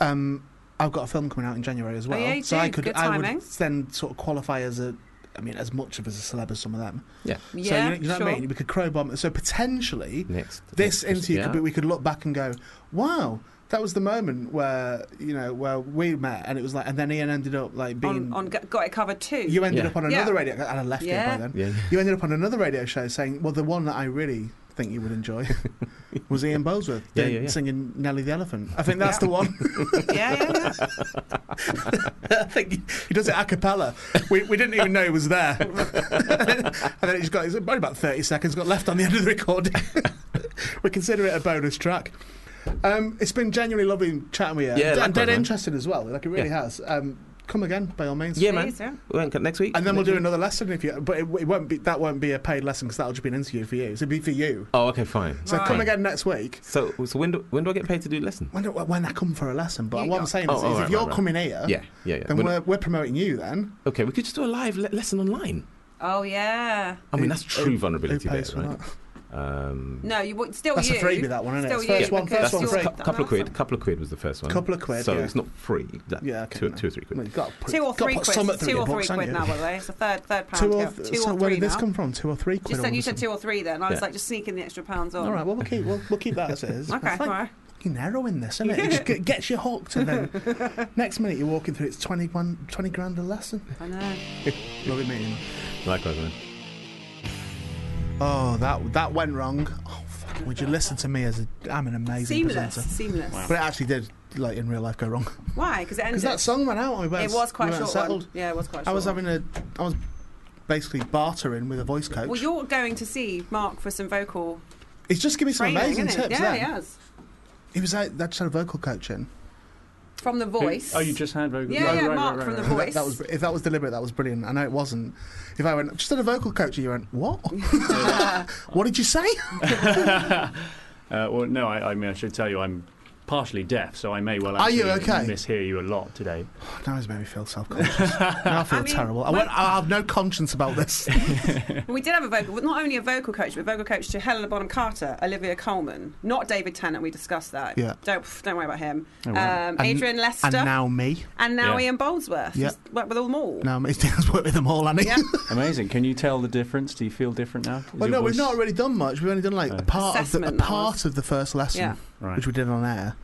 that, um, I've got a film coming out in January as Oh, well. yeah, you so do. I could, Good I would timing. then sort of qualify as a, I mean, as much of as a celeb as some of them. Yeah, so you know, you know sure. what I mean? We could crowbar. So potentially, Next, next- this interview yeah. could be, we could look back and go, wow. That was the moment where you know where we met, and it was like, and then Ian ended up like being. On, on G- Got It Covered too. you ended Yeah. up on Yeah. another radio, and I left it by Yeah. then. yeah. You ended up on another radio show saying, "Well, the one that I really think you would enjoy was Ian Bolesworth Yeah, doing- yeah, yeah. singing Nelly the Elephant. I think that's Yeah. the one. yeah, yeah, yeah. I think he- he does it a cappella. We, we didn't even know it was there, and then it just got it's only about thirty seconds got left on the end of the recording. we consider it a bonus track. Um, it's been genuinely lovely chatting with you. Yeah, and likewise, dead man. interested as well. Like it really has. Um, come again by all means. Yeah, Please, yeah. man. Well, Next week, And then we'll Next do week? another lesson if you, but it, it won't be that won't be a paid lesson because that'll just be an interview for you. So it'll be for you. Oh, okay, fine. So Right. come again next week. So, so when do, when do I get paid to do the lesson? When, do- when I come for a lesson, but You what got- I'm saying Oh, is, oh, is if right, you're right, right. coming here, Yeah, yeah, yeah. then When- we're, we're promoting you. Then okay, we could just do a live le- lesson online. Oh, yeah. I mean, Who- that's true who- vulnerability who there, pays for right? Um, No, you would- still That's a Oh, you. freebie, that one, isn't it? Still It's you, first one- because first one you're- free. cou- couple of quid. Couple of quid was the first one. Couple of quid, So yeah. it's not free. That- yeah, okay, two, no. two or three quid. Well, you've got to put- Two or got to three put quid. something through Two your or books, three haven't quid you? now, by the way. It's a third, third pound. Two or yeah. th- two so or where three did this now. come from? Two or three quid. Just all said, of you a said sudden. two or three then. I was Yeah. like, just sneaking the extra pounds on. All right, well we'll keep we'll, we'll keep that as it is. Okay, That's all fine. right. Fucking heroin, this isn't it? it just get- gets you hooked, and then next minute you're walking through. It's 20 grand, 20 grand a lesson. I know. Lovely meeting. you. Likewise, man. Oh, that that went wrong. Oh, fuck, would you listen to me? As a, I'm an amazing Seamless. presenter, Seamless. but it actually did like in real life go wrong. Why? Because it ended. Because that song went out. And we weren't, it was we quite weren't short. settled. One. Yeah, it was quite short. I was one. having a, I was basically bartering with a voice coach. Well, you're going to see Mark for some vocal He's just giving me some training, amazing isn't tips. it? Yeah, then. he has. He was out. That just had a vocal coach in. From the voice. Oh, you just had very good. Yeah, right, yeah, right, Mark right, from right, the right. That, voice. that was if that was deliberate, that was brilliant. I know it wasn't. If I went just had a vocal coach, and you went what? what did you say? Uh, well, no, I, I mean, I should tell you, I'm partially deaf, so I may well Are actually you okay? mishear you a lot today. Now it's made me feel self conscious. now I feel I mean, terrible. I, when- won't, I have no conscience about this. We did have a vocal, not only a vocal coach, but a vocal coach to Helena Bonham Carter, Olivia Coleman, not David Tennant. We discussed that. Yeah. Don't pff, don't worry about him. Oh, wow. um, And- Adrian Lester, and now me. and now Yeah. Ian Boldsworth. Yeah. He's worked with them all. Now me. Dan's worked with them all, Annie. Yeah. Amazing. Can you tell the difference? Do you feel different now? Is Well, your no, we've voice- not really done much. We've only done like No. a part of the, a Assessment, that part was. of the first lesson, Yeah. Right. which we did on air.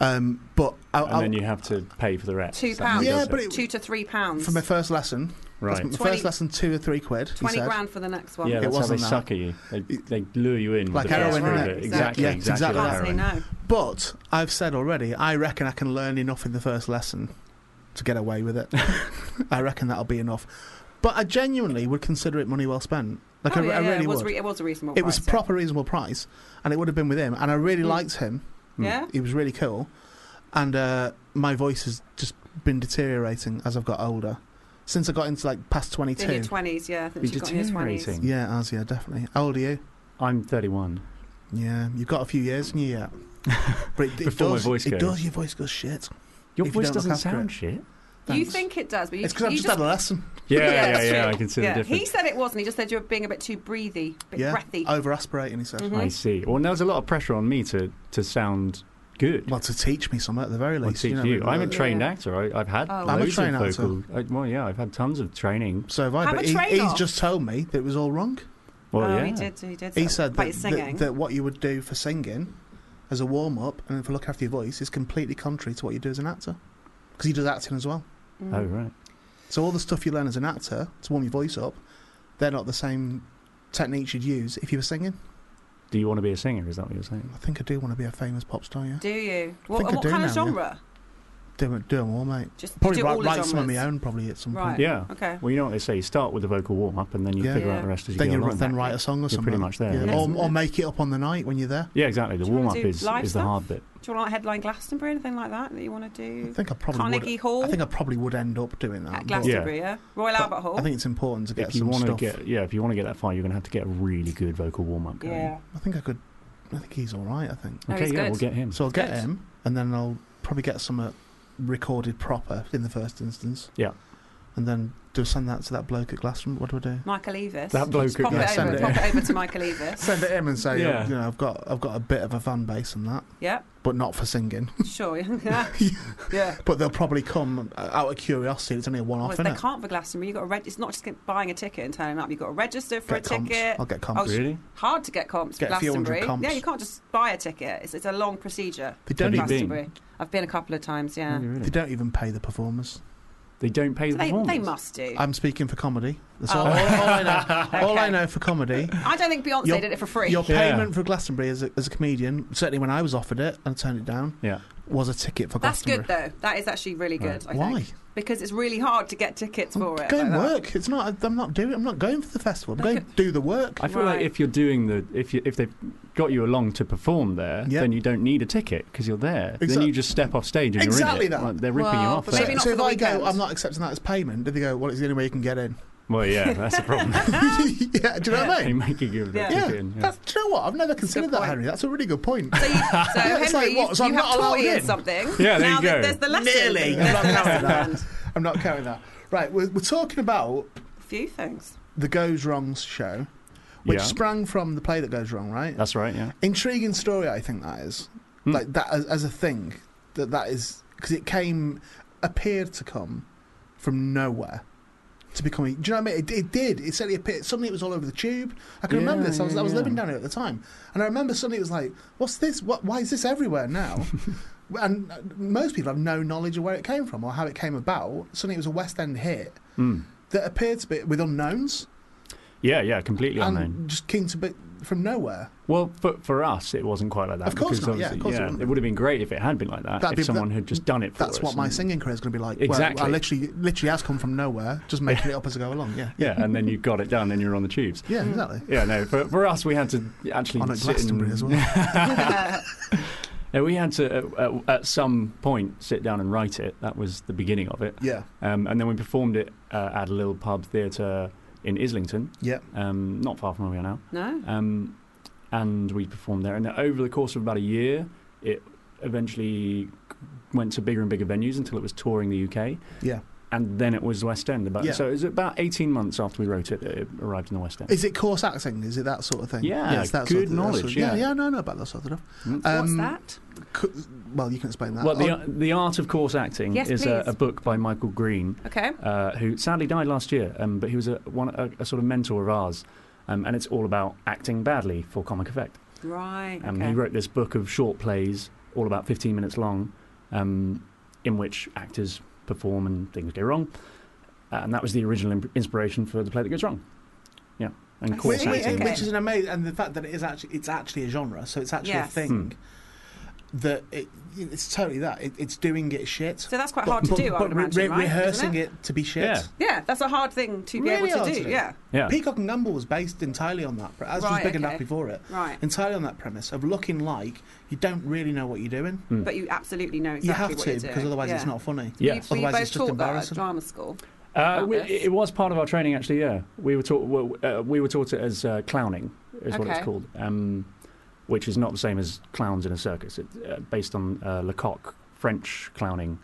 Um, but I, and I, then you have to pay for the rest. Two Is that how pounds. it yeah, does but it, Two to three pounds. for my first lesson, that's right. my Twenty- first lesson, two or three quid. he 20 said. grand for the next one. Yeah, It that's how they wasn't that. suck at you. They, they lure you in. Like with the heroin, first isn't bit. it? Exactly. Yeah, exactly. exactly. like Can't say heroin. no. But I've said already, I reckon I can learn enough in the first lesson to get away with it. I reckon that'll be enough. But I genuinely would consider it money well spent. Like Oh, I, yeah, I yeah, really it was, would. Re- it was a reasonable it was price, a proper reasonable price, and it would have been with him. And I really Mm. liked him. Yeah. He was really cool. And uh, my voice has just been deteriorating as I've got older. Since I got into like past twenty In your two. 20s, yeah. I think Be she got in her 20s. deteriorating. Yeah, as yeah, definitely. How old are you? I'm 31. Yeah, you've got a few years in you yet. But it, it Before my does. voice it goes. does. Your voice goes shit. Your If you voice don't look doesn't after sound it. shit. You Thanks. think it does, but you, It's because I've you just, had a lesson. Yeah, yeah, yeah. that's I true. can see the Yeah. difference. He said it wasn't. He just said you were being a bit too breathy, a bit yeah, breathy. over aspirating. He said. Mhm. I see. Well, there's a lot of pressure on me to, to sound good. Well, to teach me something at the very Well, least. teach know, you. I'm a uh, trained Yeah. actor. I, I've had Oh, I'm a loads trained actor. of vocal. I, well, yeah, I've had tons of training. So have I. Have but he, a he's trade-off. just told me that it was all wrong. Well, oh, yeah. he did. He did. He say- said about that, your that, singing. that what you would do for singing as a warm up and for look after your voice is completely contrary to what you do as an actor. Because he does acting as well. Mm. Oh, right. So all the stuff you learn as an actor to warm your voice up, they're not the same techniques you'd use if you were singing. Do you want to be a singer? Is that what you're saying? I think I do want to be a famous pop star, yeah. Do you? I What, think I what do kind of now, yeah. genre? Do, do them all, mate. Just Probably do all write, the write some on genres. my own, probably at some Right. point. Yeah. Okay. Well, you know what they say. You start with the vocal warm up, and then you Yeah. figure Yeah. out the rest as you Then, go you along. then write a song or You're something. pretty much there. Yeah. Yeah. Or, or make it up on the night when you're there. Yeah, exactly. The Do you wanna warm up do is, live is the stuff? hard bit. Do you want to like headline Glastonbury? Anything like that that you want to I do? think I probably Carnegie would. Hall I think I probably would end up doing that. at but- Glastonbury, yeah. Royal Albert Hall. I think it's important to get If you some want to stuff. get, yeah, if you want to get that far, you're going to have to get a really good vocal warm up going. yeah. I think I could. I think he's all right. I think. Oh, Okay, he's yeah, good. we'll get him. So I'll get Good. him, and then I'll probably get some uh, recorded proper in the first instance. Yeah. And then do send that to that bloke at Glastonbury. What do I do? Michael Evis. That bloke Just pop, at- yeah, it send over, it. pop it over to Michael Evis. Send it him and say, Yeah. you know, I've got I've got a bit of a fan base and that, Yeah, but not for singing. sure. yeah. yeah. but they'll probably come uh, out of curiosity. It's only a Well, one-off, if isn't they it? can't for Glastonbury. You got to reg- It's not just get- buying a ticket and turning up. You've got to register for Get a comps. ticket. I'll get comps. Oh, Really? Hard to get comps. for Get a few hundred Glastonbury. comps. Yeah, you can't just buy a ticket. It's, it's a long procedure. They don't. Have you Even, been? Glastonbury. I've been a couple of times. Yeah. Really? they don't even pay the performers. They don't pay So the they, performance. they must do. I'm speaking for comedy. That's Oh. all, all, all I know. All I Okay. know for comedy I don't think Beyonce Your- did it for free. Your Yeah. payment for Glastonbury as a, as a comedian, certainly when I was offered it and turned it down, Yeah. was a ticket for That's Glastonbury. good though. That is actually really good. I Right. Why? think. Because it's really hard to get tickets for it. Go and like that. work. It's not. I'm not doing. I'm not going for the festival. I'm Look going to do the work. I feel Right. like if you're doing the if you if they've got you along to perform there, Yeah. then you don't need a ticket because you're there. Then Exact- you just step off stage and Exactly you're in it. that. Like, they're ripping you Well, off. but there. maybe not so for if the I go, weekend. I'm not accepting that as payment. Do they go? Well, it's the only way you can get in. Well, yeah, that's a problem. Ah. yeah. Do you know what I they mean? make you give the Yeah. Yeah. ticket. In, yeah. That's, do you know what? I've never considered that, point. Henry. That's a really good point. So, you, so Henry, it's like, you- what, so you, I'm have not allowed taught Ian in? something. Yeah, there now you that go. there's the lesson. Nearly. There's I'm not the counting lesson. that. learned. I'm not counting that. Right. We're, we're talking about A few things. the Goes Wrongs show, which Yeah. sprang from the play that goes wrong. Right. That's right. Yeah. intriguing story i think that is Hmm. like that as, as a thing that that is because it came appeared to come from nowhere to becoming do you know what i mean it, it did it suddenly appeared suddenly it was all over the tube i can Yeah, remember this i was, yeah, I was yeah. living down here at the time and i remember suddenly it was like what's this what, why is this everywhere now and uh, most people have no knowledge of where it came from or how it came about suddenly it was a west end hit Mm. that appeared to be with unknowns Yeah. Yeah. Completely and unknown. just came to be from nowhere Well, for, for us, it wasn't quite like that. Of course because not, yeah, of course obviously- it wouldn't it be. would have been great if it had been like that. That'd be- if someone that- had just done it for That's us. what my and- singing career is going to be like. Exactly. Where I literally, literally has come from nowhere, just making it up as I go along. Yeah. Yeah, and then you got it done, and you're on the tubes. Yeah, exactly. Yeah, no. For, for us, we had to actually On at sit Glastonbury and, as well. Yeah, we had to at, at, at some point sit down and write it. That was the beginning of it, yeah. um, and then we performed it uh, at a little pub theatre in Islington, Yeah. um, not far from where we are now. No. Um, and we performed there, and over the course of about a year, it eventually went to bigger and bigger venues until it was touring the UK. Yeah. And then it was West End. About, Yeah. So it was about 18 months after we wrote it that it arrived in the West End. Is it course acting? Is it that sort of thing? Yeah, it's that good sort of, that sort of- knowledge, yeah, yeah. yeah, no, no, about that sort of stuff. Mm. What's Um, that? Cou- well, you can explain that. well, Oh, the, the Art of Course Acting Yes, is a, please. a book by Michael Green, Okay. uh, who sadly died last year, um, but he was a, one, a, a sort of mentor of ours. Um, and it's all about acting badly for comic effect. Right. Um, okay. He wrote this book of short plays, all about 15 minutes long, um, in which actors perform and things go wrong. Uh, and that was the original imp- inspiration for the play that goes wrong. Yeah, and I course Which- see, acting. which, okay. which is an amazing, and the fact that it is actually it's actually a genre, so it's actually Yes. a thing Hmm. that it, it's totally that it, it's doing it shit. So that's quite hard to do. I would re- imagine, re- right? rehearsing Isn't it? to be shit. Yeah. Yeah, that's a hard thing to be Really able hard to do. to do. Yeah. Yeah, Peacock and Gumball was based entirely on that, pre- as was Right, Big and Enough okay. before it, Right. entirely on that premise of looking like you don't really know what you're doing. Mm. But you absolutely know exactly you have what to you're doing. because otherwise it's Yeah. not funny. yeah. Were you Otherwise both it's just taught that at embarrassing. drama school? Uh, about we, this? it was part of our training, actually. Yeah, we were taught we- uh, we were taught it as uh, clowning, is what it's Okay. called, um, which is not the same as clowns in a circus. It, uh, based on uh, Lecoq French clowning.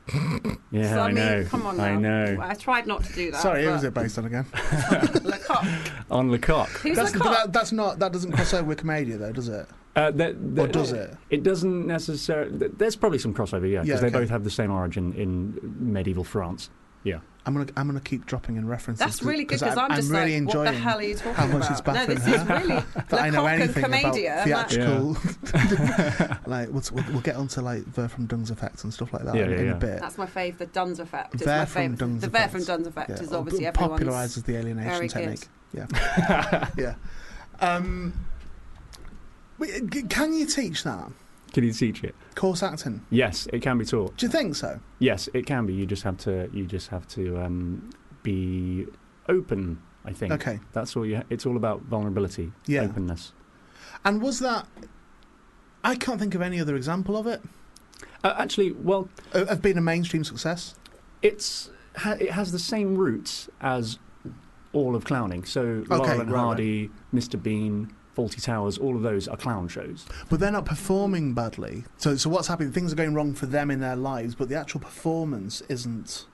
yeah, so, I, I, mean, know. Come on now. I know. I tried not to do that. Sorry, who but- was it based on again? Lecoq. On Lecoq. Who's that's, but Lecoq? that, that's not that doesn't cross over with comedia though, does it? Uh, the, the, Or does it? It doesn't necessarily. There's probably some crossover, yeah, Yeah, because okay. they both have the same origin in medieval France. Yeah. I'm gonna I'm gonna keep dropping in references. That's 'cause- really good 'cause because I'm, I'm just really like, enjoying what the hell are you talking how much about? it's no, baffling this her. is really that I know Lecoq and anything about Comedia. I'm like, theatrical. like we'll, we'll, we'll get onto like Ver from Dung's effects and stuff like that Yeah, in, yeah, in yeah. a bit. That's my fave. The Duns effect. It's Ver my from fave. Duns the Ver effect. from Duns effect Yeah, is Oh, or obviously p- everyone's. popularizes the alienation very technique. Yeah, yeah. Um, wait, g- can you teach that Can you teach it? course acting? Yes, it can be taught. Do you think so? Yes, it can be. You just have to. You just have to um, be open. I think Okay. that's all. You. Ha- it's all about vulnerability, Yeah. openness. And was that? I can't think of any other example of it Uh, actually, well, o- of being a mainstream success. it's ha- it has the same roots as all of clowning. So Okay, Laurel right, and right. Hardy, Mr. Bean, Faulty Towers, all of those are clown shows. But they're not performing badly. So, so what's happening? Things are going wrong for them in their lives, but the actual performance isn't.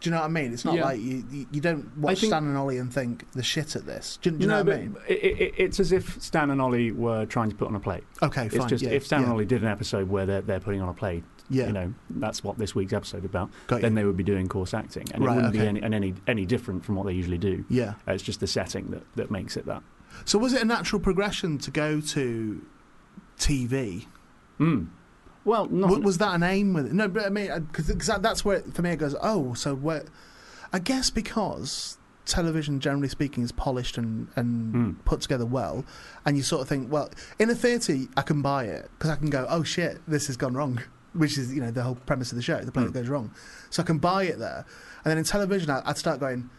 Do you know what I mean? It's not Yeah. like you, you, you don't watch think- Stan and Ollie and think the shit at this. Do, you- do you know no, what I but mean? it, it, it's as if Stan and Ollie were trying to put on a play. Okay, fine. it's just yeah, if Stan yeah, and Ollie did an episode where they're, they're putting on a play, yeah, you know, that's what this week's episode about. got you. then they would be doing course acting, and Right, it wouldn't okay. be any, and any any different from what they usually do. yeah. Uh, It's just the setting that, that makes it that. So was it a natural progression to go to TV? Mm. Well, not Wa- was that an aim with it? No, but I mean, uh, because that's where it, for me it goes. Oh, so what? I guess because television, generally speaking, is polished and and Mm. put together well, and you sort of think, well, in a theatre, I can buy it because I can go, oh shit, this has gone wrong, which is you know the whole premise of the show, the play Mm. that goes wrong. So I can buy it there, and then in television, I, I'd start going,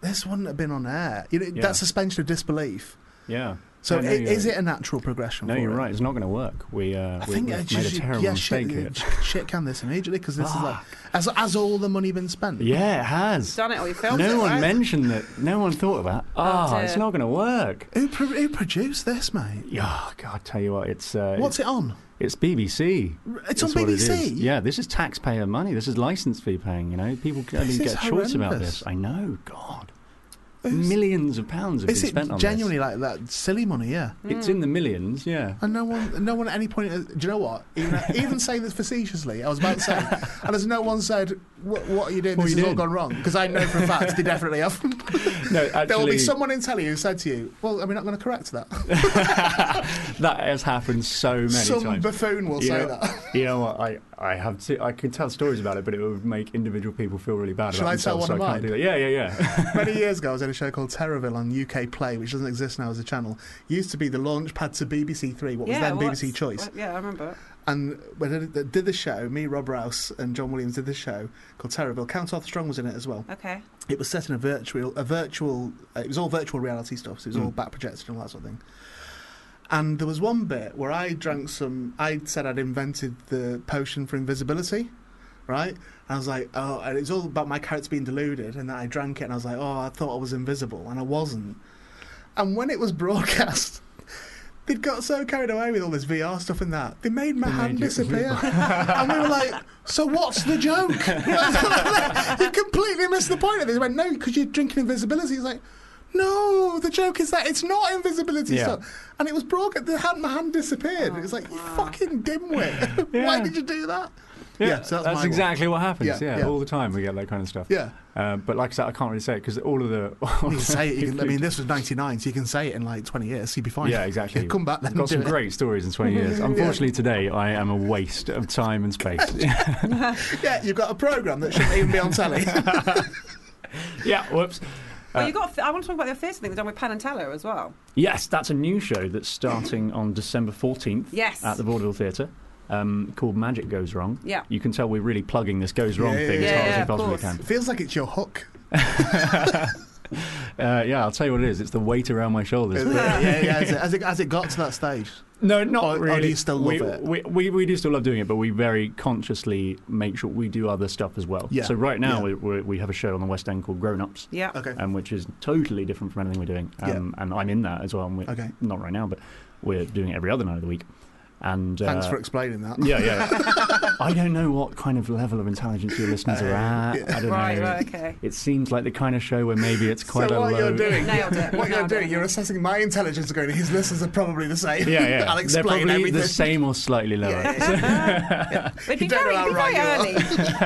this wouldn't have been on air. You know, Yeah. that suspension of disbelief. yeah. So No, no, i- you're is right. it a natural progression? No, for you're it? right. It's not going to work. We uh, I we, think we I made just a terrible yeah, mistake. here. shit, shit can this immediately because this is like has, has all the money been spent? yeah, it has. Done it or you filmed it. No one right? mentioned that. No one thought of that. Oh, Ah, it's dear. not going to work. Who, pro- who produced this, mate? Yeah, God, tell you what, it's uh, What's it on? it's BBC. R- It's That's on what it BBC. is. yeah, this is taxpayer money. This is license fee paying. You know, people don't This even is get shorts about horrendous. this. I know. God, Who's- millions of pounds have Is been it spent on genuinely like that silly money? Yeah. this. It's in the millions. Yeah. And no one, no one at any point. has- Do you know what? Even, even saying this facetiously, I was about to say, and as no one said, "What, what are you doing? What this has you doing?" all gone wrong." Because I know for a fact they definitely have. No, there will be actually, someone in telly who said to you, "Well, are we not going to correct that?" that has happened so many Some times. buffoon will You say know- that. you know what? I, I have to. I can tell stories about it, but it would make individual people feel really bad Shall about I tell themselves. one so of I can't do that. Yeah, yeah, yeah. Many years ago, I was in a show called Terraville on UK Play, which doesn't exist now as a channel. Used to be the launch pad to BBC Three, what was yeah, then well, BBC it's- Choice. well, yeah, I remember. And when I did- did the show, me, Rob Rouse, and John Williams did the show called Terraville. Count Arthur Strong was in it as well. Okay. It was set in a virtual, a virtual. uh, It was all virtual reality stuff, so it was all Mm. back projected and all that sort of thing. And there was one bit where I drank some. I said I'd invented the potion for invisibility, right? And I was like, oh, and it's all about my character being deluded, and that I drank it, and I was like, oh, I thought I was invisible, and I wasn't. And when it was broadcast, They'd got so carried away with all this VR stuff and that. They made my They hand made you- disappear. and we were like, so what's the joke? you completely missed the point of this. He went, no, because you're drinking invisibility. He's like, no, the joke is that it's not invisibility Yeah. stuff. And it was broken. The hand, my hand disappeared. it was like, Oh, you fucking dimwit. Why Yeah. did you do that? so that's, my that's one. exactly what happens. Yeah, Yeah, yeah. all the time we get that kind of stuff. Yeah. Uh, but like I said, I can't really say it because all of the. all You can the- say it. You can, I mean, this was 99, so you can say it in like 20 years, so you'd be fine. Yeah, exactly. You'd come back then. I've got do some it. great stories in 20 years. Unfortunately, today I am a waste of time and space. Yeah, you've got a program that shouldn't even be on telly. yeah, whoops. Uh, Well, you got. I want to talk about the theatre thing they've done with Penn and Teller as well. Yes, that's a new show that's starting on December 14th Yes. at the Vaudeville Theatre um, called Magic Goes Wrong. Yeah. You can tell we're really plugging this goes wrong Yeah, yeah, thing yeah. as hard Yeah, as we of possibly course. can. Feels like it's your hook. Uh, yeah, I'll tell you what it is. It's the weight around my shoulders. yeah, yeah. yeah, As it, as it, as it got to that stage. No, not Or- or do really. you still we, love it? We, we, we do still love doing it, but we very consciously make sure we do other stuff as well. Yeah. So right now Yeah. we, we, we have a show on the West End called Grown Ups, Yeah. Okay. um, which is totally different from anything we're doing. Um, And I'm in that as well. And we're, Okay. Not right now, but we're doing it every other night of the week. And uh, Thanks for explaining that. yeah, yeah. I don't know what kind of level of intelligence your listeners Uh, are at. I don't Right. know. Right. Okay. It seems like the kind of show where maybe it's quite so a what low. you're doing? Nailed it. What you're Nailed doing? it. You're assessing my intelligence. Going, his listeners are probably the same. Yeah, yeah. I'll They're explain probably everything. the same or slightly lower. It'd be You don't know very, it'd be how very early.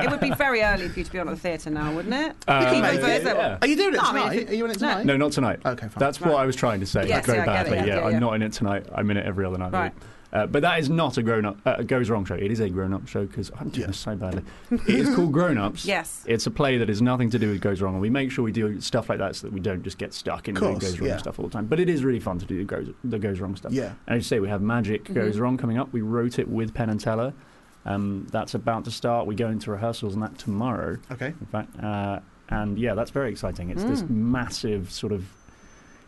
it would be very early for you to be on at the theatre now, wouldn't it? You make keep going for it, this level. Uh, yeah. Are you doing it No, I mean, tonight? if it- Are you in it no. tonight? No, not tonight. Okay, fine. That's what I was trying to say. Yes, very yeah, I get it, badly. yeah, yeah, yeah, I'm yeah. not in it tonight. I'm in it every other night. of the Right. week. Uh, but that is not a grown up uh, goes wrong show. It is a grown up show because I'm doing Yeah. this so badly. It is called Grown Ups. Yes. It's a play that has nothing to do with goes wrong, and we make sure we do stuff like that so that we don't just get stuck in Course, goes wrong yeah. stuff all the time. But it is really fun to do the goes the goes wrong stuff. Yeah. And as you say, we have Magic Mm-hmm. Goes Wrong coming up. We wrote it with Penn and Teller. Um, that's about to start. We go into rehearsals on that tomorrow Okay. in fact. Uh, and yeah, that's very exciting. It's Mm. this massive, sort of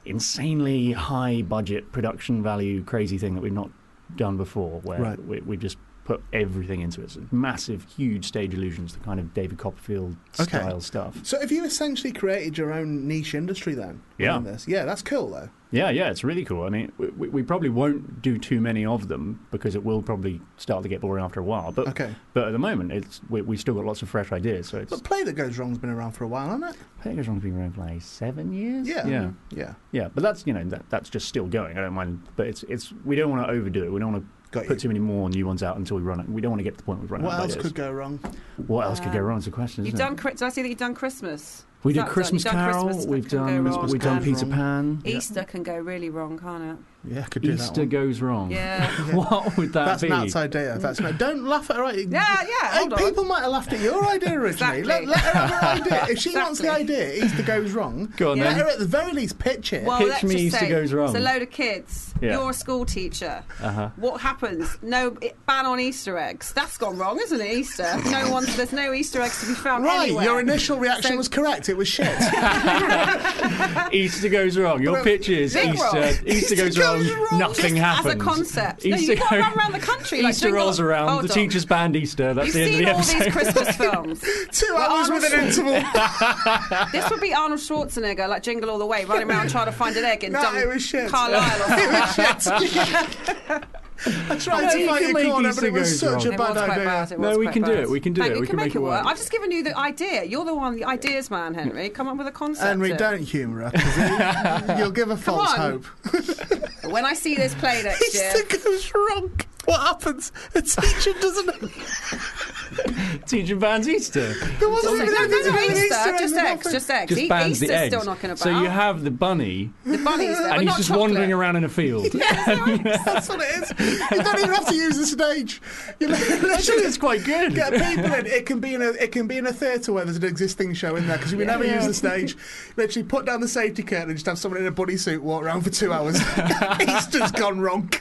insanely high budget production value crazy thing that we've not done before, where Right. we, we just put everything into it. It's massive, huge stage illusions, the kind of David Copperfield Okay. style stuff. So have you essentially created your own niche industry then? Yeah. within This? Yeah, that's cool though. Yeah, yeah, it's really cool. I mean, we, we we probably won't do too many of them because it will probably start to get boring after a while. But Okay. but at the moment, it's we, we've still got lots of fresh ideas. So it's But play that goes wrong's been around for a while, hasn't it? I think it's only been around for like seven years. Yeah. yeah. Yeah. Yeah, but that's you know that, that's just still going. I don't mind, but it's it's we don't want to overdo it. We don't want Got to put you. too many more new ones out until we run out. We don't want to get to the point we've run What out. of else ideas. could go wrong? What else could go wrong? Is the question. You've isn't done. It? Chri- Did I see that you've done Christmas? We Is did that Christmas You've done Carol. Christmas, we've that can go done wrong. we've done Peter Pan. Easter can go really wrong, can't Yeah, could do Easter that. One. goes wrong. it? Yeah. What would that That's be? Nat's idea. That's no. Don't laugh at her. Right. Yeah, yeah, Hey, hold on. people might have laughed at your idea originally. Exactly. let, let her have her idea. If she wants the Exactly. idea, Easter goes wrong. Go on Let then. her at the very least pitch it. Well, Pitch let's me just Easter say goes wrong. It's a load of kids. Yeah. You're a school teacher. Uh-huh. What happens? No it, ban on Easter eggs. That's gone wrong, isn't it? Easter. No one. There's no Easter eggs to be found right, anywhere. your initial reaction So- was correct. It was shit. Easter goes wrong. Your Well, pitch is big Easter. wrong. Easter, goes, wrong. Nothing Just happens. As a concept. no, Easter you've got to go- run around the country. Like, Easter doing rolls all- around. Hold the on. teachers band Easter. That's You've the end seen of the all episode. these Christmas films. Two hours with an interval. This would be Arnold Schwarzenegger, like Jingle All the Way, running around trying to find an egg in No, dumb it was shit. Carlisle or something. I tried you to fight can your make corner, but Easter it was goes such wrong. a It bad was quite idea. bad, it No, was we quite can do bad. it, we can do Thank it, You we can make, it work. I've just given you the idea. You're the one, the ideas man, Henry. Come up with a concept. And we don't humour her. 'cause it- You'll give her false on. hope. When I see this play next year, Easter goes wrong. What happens? A teacher doesn't. Teacher bans Easter. There wasn't no, even no, anything to no, do with Easter, Easter just eggs, eggs, nothing. just eggs. Just E- bans Easter's the eggs. still knocking about. So you have the bunny, the bunnies there, but and he's not just chocolate. wandering around in a field. That's what it is. You don't even have to use the stage. You Actually, literally it's quite good. get people in. It can be in a it can be in a theatre where there's an existing show in there because we never use the stage. Literally put down the safety curtain and just have someone in a bunny suit walk around for two hours. Easter's gone wrong.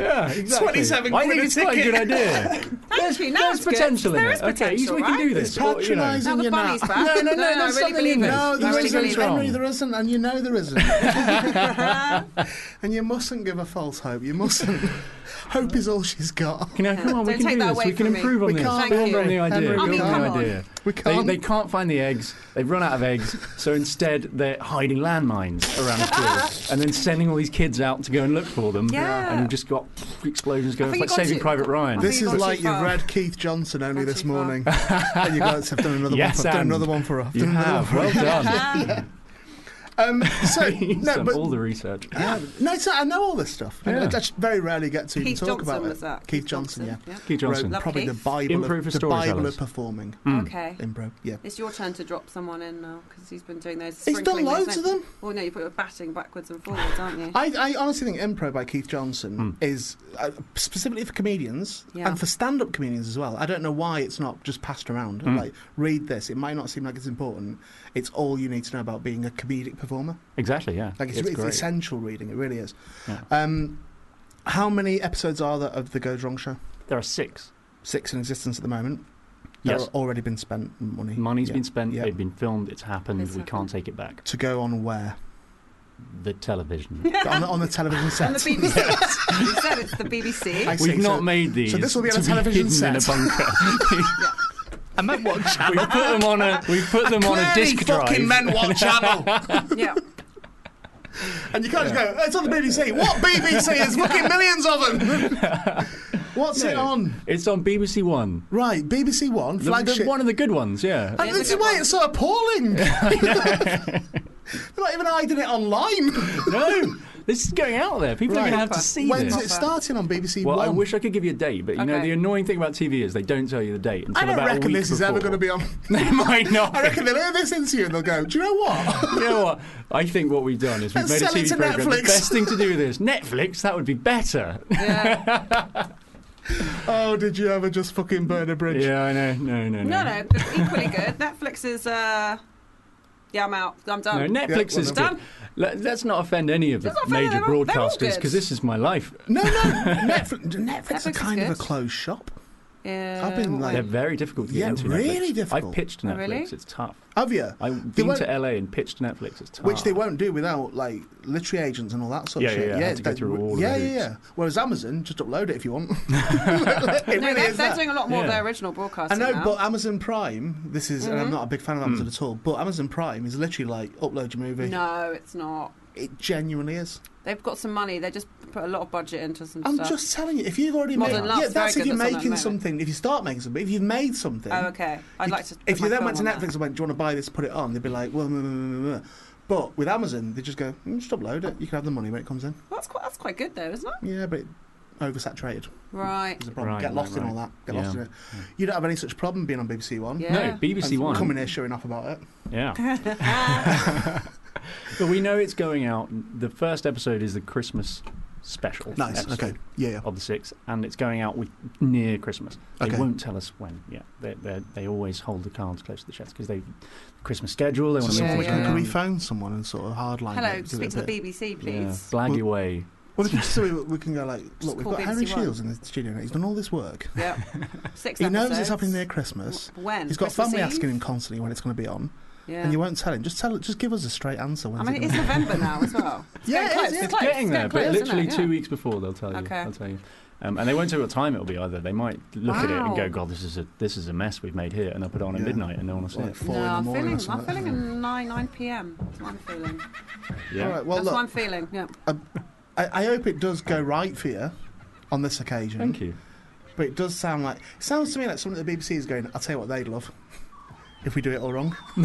Yeah, exactly. 27 I quid think a it's quite a good ticket. idea. Thank you. Now There's it's good. potential in There it. is okay, potential, we can do right? this. It's Or, you know. patronising Now the you're bunny's not. back. No, no, no, No, I that's really something you believe it. know. I There really isn't, believe it. Henry, there isn't, and you know there isn't. and you mustn't give a false hope. You mustn't. Hope is all she's got. Can you, come on, we Don't can take do that this. away We can from me. improve on We this. can't Thank Build on you. the idea. Henry, Build I mean, on come the on. idea. We They, can't. they can't find the eggs. They've run out of eggs, so instead they're hiding landmines around the field and then sending all these kids out to go and look for them. Yeah. And we've just got explosions going. It's think like you've got Saving to- Private Ryan. this I think is you've gone like too you've far. read Keith Johnson only Gone this too far. morning. and you guys have done another Yes, one. For, I've done and another one for her. I've you done another one have. for her. Well done. Um, so You've no, done but all the research. yeah, no, it's not, I know all this stuff. I, mean, Yeah. I just very rarely get to even Keith talk Johnson about was it. that? Keith Johnson, yeah, Keith Johnson. wrote Love probably Keith. the Bible, Improve of, for the Bible storytellers. of performing. Okay. Improv, yeah. It's your turn to drop someone in now because he's been doing those. He's done sprinkling those loads of names. them. Well, no, you put your batting backwards and forwards, aren't you? I, I honestly think Impro by Keith Hmm. Johnson is uh, specifically for comedians Yeah. and for stand up comedians as well. I don't know why it's not just passed around. Hmm. Like, read this. It might not seem like it's important. It's all you need to know about being a comedic performer. Exactly, yeah. Like, it's, It's it's, great. essential reading. It really is. Yeah. Um, how many episodes are there of The Goes Wrong Show? There are six. Six in existence at the moment. They've Yes. already been spent money. Money's Yeah. been spent, Yeah. it's been filmed, it's happened, It's we happened. can't take it back. To go on where? The television. on, the, on the television set. On the BBC. you said it's the BBC. I see. We've So- not made these. this will be on to a television hidden In a set. bunker. And that what we put them on a we put them on a Clearly disc drive. fucking meant what channel? yeah. And you can't just go, it's on the BBC. What BBC? There's fucking millions of them. What's it on? It's on BBC One. Right, BBC One, The- the- flagship. one of the good ones, yeah. and It's a this is good why one. it's so appalling. They're not even hiding it online. no, this is going out there. People are going to have to see When's this. it starting on BBC Well, One? I wish I could give you a date, but you know Okay. the annoying thing about TV is they don't tell you the date until I don't about a reckon week this is ever going to be on. They might not. I reckon they'll hear this interview and they'll go, do you know what? You know what? I think what we've done is we've Let's made a sell it TV to program. The Netflix. best thing to do with this, Netflix. That would be better. Yeah. oh, did you ever just fucking burn a bridge? yeah, I know. No, no, no. No, no, but equally good. Netflix is. Uh, yeah, I'm out. I'm No, done. Netflix well is done. good. Let, let's not offend any of the Let's not offend major them, they're all- they're all broadcasters good. because this is my life. No, no. Netflix, Netflix, Netflix are is kind of a good. closed shop. yeah. I've been what like- They're way? very difficult to get Yeah, into. really Netflix. difficult. I've pitched Oh, Netflix. really? It's tough. Have you? I've They been won't- to LA and pitched Netflix. It's tough. Which they won't do without like literary agents and all that sort of Ah. Yeah, shit. yeah, yeah. Have to go they- through all of yeah, the yeah, hoops. yeah. Whereas Amazon, just upload it if you want. It No, really they're, is they're that. doing a lot more of Yeah. their original I broadcasting. know, now. but Amazon Prime, this is, Mm-hmm. and I'm not a big fan of Mm. Amazon at all, but Amazon Prime is literally like upload your movie. no, it's not. It genuinely is. They've got some money. They just put a lot of budget into some I'm stuff. just telling you, if you've already Modern made, Love's yeah, that's very if good you're at something at the making moment. something. If you start making something, if you've made something, Oh, okay. I'd you- like to. put If my you then film went to on Netflix there. and went, "Do you want to buy this? Put it on," they'd be like, "Well," mm, mm, mm, mm." but with Amazon, they just go, mm, "Just upload it. You can have the money when it comes in." That's quite. That's quite good though, isn't it? Yeah, but it, oversaturated. Right. There's a problem. Right, Get lost right, in all that. Get lost in Yeah. it. You don't have any such problem being on BBC One. Yeah. No, BBC And One. Coming here, showing off about it. Yeah. but we know it's going out. The first episode is the Christmas special. Nice. episode Okay. Yeah. yeah. Of the six, and it's going out with near Christmas. They Okay. won't tell us when. Yeah, they they they always hold the cards close to the chest because they Christmas schedule. They want So to yeah, we we can, yeah. can we phone someone and sort of hardline? Hello. it, give Speak it to a the bit? BBC, Yeah, please. flag Well- your way. Well, if you- so we, we can go like, Just look, we've call got Harry BBC One. Shields in the studio. now. He's done all this work. Yeah. Six. He knows episodes. it's happening near Christmas. When? He's got Christmas family Eve? asking him constantly when it's going to be on, Yeah. and you won't tell him. Just tell, just give us a straight answer. When's I mean, it it's gonna November now as well. It's Yeah, it is, getting close, yeah. it's It's close, getting it's there, but close, isn't literally it? two Yeah. weeks before they'll tell you. Okay. I'll tell you. Um, and they won't tell you what time it'll be either. They might look at it and Wow. go, "God, this is a this is a mess we've made here," and they'll put it on at Yeah. midnight, and no one will see be? Like it. four no, in the I'm morning. or feeling. I'm something. feeling a nine nine p.m. That's what I'm feeling. Yeah. All right. Well, That's what I'm look, feeling. Yeah. I, I hope it does go right for you on this occasion. Thank you. But it does sound like it sounds to me like someone at the BBC is going. I'll tell you what they'd love if we do it all wrong. so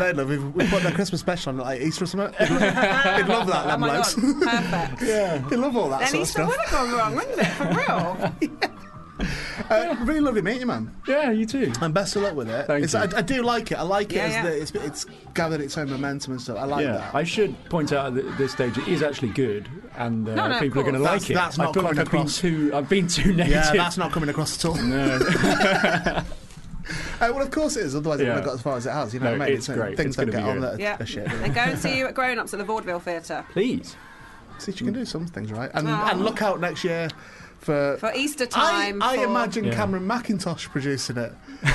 they'd love if we put their Christmas special on like Easter or something. They'd love, they'd love that. Oh them my blokes. god. Perfect. yeah, they love all that Then sort he of still stuff. would have gone wrong, wouldn't it? For real. Uh, really lovely meeting you, man. Yeah, you too. And best of luck with it. Thank it's, you. I, I do like it. I like it Yeah, as yeah. The, it's, it's gathered its own momentum and stuff. I like Yeah, that. I should point out that at this stage it is actually good, and uh, No, no, of people are going to course. like That's- it. that's I not feel like coming I've across. been too, I've been too negative. yeah, that's not coming across at all. no, Uh, well, of course it is. Otherwise, it Yeah. wouldn't have got as far as it has. You know No, what I mean? it's great. Things It's don't gonna get be on good. that Yeah. a shit. And go and see you at Grown Ups at the Vaudeville Theatre. please. Mm. See, if you can do some things right, and, Oh. and look out next year for. For Easter I, time. I for imagine Yeah. Cameron McIntosh producing it.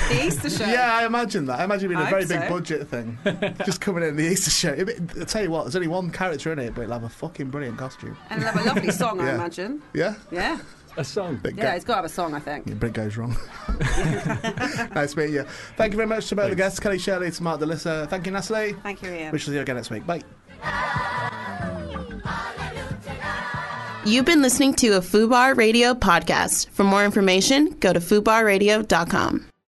The Easter show. Yeah, I imagine that. I imagine it being I a very hope big so. budget thing. Just coming in the Easter show. It- it- I'll tell you what, there's only one character in it, but it'll have a fucking brilliant costume. And it'll have a lovely song, I Yeah. imagine. Yeah? Yeah. A song. Bit Yeah, go- it's got to have a song, I think. Yeah, but it goes wrong. nice to meet you. Thank you very much to both the guests, Kelly Shirley, to Mark DeLissa. Thank you, Natalie. Thank you, Ian. We shall see you again next week. Bye. You've been listening to a FUBAR Radio podcast. For more information, go to fubarradio.com.